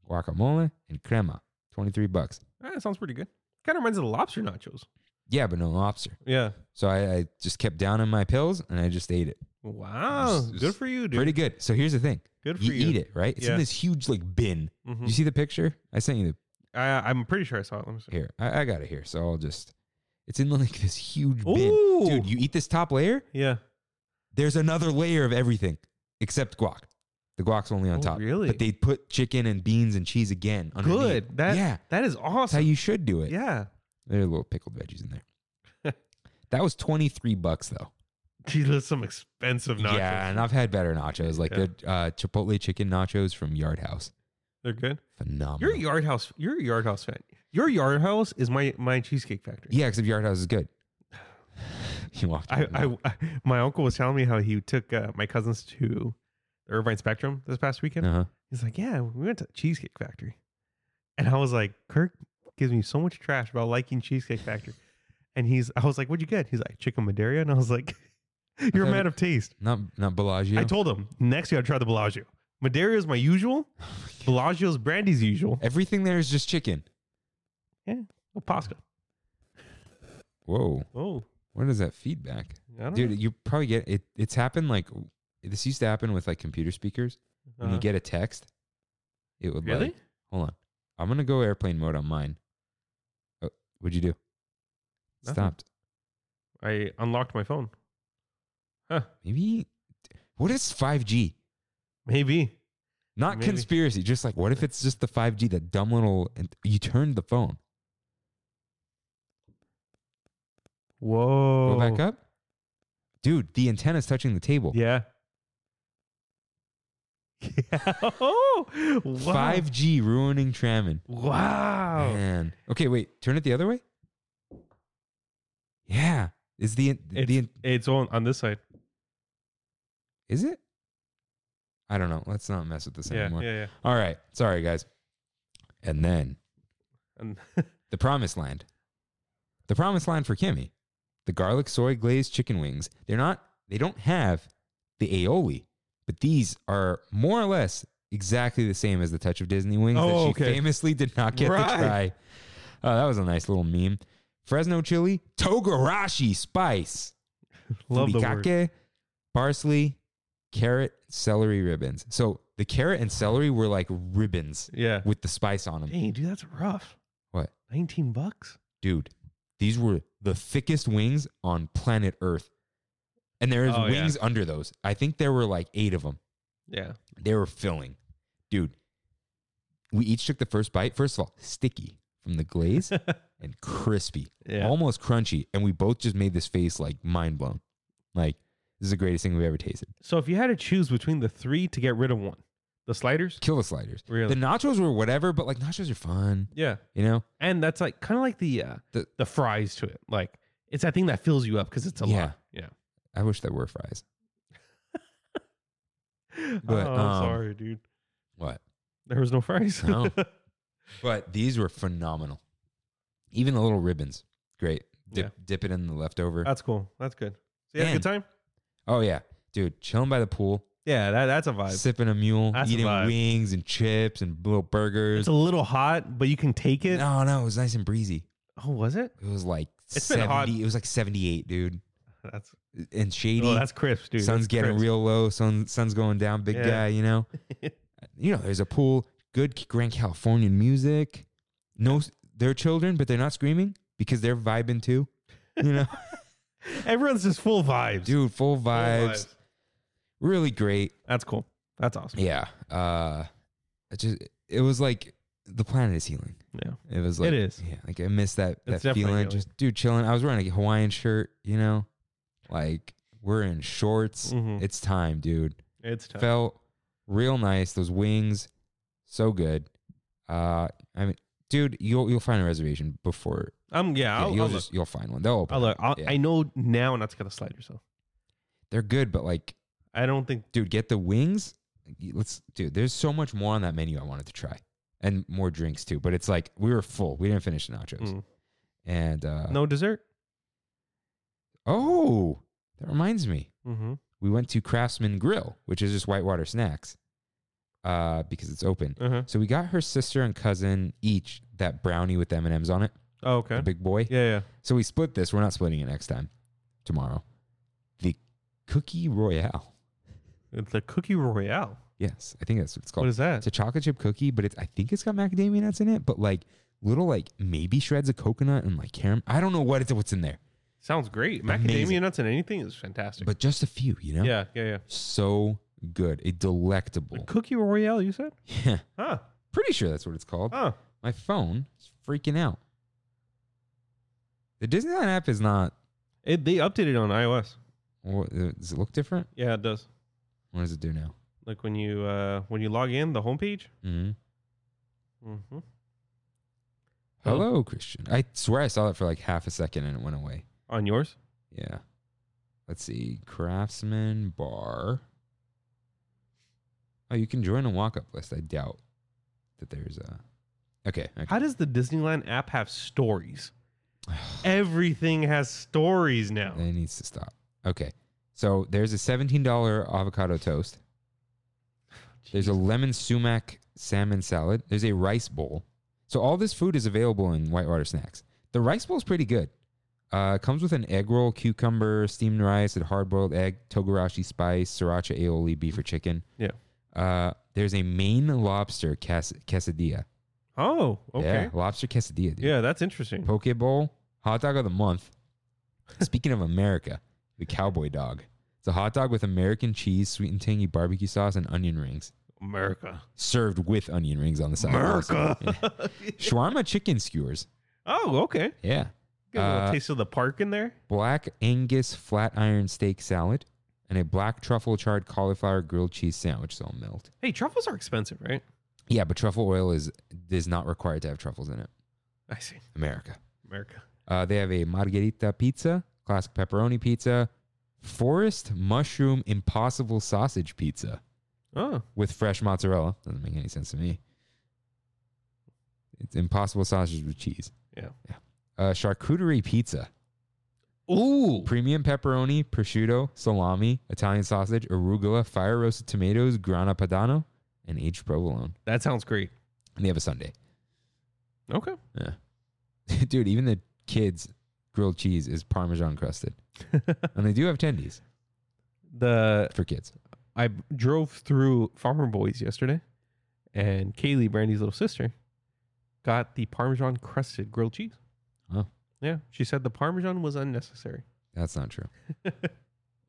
S1: guacamole, and crema. 23 bucks.
S2: Ah, that sounds pretty good. Kind of reminds of the lobster nachos.
S1: Yeah, but no lobster.
S2: Yeah.
S1: So I, I just kept down on my pills and I just ate it.
S2: Wow.
S1: It's-
S2: Good for you, dude.
S1: Pretty good. So here's the thing.
S2: good for
S1: You,
S2: you.
S1: eat it, right? It's
S2: Yeah.
S1: in this huge like bin.
S2: Mhm.
S1: You see the picture? I sent you
S2: I, I'm pretty sure I saw it. Let me see.
S1: the here. I, I got it here. So I'll just it's in like this huge bin.
S2: Ooh.
S1: Dude, you eat this top layer,
S2: Yeah.
S1: there's another layer of everything. except guac. The guac's only on
S2: Oh,
S1: top.
S2: really?
S1: But they put chicken and beans and cheese again. Underneath.
S2: Good. That
S1: yeah.
S2: that is
S1: That's how
S2: awesome.
S1: you should do it.
S2: yeah.
S1: There are little pickled veggies in there. that was 23 bucks though.
S2: Gee, that's some expensive nachos.
S1: Yeah, and I've had better nachos like
S2: Yeah.
S1: the uh, Chipotle chicken nachos from Yard House.
S2: They're good.
S1: Phenomenal.
S2: You're a yard house. You're a yard house fan. Your yard house is my my cheesecake factory.
S1: yeah, except Yard House is good. you walked.
S2: I,
S1: out.
S2: I, I my uncle was telling me how he took uh, my cousins to the Irvine Spectrum this past weekend.
S1: uh-huh.
S2: He's like, "Yeah, we went to Cheesecake Factory," and I was like, "Kirk gives me so much trash about liking Cheesecake Factory," and he's, I was like, "What'd you get?" He's like, "Chicken Madeira," and I was like, "You're a
S1: thought
S2: man
S1: it-
S2: of taste."
S1: Not not Bellagio.
S2: I told him next year I'd try the Bellagio. Madeira is my usual. Bellagio's brandy's usual.
S1: Everything there is just chicken.
S2: Oh, pasta.
S1: Whoa.
S2: Oh,
S1: What is that feedback?
S2: I don't
S1: Dude, you probably get it. It's happened like this used to happen with like computer speakers.
S2: know.
S1: When
S2: Uh,
S1: you get a text, it would
S2: really?
S1: like, hold on. I'm going to go airplane mode on mine. Oh, what'd you do?
S2: Nothing.
S1: Stopped.
S2: I unlocked my phone. Huh?
S1: Maybe. What is 5G?
S2: Maybe.
S1: Not
S2: Maybe.
S1: conspiracy. Just like, what if it's just the 5G, that dumb little. And you turned the phone.
S2: Whoa.
S1: Go back up. Dude, the antenna's touching the table.
S2: Oh. Yeah. Yeah. Oh, wow.
S1: 5G ruining Tramon.
S2: Wow.
S1: Man. Okay, wait. Turn it the other way. Yeah. Is the
S2: It's,
S1: the
S2: it's on on this side.
S1: is it? I don't know. Let's not mess with this
S2: Yeah, yeah,
S1: anymore.
S2: yeah.
S1: All right. Sorry, guys. And then
S2: And
S1: the promised land. The promised land for Kimmy. The garlic soy glazed chicken wings. They're not. They don't have the aioli, but these are more or less exactly the same as the touch of Disney wings that
S2: Oh,
S1: she
S2: okay.
S1: famously did not get to
S2: Right.
S1: try. Oh, that was a nice little meme. Fresno chili, togarashi spice,
S2: love the word.
S1: furikake, parsley, carrot, celery ribbons. So the carrot and celery were like ribbons
S2: Yeah.
S1: with the spice on them.
S2: Dang, dude, that's rough.
S1: What?
S2: Nineteen bucks.
S1: dude, these were the thickest wings on planet Earth. And there is
S2: Oh, yeah.
S1: wings under those. I think there were like eight of them.
S2: Yeah.
S1: They were filling. Dude, we each took the first bite. First of all, sticky from the glaze and crispy,
S2: Yeah.
S1: almost crunchy. And we both just made this face like mind blown. Like, this is the greatest thing we've ever tasted.
S2: So if you had to choose between the three to get rid of one, the sliders.
S1: Kill the sliders.
S2: Really?
S1: The nachos were whatever, but like nachos are fun,
S2: Yeah.
S1: you know?
S2: And that's like kind of like the, uh, the
S1: The-
S2: the fries to it. Like it's that thing that fills you up because it's a
S1: Yeah.
S2: lot. Yeah.
S1: I wish there were fries. But,
S2: oh,
S1: um,
S2: I'm sorry, dude.
S1: What?
S2: There was no fries.
S1: No. But these were phenomenal. Even the little ribbons, great. Dip,
S2: Yeah.
S1: dip it in the leftover.
S2: that's cool. That's good. So you had a
S1: And-
S2: good time.
S1: oh yeah, dude, chilling by the pool,
S2: Yeah, that, that's a vibe.
S1: sipping a mule,
S2: That's a
S1: eating
S2: vibe.
S1: wings and chips and little burgers.
S2: It's a little hot, but you can take it.
S1: no, no, it was nice and breezy.
S2: Oh, was it?
S1: It was like
S2: It's been hot.
S1: seventy. It was like seventy-eight, dude,
S2: That's
S1: and shady.
S2: oh, that's crisp, dude.
S1: sun's
S2: That's
S1: getting
S2: crisp.
S1: real low. Sun, sun's going down. Big
S2: Yeah.
S1: guy, you know. you know, there's a pool. Good Grand Californian music. No, they're children, but they're not screaming because they're vibing too. You know,
S2: Everyone's just full vibes.
S1: dude, full
S2: Full
S1: vibes. really great.
S2: That's cool. That's awesome.
S1: Yeah. Uh it just it was like the planet is healing.
S2: Yeah.
S1: It was like
S2: It is.
S1: Yeah, like I miss that
S2: It's
S1: that
S2: definitely
S1: feeling.
S2: healing.
S1: Just dude chilling. I was wearing a Hawaiian shirt, you know? Like we're in shorts.
S2: Mhm.
S1: It's time, dude.
S2: It's tough.
S1: Felt real nice. Those wings, so good. Uh I mean dude, you'll you'll find a reservation before
S2: Um, yeah,
S1: yeah,
S2: I'll,
S1: you'll
S2: I'll,
S1: just you'll find one. They'll
S2: look.
S1: open.
S2: I'll look. I'll,
S1: Yeah.
S2: I know now not to get a slider, so
S1: They're good, but like
S2: I don't think.
S1: dude, get the wings. Let's, dude. There's so much more on that menu I wanted to try, and more drinks too. But it's like we were full. We didn't finish the nachos,
S2: Mm.
S1: and uh,
S2: no dessert.
S1: Oh, that reminds me.
S2: Mm-hmm.
S1: We went to Craftsman Grill, which is just Whitewater snacks, uh, because it's open.
S2: Uh-huh.
S1: So we got her sister and cousin each that brownie with M and M's on it,
S2: Oh,
S1: the
S2: okay.
S1: big boy.
S2: Yeah, yeah.
S1: So we split this. We're not splitting it next time. Tomorrow, the cookie royale.
S2: It's the cookie royale.
S1: Yes, I think that's what it's called.
S2: What is that?
S1: It's a chocolate chip cookie, but it's I think it's got macadamia nuts in it, but like little like maybe shreds of coconut and like caram. I don't know what it's what's in there,
S2: Sounds great. Macadamia
S1: Amazing.
S2: nuts and anything is fantastic.
S1: but just a few, you know.
S2: yeah, yeah, yeah.
S1: So good, a
S2: A
S1: delectable.
S2: cookie royale, you said?
S1: Yeah,
S2: Huh.
S1: pretty sure that's what it's called.
S2: Huh.
S1: My phone is freaking out. The Disneyland app is not.
S2: It, they updated it on iOS.
S1: wha- Does it look different?
S2: Yeah, it does.
S1: What does it do now?
S2: Like when you uh when you log in, the homepage.
S1: hmm
S2: Mm-hmm.
S1: Hello, Christian. I swear I saw it for like half a second and it went away.
S2: On yours?
S1: Yeah. Let's see. Craftsman bar. Oh, you can join a walk up list. I doubt that there's a. Okay. okay.
S2: How does the Disneyland app have stories? Everything has stories now.
S1: It needs to stop. Okay. So there's a $17 avocado toast. There's a lemon sumac salmon salad. There's a rice bowl. So all this food is available in Whitewater Snacks. The rice bowl is pretty good. Uh, it comes with an egg roll, cucumber, steamed rice, a hard boiled egg, togarashi spice, sriracha aioli, beef or chicken.
S2: Yeah.
S1: Uh, there's a Maine lobster cas- quesadilla.
S2: Oh, okay.
S1: Yeah, lobster quesadilla, dude.
S2: Yeah, that's interesting.
S1: Poke bowl, hot dog of the month. Speaking of America, the cowboy dog. It's a hot dog with American cheese, sweet and tangy barbecue sauce, and onion rings.
S2: America.
S1: Served with onion rings on the side.
S2: America.
S1: Shawarma chicken skewers.
S2: oh, okay.
S1: Yeah.
S2: Get a little
S1: Uh,
S2: taste of the park in there.
S1: Black Angus flat iron steak salad and a black truffle charred cauliflower grilled cheese sandwich. So I'll melt.
S2: Hey, truffles are expensive, right?
S1: Yeah, but truffle oil is is not required to have truffles in it.
S2: I see.
S1: America.
S2: America.
S1: Uh, they have a margherita pizza, classic pepperoni pizza, forest mushroom impossible sausage pizza
S2: Oh,
S1: with fresh mozzarella. Doesn't make any sense to me. It's impossible sausage with cheese.
S2: yeah.
S1: Uh, charcuterie pizza,
S2: Ooh.
S1: premium pepperoni, prosciutto, salami, Italian sausage, arugula, fire roasted tomatoes, grana padano, and aged provolone.
S2: That sounds great.
S1: And they have a sundae.
S2: Okay.
S1: Yeah. Dude, even the kids' grilled cheese is Parmesan crusted. and they do have tendies
S2: The
S1: for kids.
S2: I b- drove through Farmer Boys yesterday, and Kaylee, Brandy's little sister, got the Parmesan crusted grilled cheese.
S1: Oh.
S2: Yeah, she said the Parmesan was unnecessary.
S1: That's not true.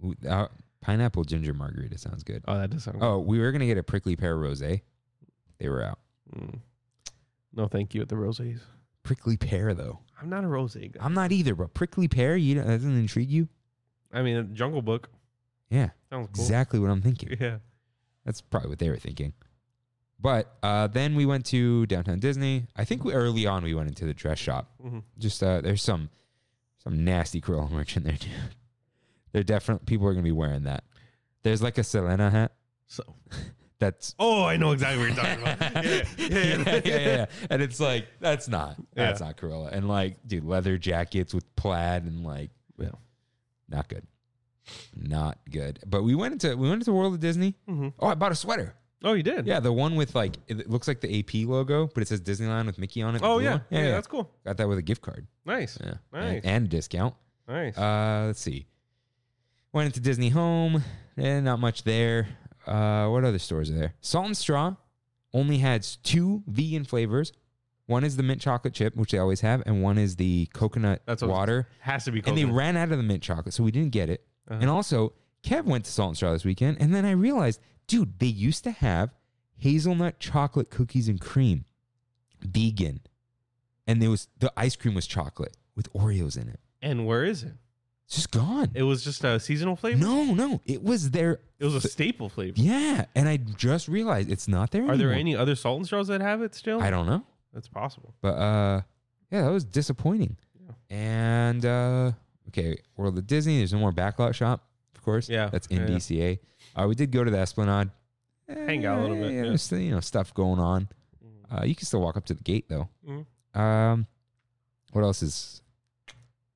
S1: Ooh, uh, pineapple ginger margarita sounds good.
S2: Oh, that does sound.
S1: Oh, we were gonna get a prickly pear rosé. They were out.
S2: Mm. No, thank you at the rosés.
S1: Prickly pear though.
S2: I'm not a rosé guy.
S1: I'm not either, but prickly pear, you know, that doesn't intrigue you?
S2: I mean, Jungle Book
S1: Yeah,
S2: sounds cool.
S1: exactly what I'm thinking.
S2: Yeah.
S1: That's probably what they were thinking. But uh, then we went to downtown Disney. I think we, early on we went into the dress shop.
S2: Mhm.
S1: Just uh, there's some some nasty Cruella merch in there, dude. They're definitely people are gonna be wearing that. There's like a Selena hat
S2: So.
S1: that's
S2: Oh, I know exactly what you're talking about. Yeah, yeah,
S1: yeah, yeah, yeah. And it's like that's not that's
S2: Yeah.
S1: not Cruella. And like, dude, leather jackets with plaid and like,
S2: Yeah.
S1: not good, not good. But we went into we went into World of Disney.
S2: Mhm.
S1: Oh, I bought a sweater.
S2: Oh, you did.
S1: Yeah, the one with like it looks like the AP logo, but it says Disneyland with Mickey on it. the
S2: Oh
S1: blue
S2: yeah.
S1: one.
S2: yeah. That's cool.
S1: got that with a gift card.
S2: Nice.
S1: Yeah,
S2: Nice.
S1: and, and a discount.
S2: Nice.
S1: Uh, let's see. Went into Disney Home. Eh, not much there. Uh, what other stores are there? Salt and Straw only has two vegan flavors. One is the mint chocolate chip, which they always have, and one is the coconut
S2: That's what-
S1: water.
S2: Has to be.
S1: And they
S2: coconut.
S1: ran out of the mint chocolate, so we didn't get it.
S2: Uh-huh.
S1: And also, Kev went to Salt and Straw this weekend, and then I realized, dude, they used to have hazelnut chocolate cookies and cream, vegan, and there was the ice cream was chocolate with Oreos in it.
S2: and where is it?
S1: It's just gone.
S2: It was just a seasonal flavor.
S1: No, no, it was there.
S2: It was a staple flavor.
S1: Yeah, and I just realized it's not there.
S2: Are there
S1: anymore.
S2: any other salt and straws that have it still?
S1: I don't know,
S2: That's possible.
S1: but uh, yeah, that was disappointing. And uh, okay, World of Disney. There's no more backlot shop, of course.
S2: Yeah,
S1: that's in
S2: yeah, yeah.
S1: DCA. Uh, we did go to the Esplanade.
S2: Hang out a little bit,
S1: Eh,
S2: yeah. Mm.
S1: there's still, you know, stuff going on. Uh, you can still walk up to the gate though.
S2: Mhm.
S1: Um, what else is?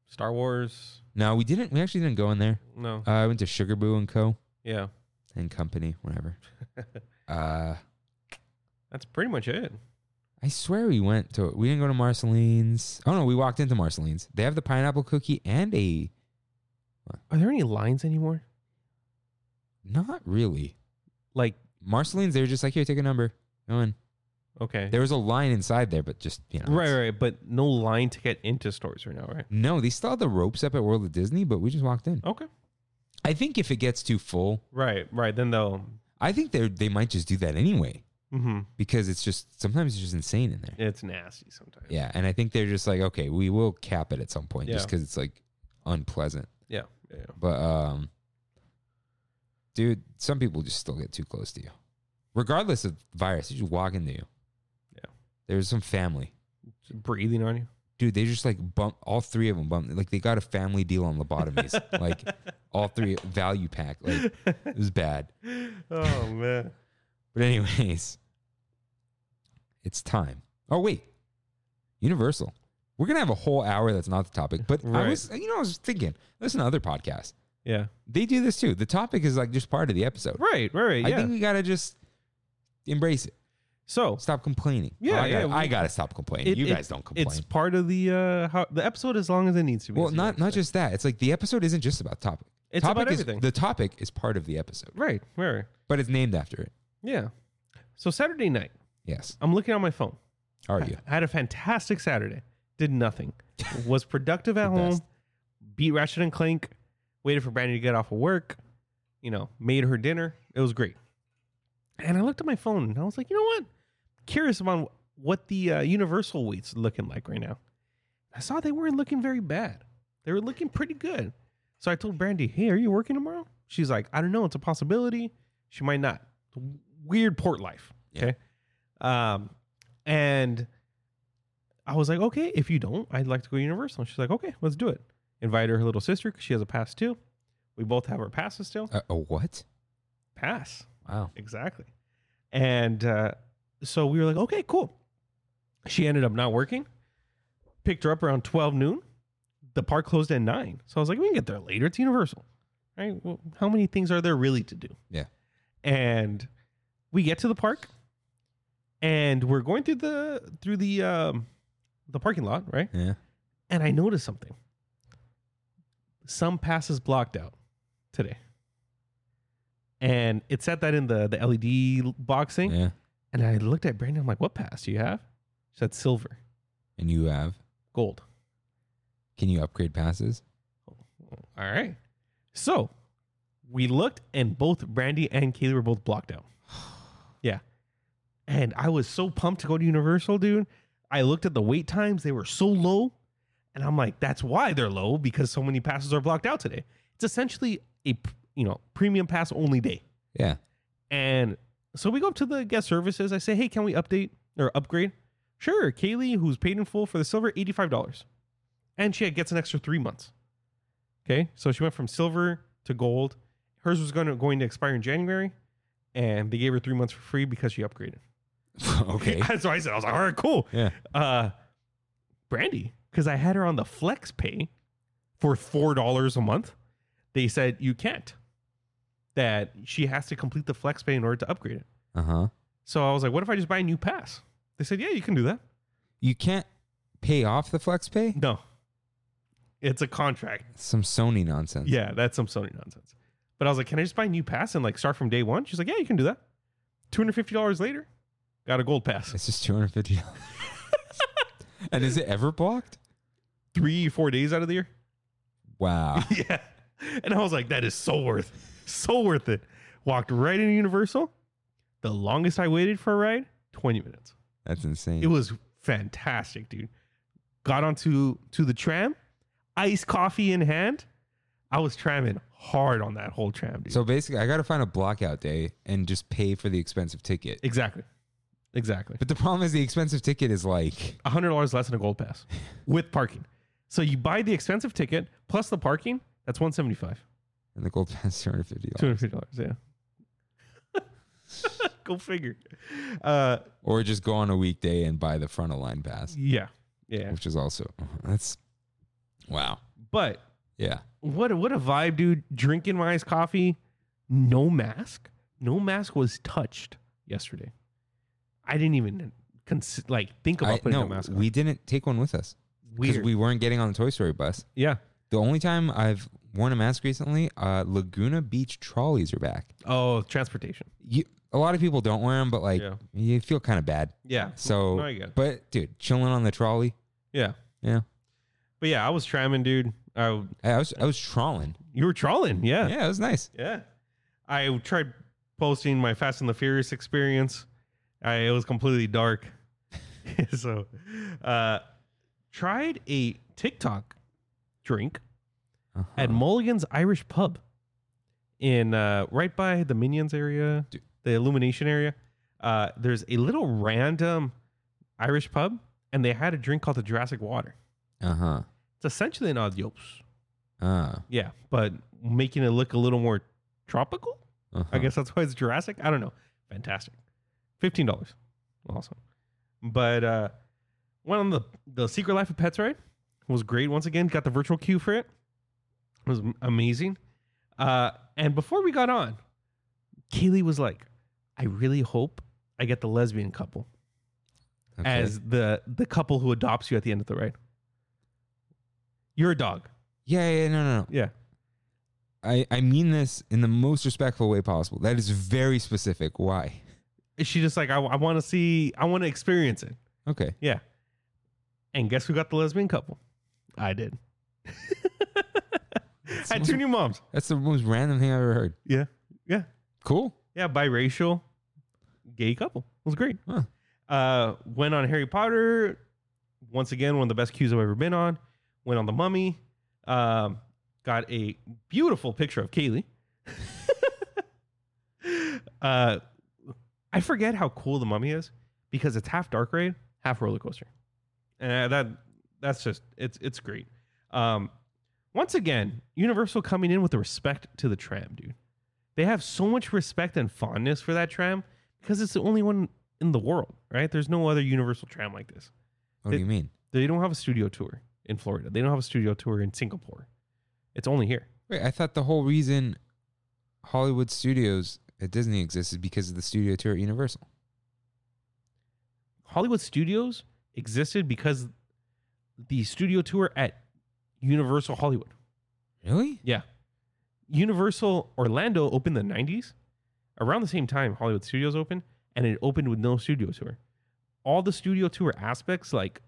S2: Star Wars.
S1: No, we didn't. We actually didn't go in there.
S2: No.
S1: Uh, I went to Sugar Boo and Co.
S2: yeah.
S1: and Company, whatever. uh.
S2: That's pretty much it.
S1: I swear we went to we didn't go to Marceline's. Oh no, we walked into Marceline's. They have the pineapple cookie and a
S2: Are there any lines anymore?
S1: not really.
S2: Like,
S1: Marceline's, they were just like, here, take a number. Go in.
S2: okay.
S1: There was a line inside there, but just you know.
S2: right,
S1: it's-
S2: right. But no line to get into stores right now, right?
S1: No, they still had the ropes up at World of Disney, but we just walked in.
S2: Okay.
S1: I think if it gets too full,
S2: Right, right. Then they'll.
S1: I think they they might just do that anyway
S2: Mm-hmm.
S1: because it's just sometimes it's just insane in there.
S2: It's nasty sometimes.
S1: Yeah, and I think they're just like, okay, we will cap it at some point just
S2: Yeah.
S1: because it's like unpleasant.
S2: Yeah. Yeah. yeah.
S1: But um, dude, some people just still get too close to you, regardless of virus. They just walk into you.
S2: Yeah.
S1: there's some family,
S2: Just breathing on you.
S1: dude. They just like bump all three of them bump like they got a family deal on lobotomies. like all three value pack. Like it was bad.
S2: oh man.
S1: But anyways, it's time. Oh wait, Universal. We're gonna have a whole hour that's not the topic. But I
S2: Right.
S1: was, you know, I was thinking, listen to other podcasts.
S2: Yeah.
S1: They do this too. The topic is like just part of the episode.
S2: Right. Right. Right.
S1: I
S2: Yeah.
S1: think we gotta just embrace it.
S2: so
S1: Stop complaining.
S2: Yeah,
S1: Oh, I, gotta,
S2: yeah,
S1: I
S2: we-
S1: gotta stop complaining.
S2: it-
S1: you
S2: it-
S1: guys don't complain.
S2: It's part of the uh how, the episode as long as it needs to be.
S1: well,
S2: is the
S1: not not
S2: episode.
S1: just that. It's like the episode isn't just about topic.
S2: It's
S1: topic
S2: about
S1: is,
S2: everything.
S1: The topic is part of the episode,
S2: right. Right. right.
S1: but it's named after it.
S2: Yeah. So Saturday night,
S1: Yes.
S2: I'm looking on my phone.
S1: Are you?
S2: I had a fantastic Saturday. Did nothing. Was productive
S1: The
S2: at home.
S1: best.
S2: Beat Ratchet and Clank. Waited for Brandy to get off of work. You know, made her dinner. It was great. And I looked at my phone and I was like, you know what? Curious about what the uh, Universal weights looking like right now. I saw they weren't looking very bad. They were looking pretty good. So I told Brandy, hey, are you working tomorrow? She's like, I don't know. It's a possibility. She might not. Weird port life. Okay. Um, and I was like, okay, if you don't, I'd like to go to Universal. And she's like, okay, let's do it. Invite her, her little sister because she has a pass too. We both have our passes still.
S1: Uh, a what?
S2: Pass.
S1: Wow.
S2: Exactly. And uh, so we were like, okay, cool. She ended up not working. Picked her up around 12 noon. The park closed at 9. So I was like, we can get there later. It's Universal. Right? Well, how many things are there really to do?
S1: Yeah.
S2: And we get to the park and we're going through the through the um the parking lot, right?
S1: Yeah.
S2: And I noticed something. Some passes blocked out today. And it said that in the, the LED box thing.
S1: Yeah.
S2: And I looked at Brandon, I'm like, what pass do you have? She said silver,
S1: And you have?
S2: gold.
S1: Can you upgrade passes?
S2: All right. So we looked, and both Brandy and Kaylee were both blocked out. Yeah. And I was so pumped to go to Universal, dude. I looked at the wait times, they were so low. And I'm like, that's why they're low because so many passes are blocked out today. It's essentially a you know premium pass only day.
S1: Yeah.
S2: And so we go up to the guest services. I say, hey, can we update or upgrade? Sure. Kaylee, who's paid in full for the silver, $85. And she gets an extra three months. Okay. So she went from silver to gold. Hers was going to, going to expire in January. And they gave her three months for free because she upgraded.
S1: okay.
S2: That's what I said. I was like, all right, cool.
S1: Yeah.
S2: Uh, Brandy, because I had her on the flex pay for $4 a month. They said, you can't. That she has to complete the flex pay in order to upgrade it.
S1: Uh huh.
S2: So I was like, what if I just buy a new pass? They said, yeah, you can do that.
S1: You can't pay off the flex pay?
S2: No. It's a contract.
S1: Some Sony nonsense.
S2: Yeah, that's some Sony nonsense. But I was like, can I just buy a new pass and like start from day one? She's like, yeah, you can do that. $250 later, got a gold pass.
S1: It's just two hundred fifty dollars. and is it ever blocked?
S2: Three, four days out of the year.
S1: Wow.
S2: yeah. And I was like, that is so worth, so worth it. Walked right into Universal. The longest I waited for a ride, 20 minutes.
S1: That's insane.
S2: It was fantastic, dude. Got onto to the tram, iced coffee in hand. I was tramming hard on that whole tram, dude.
S1: so basically I gotta find a blockout day and just pay for the expensive ticket.
S2: exactly, exactly.
S1: But the problem is the expensive ticket is like
S2: A hundred dollars less than a gold pass with parking. So you buy the expensive ticket plus the parking. That's one seventy five,
S1: and the gold pass two hundred fifty
S2: two
S1: dollars.
S2: hundred fifty dollars. Yeah. Go figure. Uh,
S1: Or just go on a weekday and buy the frontal line pass.
S2: yeah, yeah.
S1: Which is also that's wow.
S2: But
S1: Yeah.
S2: what a- what a vibe, dude! Drinking my iced coffee, no mask, no mask was touched yesterday. I didn't even cons- like think about
S1: I,
S2: putting a
S1: no,
S2: mask on.
S1: we didn't take one with us. Because
S2: Weird.
S1: we weren't getting on the Toy Story bus.
S2: yeah.
S1: The only time I've worn a mask recently, uh, Laguna Beach trolleys are back.
S2: Oh, transportation.
S1: You, a lot of people don't wear them, but like
S2: Yeah.
S1: you feel kind of bad.
S2: Yeah.
S1: So,
S2: No, I get it.
S1: but dude, chilling on the trolley.
S2: Yeah.
S1: Yeah,
S2: But yeah, I was tramming, dude. I
S1: I was I was trolling.
S2: you were trawling. Yeah.
S1: Yeah, it was nice.
S2: Yeah. I tried posting my Fast and the Furious experience. I, it was completely dark. so, uh, tried a TikTok drink
S1: Uh-huh.
S2: at Mulligan's Irish Pub in uh, right by the Minions area,
S1: Dude.
S2: the Illumination area. Uh, there's a little random Irish pub, and they had a drink called the Jurassic Water.
S1: uh-huh.
S2: It's essentially an adios.
S1: Uh,
S2: Yeah, but making it look a little more tropical.
S1: uh-huh.
S2: I guess that's why it's Jurassic. I don't know. Fantastic. Fifteen dollars. Awesome. But uh went on the the Secret Life of Pets ride was great once again. Got the virtual queue for it. It was am- amazing. Uh and before we got on, Kaylee was like, I really hope I get the lesbian couple
S1: Okay.
S2: as the the couple who adopts you at the end of the ride. You're a dog.
S1: yeah, yeah, no, no, no.
S2: Yeah.
S1: I, I mean this in the most respectful way possible. That is very specific. Why?
S2: She just like I, I want to see I want to experience it.
S1: Okay.
S2: Yeah. And guess who got the lesbian couple? I did. I had two new moms.
S1: That's the most random thing I've ever heard.
S2: Yeah. Yeah.
S1: Cool.
S2: Yeah. Biracial gay couple. It was great.
S1: Huh.
S2: Uh, went on Harry Potter. Once again, one of the best cues I've ever been on. Went on The Mummy. Um, got a beautiful picture of Kaylee. uh, I forget how cool The Mummy is because it's half dark ride, half roller coaster, and uh, that that's just it's it's great. Um, once again, Universal coming in with the respect to the tram, dude. They have so much respect and fondness for that tram because it's the only one in the world, right? There's no other Universal tram like this.
S1: What
S2: It-
S1: do you mean?
S2: They don't have a studio tour in Florida. They don't have a studio tour in Singapore. It's only here.
S1: Wait, I thought the whole reason Hollywood Studios at Disney exists is because of the studio tour at Universal.
S2: Hollywood Studios existed because the studio tour at Universal Hollywood.
S1: Really?
S2: Yeah. Universal Orlando opened in the 90s. Around the same time, Hollywood Studios opened, and it opened with no studio tour. All the studio tour aspects, like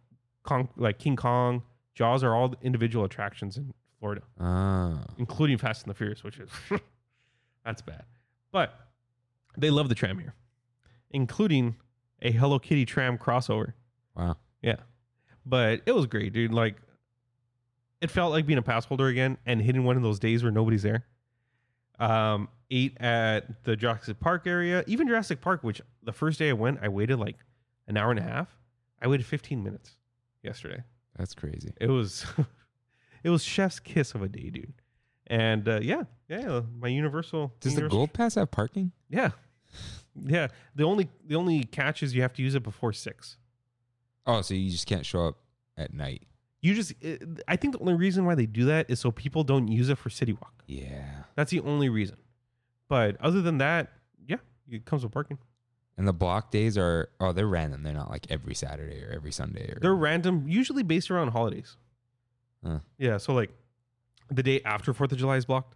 S2: Kong, like King Kong, Jaws, are all individual attractions in Florida,
S1: Oh.
S2: including Fast and the Furious, which is that's bad. But they love the tram here, including a Hello Kitty tram crossover.
S1: Wow.
S2: Yeah. But it was great, dude. Like it felt like being a pass holder again and hitting one of those days where nobody's there. Um, ate at the Jurassic Park area, even Jurassic Park, which the first day I went, I waited like an hour and a half. I waited 15 minutes yesterday.
S1: That's crazy.
S2: It was it was chef's kiss of a day, dude. And uh, yeah, yeah, my universal
S1: Does the
S2: universal-
S1: Gold Pass have parking?
S2: Yeah. Yeah. The only the only catch is you have to use it before 6.
S1: Oh, so you just can't show up at night.
S2: You just, it, I think the only reason why they do that is so people don't use it for City Walk.
S1: Yeah.
S2: That's the only reason. But other than that, yeah, it comes with parking.
S1: And the block days are oh, they're random. They're not like every Saturday or every Sunday or
S2: They're random, usually based around holidays.
S1: Huh.
S2: Yeah, so like the day after Fourth of July is blocked,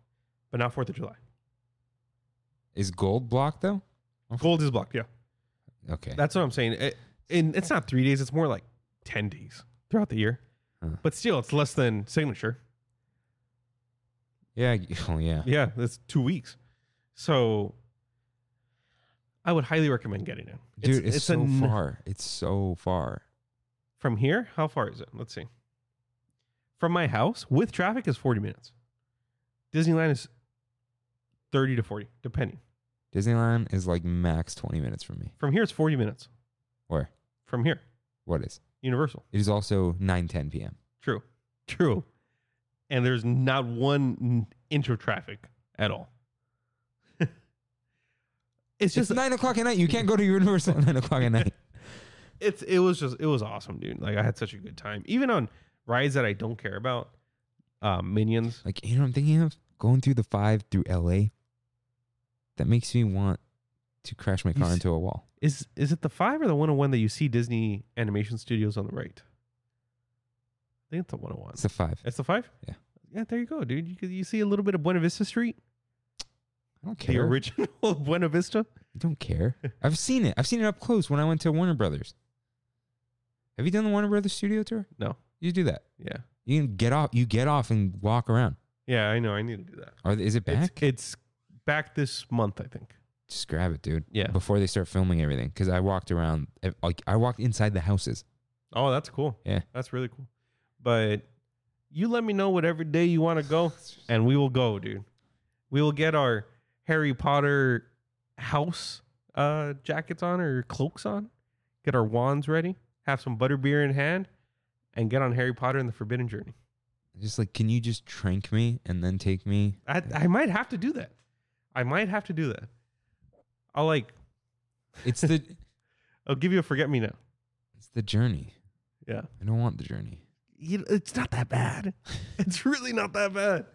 S2: but not Fourth of July.
S1: is gold blocked though?
S2: Gold is blocked. Yeah,
S1: Okay.
S2: that's what I'm saying. It, and it's not three days; it's more like ten days throughout the year.
S1: Huh.
S2: But still, it's less than signature.
S1: yeah. I- Oh yeah.
S2: Yeah, that's two weeks. So I would highly recommend getting it.
S1: Dude, it's,
S2: a
S1: so
S2: n-
S1: far. It's so far.
S2: From here, how far is it? Let's see. From my house with traffic is 40 minutes. Disneyland is 30 to 40, depending.
S1: Disneyland is like max twenty minutes from me.
S2: From here, it's 40 minutes.
S1: Where?
S2: From here,
S1: What is?
S2: Universal.
S1: It is also nine ten p.m.
S2: True. True. And there's not one n- inch of traffic at all. it's
S1: It's
S2: just,
S1: nine o'clock at night. You can't go to Universal at nine o'clock at night.
S2: it's, it was just, it was awesome, dude. Like, I had such a good time. Even on rides that I don't care about, uh, Minions.
S1: Like you know, what I'm thinking of going through the five through L.A. That makes me want to crash my
S2: You
S1: car
S2: s-
S1: into a wall.
S2: Is is it the five or the one oh one that you see Disney Animation Studios on the right? I think it's the one oh one.
S1: It's the five.
S2: It's the five.
S1: Yeah.
S2: yeah. There you go, dude. You could- you see a little bit of Buena Vista Street,
S1: I don't
S2: the
S1: care.
S2: original Buena Vista.
S1: I don't care. I've seen it. I've seen it up close when I went to Warner Brothers. Have you done the Warner Brothers studio tour?
S2: No.
S1: You do that.
S2: Yeah,
S1: You can get off. You get off and walk around.
S2: yeah. I know. I need to do that.
S1: Are they- is it
S2: It's-
S1: back?
S2: It's, back this month, I think.
S1: Just grab it, dude.
S2: Yeah.
S1: Before they start filming everything, because I walked around. eh, Like I walked inside the houses.
S2: Oh, that's cool.
S1: Yeah.
S2: That's really cool. But you let me know whatever day you want to go, and we will go, dude. We will get our Harry Potter house uh, jackets on or cloaks on, get our wands ready, have some butterbeer in hand, and get on Harry Potter and the Forbidden Journey.
S1: Just like, can you just trank me and then take me?
S2: I, I might have to do that. I might have to do that. I'll like,
S1: It's the
S2: I'll give you a forget me now.
S1: it's the journey.
S2: Yeah.
S1: I don't want the journey.
S2: You, it's not that bad. It's really not that bad.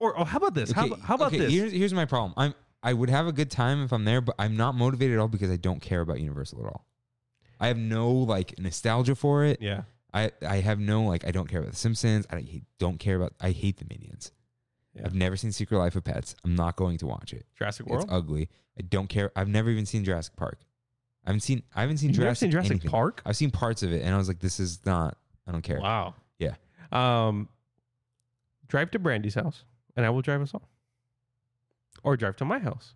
S2: Or oh, how about this? how,
S1: Okay,
S2: ab- how about
S1: okay,
S2: this?
S1: Here's, here's my problem. I'm I would have a good time if I'm there, but I'm not motivated at all because I don't care about Universal at all. I have no like nostalgia for it.
S2: Yeah.
S1: I I have no like I don't care about the Simpsons. I hate- don't care about I hate the Minions.
S2: Yeah.
S1: I've never seen Secret Life of Pets. I'm not going to watch it.
S2: Jurassic World.
S1: It's ugly. I don't care. I've never even seen Jurassic Park. I haven't seen I haven't seen
S2: You've never
S1: Jurassic,
S2: seen Jurassic
S1: anything.
S2: Park?
S1: I've seen parts of it and I was like this is not I don't care.
S2: Wow.
S1: Yeah.
S2: Um, drive to Brandy's house, and I will drive us all. Or drive to my house,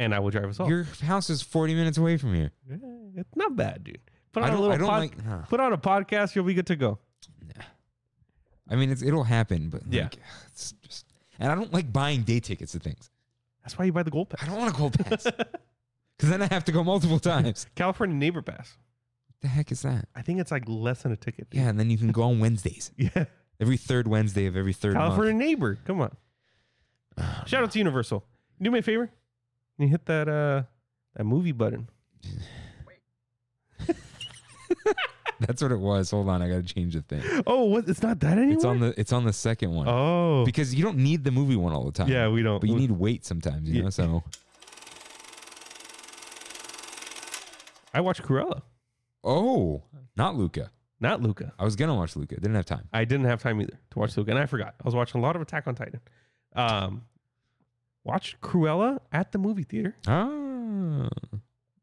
S2: and I will drive us all.
S1: Your house is 40 minutes away from here.
S2: Eh, it's not bad, dude. Put
S1: I
S2: on a
S1: don't,
S2: little
S1: I don't
S2: pod-
S1: like huh.
S2: Put on a podcast, you'll be good to go.
S1: I mean, it's, it'll happen, but
S2: Yeah.
S1: like, it's just. And I don't like buying day tickets to things.
S2: That's why you buy the gold pass.
S1: I don't want to go pass because then I have to go multiple times.
S2: California neighbor pass.
S1: the heck is that?
S2: I think it's like less than a ticket. dude.
S1: Yeah, and then you can go on Wednesdays,
S2: Yeah.
S1: every third Wednesday of every third
S2: California
S1: month.
S2: neighbor. Come on. Shout out to Universal. Do me a favor. Can you hit that uh that movie button?
S1: That's what it was. Hold on, I gotta change the thing.
S2: Oh, what? It's not that anymore.
S1: It's on the it's on the second one
S2: Oh,
S1: because you don't need the movie one all the time.
S2: yeah, we don't.
S1: but you
S2: we-
S1: need weight sometimes, you
S2: Yeah.
S1: know. So
S2: I watched Cruella,
S1: oh, not Luca.
S2: not Luca.
S1: I was gonna watch Luca. Didn't have time.
S2: I didn't have time either to watch Luca, and I forgot. I was watching a lot of Attack on Titan. Um, watched Cruella at the movie theater.
S1: Oh,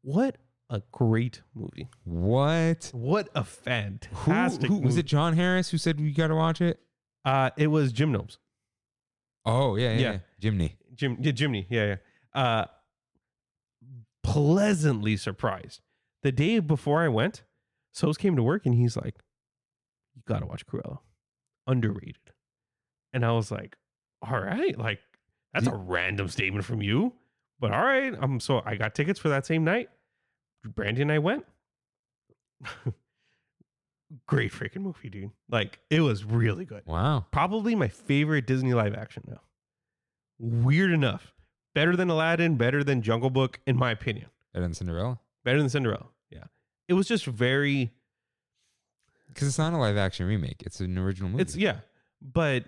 S2: What a great movie!
S1: what?
S2: What a
S1: Who,
S2: fantastic
S1: who was
S2: movie.
S1: it? John Harris who said we gotta watch it?
S2: Uh, it was Jim Gnomes.
S1: Oh yeah, yeah,
S2: Yeah.
S1: yeah. Jimny.
S2: Jim, yeah, Jimny, yeah, yeah. Uh, pleasantly surprised. The day before I went, Sos came to work and he's like, "You gotta watch Cruella, underrated." And I was like, "All right, like that's a
S1: Did-
S2: random statement from you, but all right." Um, so I got tickets for that same night. Brandy and I went. Great freaking movie, dude! Like it was really good
S1: Wow.
S2: probably my favorite Disney live action now. Weird enough. Better than Aladdin, better than Jungle Book, in my opinion.
S1: Better than Cinderella.
S2: Better than Cinderella. Yeah. It was just very
S1: Because it's not a live action remake. It's an original movie.
S2: it's yeah. But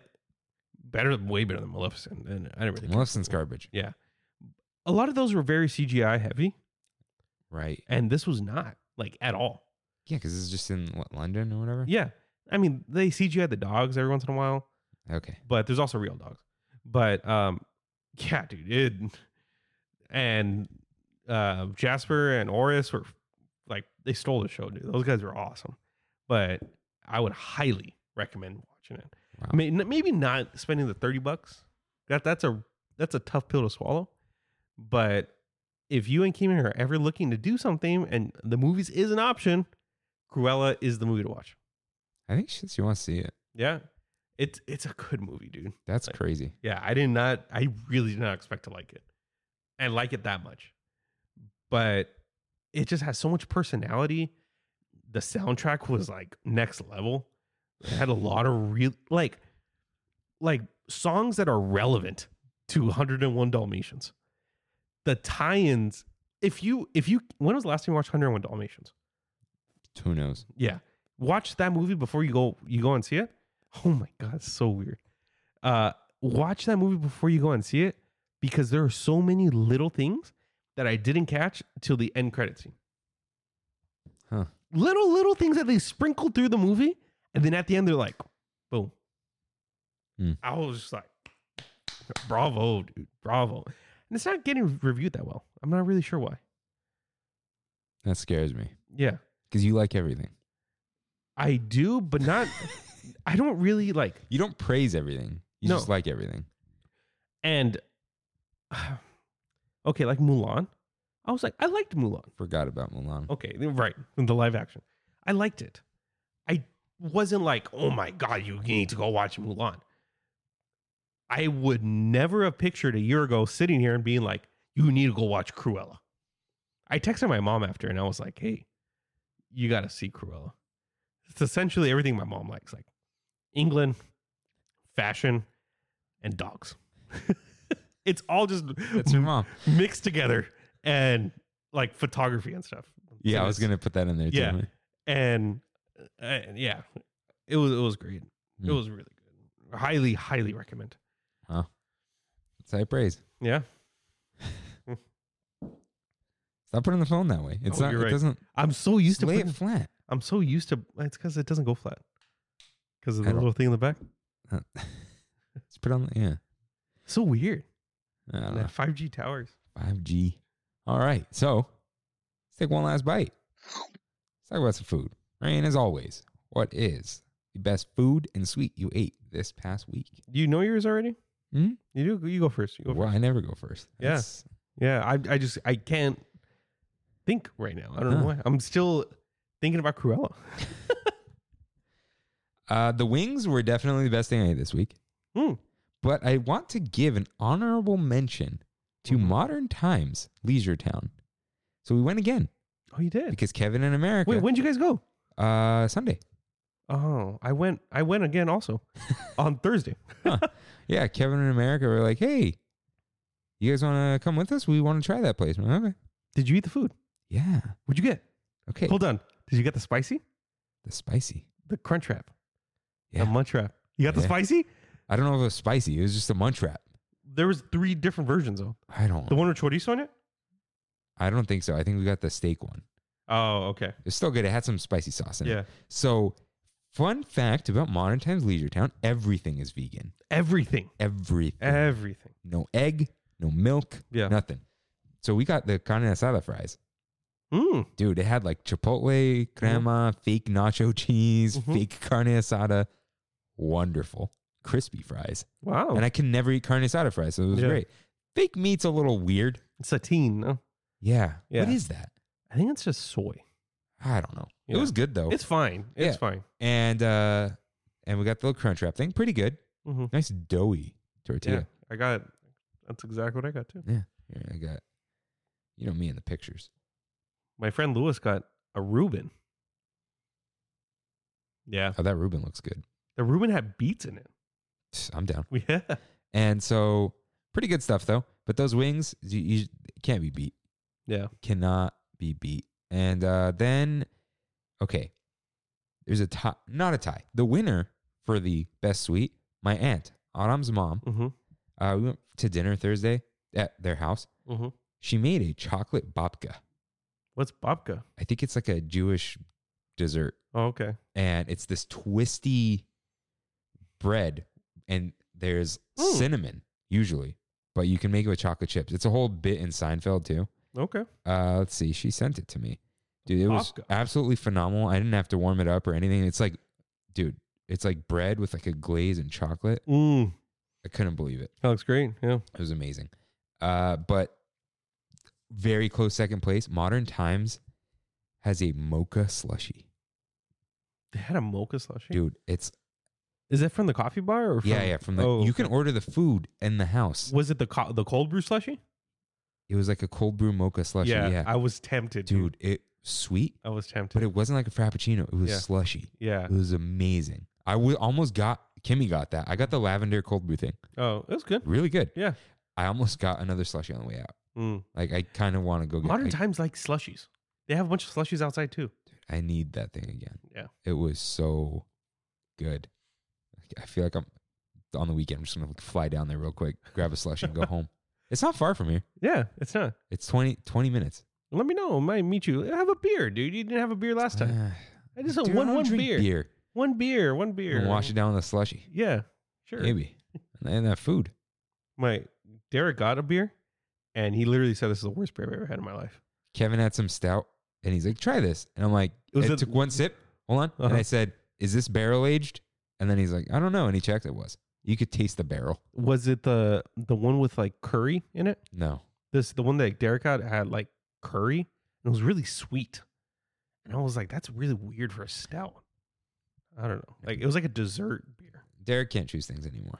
S2: better way better than Maleficent. And I didn't really care.
S1: Maleficent's garbage.
S2: Yeah. A lot of those were very CGI heavy,
S1: Right.
S2: and this was not, like at all.
S1: Yeah, because it's just in what, London or whatever?
S2: Yeah. I mean, they CGI the dogs every once in a while.
S1: Okay.
S2: but there's also real dogs. But um, yeah, dude, it, and uh, Jasper and Oris were like they stole the show, dude. Those guys were awesome. But I would highly recommend watching it.
S1: Wow.
S2: I mean, maybe not spending the thirty bucks. That that's a that's a tough pill to swallow. But if you and Kimi are ever looking to do something, and the movies is an option, Cruella is the movie to watch.
S1: I think she, she wants to see it.
S2: Yeah, it's it's a good movie, dude.
S1: That's
S2: Like-
S1: crazy.
S2: Yeah, I did not. I really did not expect to like it, and like it that much. But it just has so much personality. The soundtrack was like next level. It had a lot of real like, like songs that are relevant to 101 Dalmatians. The tie-ins. If you if you when was the last time you watched 101 Dalmatians?
S1: Who knows?
S2: Yeah. Watch that movie before you go you go and see it. Oh my god, it's so weird. Uh watch that movie before you go and see it because there are so many little things that I didn't catch till the end credit scene.
S1: Huh.
S2: Little little things that they sprinkled through the movie and then at the end they're like boom.
S1: Hmm.
S2: I was just like bravo, dude. Bravo. And it's not getting reviewed that well. I'm not really sure why.
S1: That scares me.
S2: Yeah.
S1: Because you like everything.
S2: I do, but not I don't really like
S1: You don't praise everything. You
S2: No.
S1: just like everything.
S2: And Okay, like Mulan. I was like, I liked Mulan.
S1: Forgot about Mulan.
S2: Okay, right. The live action. I liked it. I wasn't like, oh my God, you need to go watch Mulan. I would never have pictured a year ago sitting here and being like, you need to go watch Cruella. I texted my mom after and I was like, hey, you got to see Cruella. It's essentially everything my mom likes, like England, fashion, and dogs. it's all just
S1: That's your mom.
S2: mixed together and like photography and stuff.
S1: Yeah,
S2: So
S1: I was
S2: it's-
S1: gonna put that in there.
S2: Yeah.
S1: Too.
S2: and, and yeah, it was it was great. It
S1: Hmm.
S2: was really good. Highly, highly recommend.
S1: It's high praise.
S2: Yeah,
S1: Stop putting the phone that way. It's
S2: Oh,
S1: not.
S2: you're
S1: It
S2: right.
S1: doesn't
S2: I'm so used to.
S1: lay
S2: putting-
S1: it flat.
S2: I'm so used to. It's because it doesn't go flat. Because of the
S1: I don't-
S2: little thing in the back.
S1: Just put on. the- Yeah.
S2: So weird.
S1: I don't know.
S2: That 5G towers.
S1: Five G. All right. So let's take one last bite. Let's talk about some food. Right. And as always, what is the best food and sweet you ate this past week?
S2: You know yours already.
S1: Hmm?
S2: You do. You go first. You go
S1: Well,
S2: first.
S1: I never go first.
S2: Yeah.
S1: That's-
S2: Yeah. I. I just. I can't think right now. I don't
S1: Huh.
S2: know why. I'm still thinking about Cruella.
S1: Uh, the wings were definitely the best thing I ate this week.
S2: Hmm.
S1: But I want to give an honorable mention to
S2: Mhm.
S1: Modern Times Leisure Town. So we went again
S2: Oh, you did.
S1: because Kevin in America.
S2: Wait, when'd you guys go?
S1: Uh, Sunday.
S2: Oh, I went. I went again also on Thursday.
S1: Yeah, Kevin in America were like, hey, you guys want to come with us? We want to try that place. I'm like, okay.
S2: Did you eat the food?
S1: Yeah.
S2: What'd you get?
S1: Okay.
S2: Hold on. Did you get the spicy?
S1: The spicy.
S2: The crunch wrap.
S1: Yeah.
S2: The munch wrap. You got the
S1: Yeah.
S2: spicy?
S1: I don't know if it was spicy. It was just a munch wrap.
S2: There was three different versions though.
S1: I don't.
S2: The one with chorizo in it?
S1: I don't think so. I think we got the steak one.
S2: Oh, okay.
S1: It's still good. It had some spicy sauce in it.
S2: Yeah.
S1: So, fun fact about Modern Times Leisure Town: everything is vegan.
S2: Everything.
S1: Everything.
S2: Everything.
S1: no egg, no milk,
S2: Eh. Yeah.
S1: nothing. So we got the carne asada fries.
S2: Mm.
S1: Dude, it had like chipotle, crema,
S2: Mm-hmm.
S1: fake nacho cheese,
S2: Mhm.
S1: fake carne asada. Wonderful. Crispy fries.
S2: Wow.
S1: And I can never eat carne asada fries, so it was
S2: Oh. Yeah.
S1: great. Fake meat's a little weird.
S2: Satine. No?
S1: Yeah. What
S2: Yeah.
S1: is that?
S2: I think it's just soy.
S1: I don't know. It
S2: Yeah.
S1: was good though.
S2: It's fine. It's
S1: Oh. Yeah.
S2: fine.
S1: and uh and we got the little crunch wrap thing. Pretty good.
S2: Mm-hmm.
S1: Nice doughy
S2: Yeah.
S1: tortilla.
S2: I got that's exactly what I got too.
S1: Here, I got you know me in the pictures.
S2: My friend Lewis got a Reuben. Yeah.
S1: Oh, that Reuben looks good.
S2: The Reuben had beets in it.
S1: I'm down.
S2: Yeah.
S1: And so, pretty good stuff though. But those wings, you, you can't be beat.
S2: Yeah.
S1: Cannot be beat. And uh, then, okay, there's a tie. Not a tie. The winner for the best suite, my aunt Aram's mom.
S2: Mm-hmm.
S1: Uh, we went to dinner Thursday at their house.
S2: Mm-hmm.
S1: She made a chocolate babka.
S2: What's babka?
S1: I think it's like a Jewish dessert,
S2: Oh, okay.
S1: and it's this twisty bread, and there's
S2: Mm.
S1: cinnamon usually, but you can make it with chocolate chips. It's a whole bit in Seinfeld too.
S2: Okay.
S1: Uh, let's see, she sent it to me, dude. It was
S2: Babka.
S1: absolutely phenomenal. I didn't have to warm it up or anything. It's like, dude, it's like bread with like a glaze and chocolate.
S2: Mm.
S1: I couldn't believe it.
S2: That looks great. Yeah.
S1: It was amazing. Uh, but very close second place. Modern Times has a mocha slushy.
S2: They had a mocha slushie.
S1: dude it's
S2: Is that from the coffee bar or from,
S1: yeah yeah from the
S2: Oh,
S1: you can order the food in the house
S2: Was it the co- the cold brew slushie?
S1: it was like a cold brew mocha slushy yeah,
S2: I was tempted, dude.
S1: dude it sweet
S2: I was tempted.
S1: but it wasn't like a frappuccino it was
S2: Yeah.
S1: slushy
S2: yeah.
S1: it was amazing i w- almost got kimmy got that i got the lavender cold brew thing
S2: Oh, it was good.
S1: really good
S2: Yeah.
S1: i almost got another slushy on the way out
S2: Mm.
S1: like i kind of want to go get
S2: Modern
S1: like,
S2: times like slushies. They have a bunch of slushies outside too.
S1: i need that thing again
S2: Yeah.
S1: it was so good i feel like i'm on the weekend i'm just gonna fly down there real quick grab a slushie and go home it's not far from here
S2: Yeah, it's not.
S1: it's 20 20 minutes
S2: Let me know. I might meet you. Have a beer, dude. You didn't have a beer last time.
S1: Ah.
S2: Uh, I just
S1: Dude,
S2: had
S1: I
S2: one
S1: don't
S2: one
S1: drink
S2: beer. One beer. One beer.
S1: And wash it down with a slushy.
S2: Yeah, sure.
S1: Maybe. And then that food.
S2: My Derek got a beer, and he literally said, "This is the worst beer I've ever had in my life."
S1: Kevin had some stout and he's like, try this. And I'm like,
S2: It was
S1: I
S2: a-
S1: took one sip. Hold on. And
S2: Uh-huh.
S1: I said, is this barrel aged? And then he's like, I don't know. And he checked it was. You could taste the barrel.
S2: Was it the the one with like curry in it?
S1: No.
S2: This the one that Derek got had like curry and it was really sweet. And I was like, that's really weird for a stout. I don't know. Like it was like a dessert beer.
S1: Derek can't choose things anymore.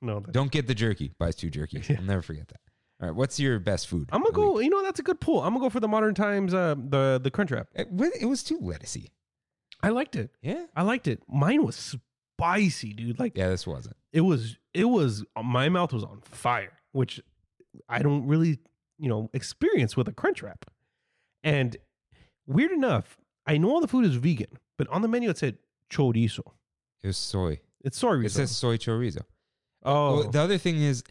S2: No, that,
S1: Don't get the jerky. Buys two jerky.
S2: Yeah.
S1: I'll never forget that. All right. What's your best food?
S2: I'm
S1: of
S2: gonna
S1: the
S2: go.
S1: week?
S2: You know that's a good pull. I'm gonna go for the modern times. Uh, the the crunch wrap.
S1: It, wa- it was too lettucey.
S2: I liked it.
S1: Yeah.
S2: I liked it. Mine was spicy, dude. Like
S1: Yeah. This wasn't.
S2: it was. It was. uh, My mouth was on fire, which I don't really, you know, experience with a crunch wrap. And weird enough, I know all the food is vegan, but on the menu it said chorizo.
S1: It was soy.
S2: It's sorry.
S1: It says soy chorizo.
S2: oh,
S1: Well, the other thing is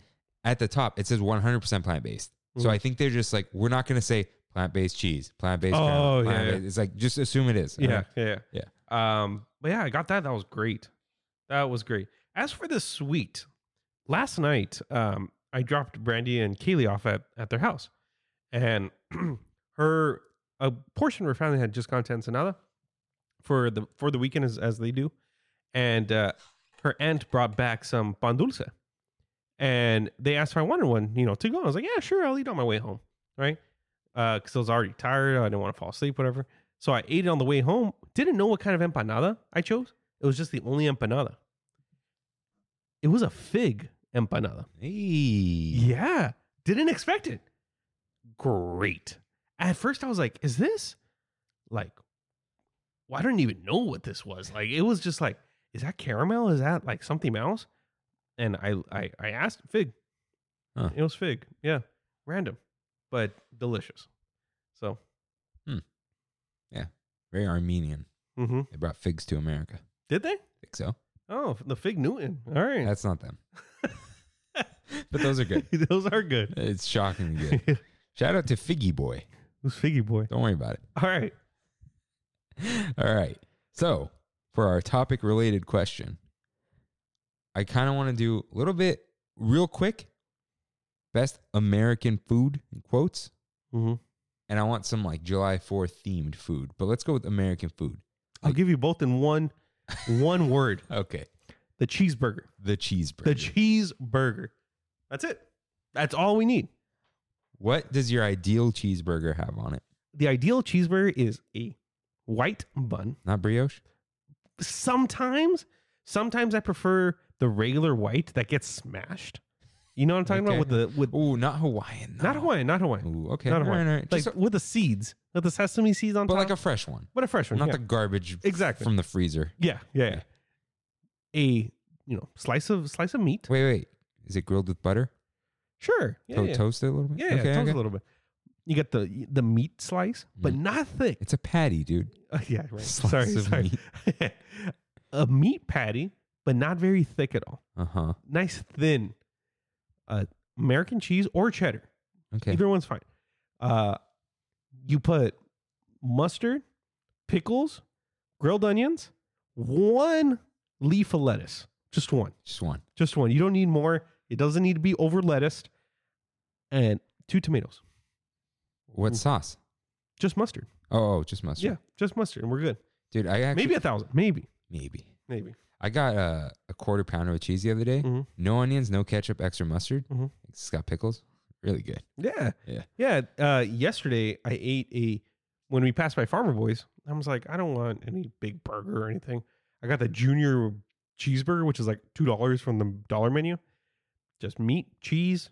S1: at the top, it says 100% plant based. So
S2: Mm.
S1: I think they're just like, we're not going to say plant based cheese, plant based.
S2: Oh, yeah, yeah.
S1: It's like, just assume it is.
S2: Yeah,
S1: Alright.
S2: yeah, yeah. Um, but yeah, I got that. That was great. That was great. As for the sweet, last night, um, I dropped Brandy and Kaylee off at at their house, and her a portion of her family had just gone to Ensenada for the for the weekend as as they do, and uh, her aunt brought back some pan dulce, and they asked if I wanted one, you know, to go. I was like, yeah, sure, I'll eat on my way home, right? Because I was already tired, I didn't want to fall asleep, whatever. So I ate it on the way home. Didn't know what kind of empanada I chose. It was just the only empanada. It was a fig empanada.
S1: Hey.
S2: Yeah. Didn't expect it. Great. At first I was like, is this like well, I don't even know what this was. Like it was just like, is that caramel? Is that like something else? And I I, I asked fig.
S1: Huh.
S2: It was fig. Yeah. Random. But delicious. So
S1: Very Armenian.
S2: mm-hmm.
S1: They brought figs to America.
S2: did they?
S1: I think so.
S2: Oh, the Fig Newton. All right.
S1: That's not them. but those are good.
S2: those are good.
S1: It's shockingly good.
S2: Who's
S1: Shout out to Figgy Boy.
S2: Figgy Boy?
S1: Don't worry about it.
S2: All right.
S1: All right. So, for our topic related question, I kind of want to do a little bit real quick best American food in quotes. Mm-hmm.
S2: Mhm.
S1: And I want some like July 4th themed food, but let's go with American food.
S2: I'll give you both in one one word.
S1: Okay.
S2: The cheeseburger.
S1: The cheeseburger.
S2: The cheeseburger. That's it. That's all we need.
S1: what does your ideal cheeseburger have on it?
S2: The ideal cheeseburger is a white bun.
S1: Not brioche?
S2: Sometimes, sometimes I prefer the regular white that gets smashed. You know what I'm talking about
S1: Okay.
S2: with the with
S1: Oh, not Hawaiian.
S2: not Hawaiian, not Hawaiian.
S1: Ooh, okay.
S2: Not
S1: all
S2: Hawaiian.
S1: right, all right.
S2: Like
S1: Just-
S2: with the seeds, with the sesame seeds on
S1: but
S2: top.
S1: like a fresh one,
S2: what a fresh one.
S1: not
S2: yeah.
S1: the garbage
S2: Exactly.
S1: from the freezer.
S2: Yeah, yeah, yeah. A you know slice of slice of meat.
S1: Wait, wait. Is it grilled with butter?
S2: Sure. Yeah,
S1: To-
S2: yeah.
S1: Toast it a little bit?
S2: yeah, yeah, toast a little bit. You got the the meat slice, but not thick.
S1: It's a patty, dude.
S2: Oh, yeah, right.
S1: Slice
S2: sorry,
S1: of
S2: sorry. a meat patty, but not very thick at all.
S1: Uh huh.
S2: Nice thin. Uh, American cheese or cheddar,
S1: Okay.
S2: either one's fine. Uh, you put mustard, pickles, grilled onions, one leaf of lettuce, just one.
S1: Just one.
S2: Just one. You don't need more. It doesn't need to be over lettuced. And two tomatoes.
S1: What
S2: Ooh.
S1: sauce?
S2: Just mustard.
S1: Oh, oh, just mustard.
S2: Yeah, just mustard. And we're good.
S1: Dude, I actually
S2: maybe a thousand. Maybe.
S1: maybe.
S2: Maybe.
S1: I got a, a quarter pounder with cheese the other day.
S2: Mhm.
S1: No onions, no ketchup, extra mustard.
S2: Mhm.
S1: It's got pickles. Really good.
S2: Yeah.
S1: Yeah.
S2: Yeah. Uh, yesterday I ate a when we passed by Farmer Boys, I was like, I don't want any big burger or anything. I got the junior cheeseburger, which is like two dollars from the dollar menu. Just meat, cheese,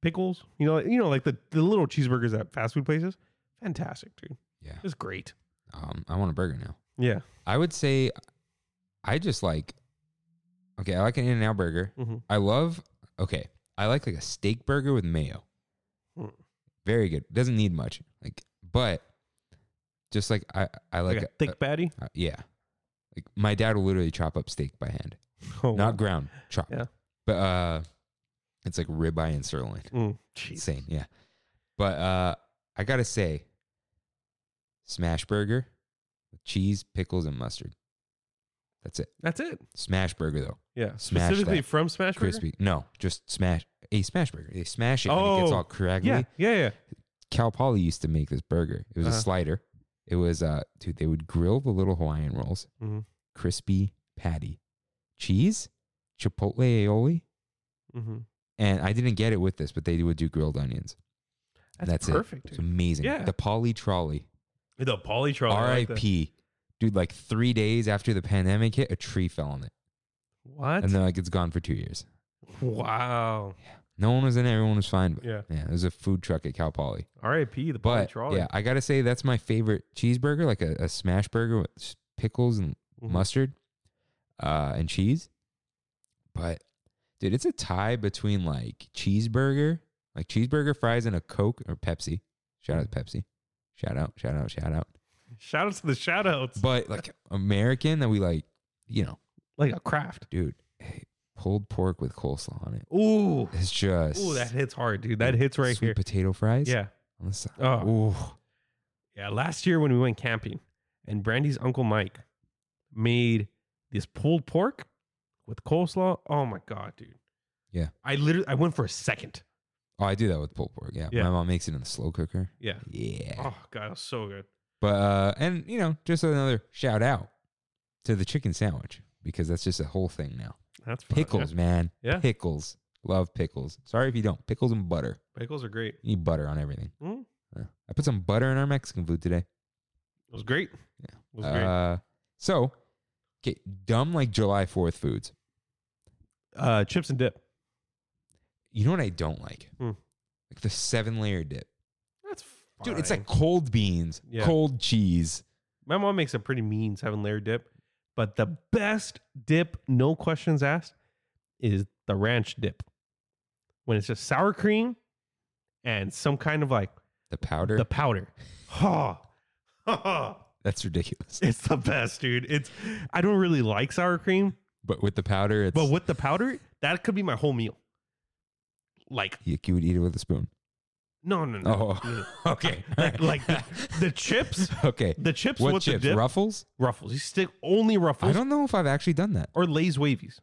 S2: pickles. You know, you know, like the, the little cheeseburgers at fast food places. Fantastic, dude.
S1: Yeah.
S2: Just great.
S1: Um, I want a burger now.
S2: Yeah.
S1: I would say I just like okay, I like an in and out burger.
S2: Mm-hmm.
S1: I love okay. I like like a steak burger with mayo.
S2: Hmm.
S1: Very good. Doesn't need much. Like but just like I I like,
S2: like, a thick patty.
S1: Uh, yeah. Like my dad will literally chop up steak by hand,
S2: Oh,
S1: not ground, chop.
S2: Yeah.
S1: But uh, it's like ribeye and sirloin.
S2: mm, jeez.
S1: Insane. Yeah. But uh, I gotta say, smash burger, with cheese, pickles, and mustard. That's it.
S2: That's it.
S1: Smash burger though,
S2: Yeah,
S1: Smash
S2: specifically
S1: that.
S2: from Smash
S1: crispy. No, just smash a smash burger. They smash it and it gets
S2: Oh,
S1: all
S2: Burger?
S1: craggly.
S2: Yeah, yeah, yeah.
S1: Cal Poly used to make this burger. It was
S2: Uh-huh.
S1: a slider. It was uh, dude. They would grill the little Hawaiian rolls,
S2: Mhm.
S1: crispy patty, cheese, chipotle aioli,
S2: Mm-hmm.
S1: And I didn't get it with this, but they would do grilled onions. And that's,
S2: perfect.
S1: it. It's
S2: dude.
S1: amazing.
S2: Yeah.
S1: The poly trolley.
S2: The polytron.
S1: R.I.P. Dude, like three days after the pandemic hit, a tree fell on it.
S2: What?
S1: And then like it's gone for two years.
S2: wow.
S1: No one was in it, everyone was fine. But
S2: Yeah.
S1: yeah, it was a food truck at Cal Poly.
S2: R.I.P. The
S1: But
S2: polytron.
S1: yeah, I gotta say that's my favorite cheeseburger, like a, a smash burger with s- pickles and
S2: Mhm.
S1: mustard uh, and cheese. But dude, it's a tie between like cheeseburger, like cheeseburger fries and a Coke or Pepsi. Shout out to Pepsi. Shout out, shout out, shout out.
S2: Shout out to the shout outs.
S1: But like American that we like, you know,
S2: Like a craft.
S1: dude, hey, pulled pork with coleslaw on it.
S2: Ooh.
S1: It's just
S2: Ooh, that hits hard, dude. That hits right
S1: sweet
S2: here.
S1: potato fries.
S2: Yeah.
S1: On the side.
S2: Oh.
S1: Ooh.
S2: Yeah. Last year when we went camping and Brandy's uncle Mike made this pulled pork with coleslaw. Oh my God, dude.
S1: Yeah.
S2: I literally I went for a second.
S1: Oh, I do that with pulled pork. Yeah.
S2: Yeah.
S1: My mom makes it in the slow cooker.
S2: Yeah.
S1: Yeah.
S2: Oh God, it was so good.
S1: But uh and you know, just another shout out to the chicken sandwich because that's just a whole thing now.
S2: That's fun.
S1: Pickles, man.
S2: Yeah.
S1: Pickles. Love pickles. Sorry if you don't. Pickles and butter.
S2: Yeah. Pickles are great.
S1: You need butter on everything.
S2: Mm.
S1: Uh, I put some butter in our Mexican food today.
S2: It was great.
S1: Yeah.
S2: It was great.
S1: Uh, so, okay, dumb like July 4th foods.
S2: Uh, chips and dip.
S1: You know what I don't like?
S2: Hmm.
S1: Like the seven layer dip.
S2: That's fine.
S1: Dude, it's like cold beans,
S2: Yeah.
S1: cold cheese.
S2: my mom makes a pretty mean seven layer dip, but the best dip, no questions asked, is the ranch dip. When it's just sour cream and some kind of like
S1: The powder.
S2: the powder. Ha. Ha.
S1: that's ridiculous.
S2: it's the best, dude. It's I don't really like sour cream,
S1: But with the powder, it's
S2: but with the powder, that could be my whole meal. Like
S1: you, you would eat it with a spoon.
S2: no, no, no.
S1: Oh, okay.
S2: Like, like the, the chips,
S1: okay.
S2: the chips
S1: What
S2: with
S1: chips?
S2: the dip,
S1: Ruffles?
S2: ruffles. You stick only
S1: I
S2: ruffles
S1: don't know if I've actually done that.
S2: or Lay's wavies.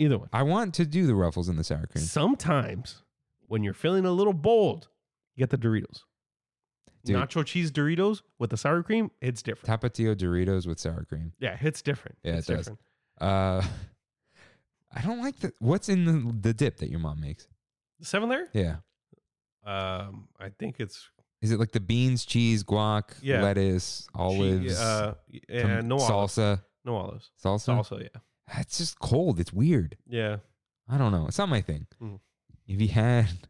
S2: Either one.
S1: I want to do the ruffles and the sour cream.
S2: Sometimes when you're feeling a little bold, you get the Doritos.
S1: Dude.
S2: Nacho cheese Doritos with the sour cream, it's different.
S1: Tapatio Doritos with sour cream.
S2: Yeah, it's different.
S1: Yeah,
S2: it's
S1: it does.
S2: different.
S1: Uh, I don't like the what's in the, the dip that your mom makes.
S2: The seven layer?
S1: Yeah,
S2: Um, I think it's
S1: is it like the beans, cheese, guac,
S2: Yeah.
S1: lettuce, olives,
S2: Cheese, uh, yeah,
S1: tom-
S2: no olives.
S1: salsa,
S2: No olives.
S1: salsa?
S2: Salsa, yeah.
S1: It's just cold. It's weird.
S2: Yeah.
S1: I don't know. It's not my thing.
S2: Mm.
S1: If you had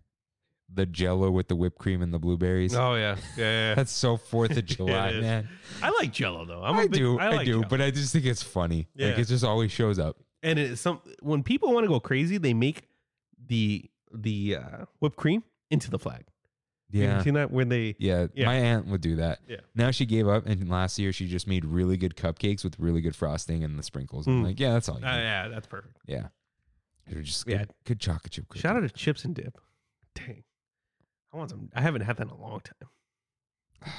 S1: the Jello with the whipped cream and the blueberries,
S2: Oh yeah. Yeah. yeah.
S1: that's so Fourth of July,
S2: is.
S1: man.
S2: I like Jello though. I'm
S1: i
S2: a big-
S1: do, I,
S2: like
S1: do,
S2: Jell-O.
S1: but I just think it's funny.
S2: Yeah.
S1: Like it just always shows up.
S2: and it's some when people want to go crazy, they make the the uh, whipped cream into the flag. You ever
S1: Yeah.
S2: seen that when they
S1: yeah,
S2: Yeah.
S1: My aunt would do that.
S2: Yeah.
S1: Now she gave up, and last year she just made really good cupcakes with really good frosting and the sprinkles. I'm
S2: Mm.
S1: like, yeah, that's all. You
S2: Uh,
S1: need.
S2: yeah, that's perfect.
S1: yeah. They were just
S2: Yeah.
S1: good, good chocolate chip cookies.
S2: Shout out to chips and dip. Dang, I want some. I haven't had that in a long time.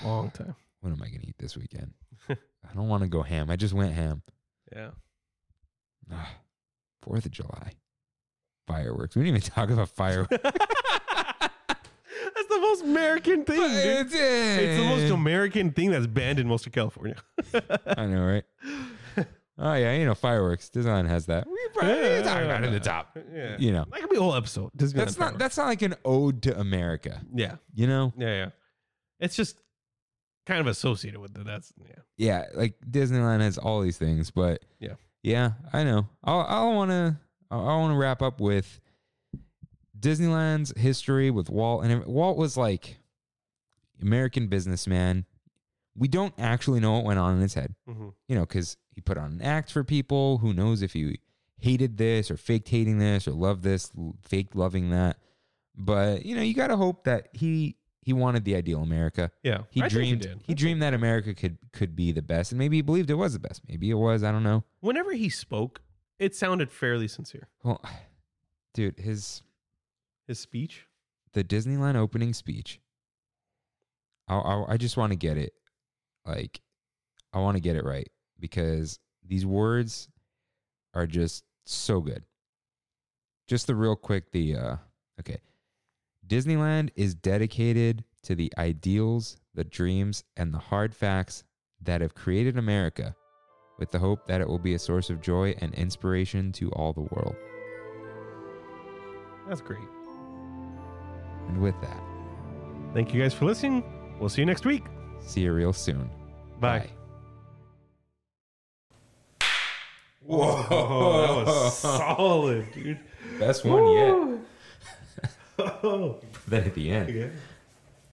S2: Long time.
S1: What am I gonna eat this weekend? I don't want to go ham. I just went ham.
S2: Yeah.
S1: Ah, Fourth of July, fireworks. We didn't even talk about fireworks.
S2: that's the most American thing. Dude.
S1: it's, eh.
S2: It's the most American thing that's banned in most of California.
S1: I know, right? Oh yeah, you know fireworks. Design has that. We probably
S2: Yeah.
S1: talk about it at the top.
S2: Yeah.
S1: You know,
S2: That could be a whole episode. Disneyland
S1: that's not
S2: fireworks.
S1: that's not like an ode to America.
S2: Yeah.
S1: You know,
S2: Yeah. Yeah. It's just kind of associated with it. That's yeah.
S1: yeah, like Disneyland has all these things, but
S2: Yeah.
S1: yeah, I know. I'll I'll want to I want to wrap up with Disneyland's history with Walt, and Walt was like American businessman. We don't actually know what went on in his head,
S2: Mhm.
S1: you know, because he put on an act for people. Who knows if he hated this or faked hating this or loved this, l- faked loving that. But you know, you gotta hope that he he wanted the ideal America
S2: Yeah.
S1: he
S2: I think
S1: dreamed
S2: did.
S1: he, dreamed that America could could be the best, and maybe he believed it was the best. Maybe it was. I don't know.
S2: Whenever he spoke, it sounded fairly sincere.
S1: Well, dude, his
S2: His speech.
S1: the Disneyland opening speech. I I, I just want to get it, like, I want to get it right because these words are just so good. Just the real quick the uh okay. Disneyland is dedicated to the ideals, the dreams, and the hard facts that have created America with the hope that it will be a source of joy and inspiration to all the world.
S2: That's great.
S1: And with that,
S2: Thank you guys for listening. We'll see you next week.
S1: see you real soon.
S2: Bye.
S1: Whoa,
S2: Oh, that was solid, dude.
S1: best one yet.
S2: Oh,
S1: Then at the end.
S2: yeah.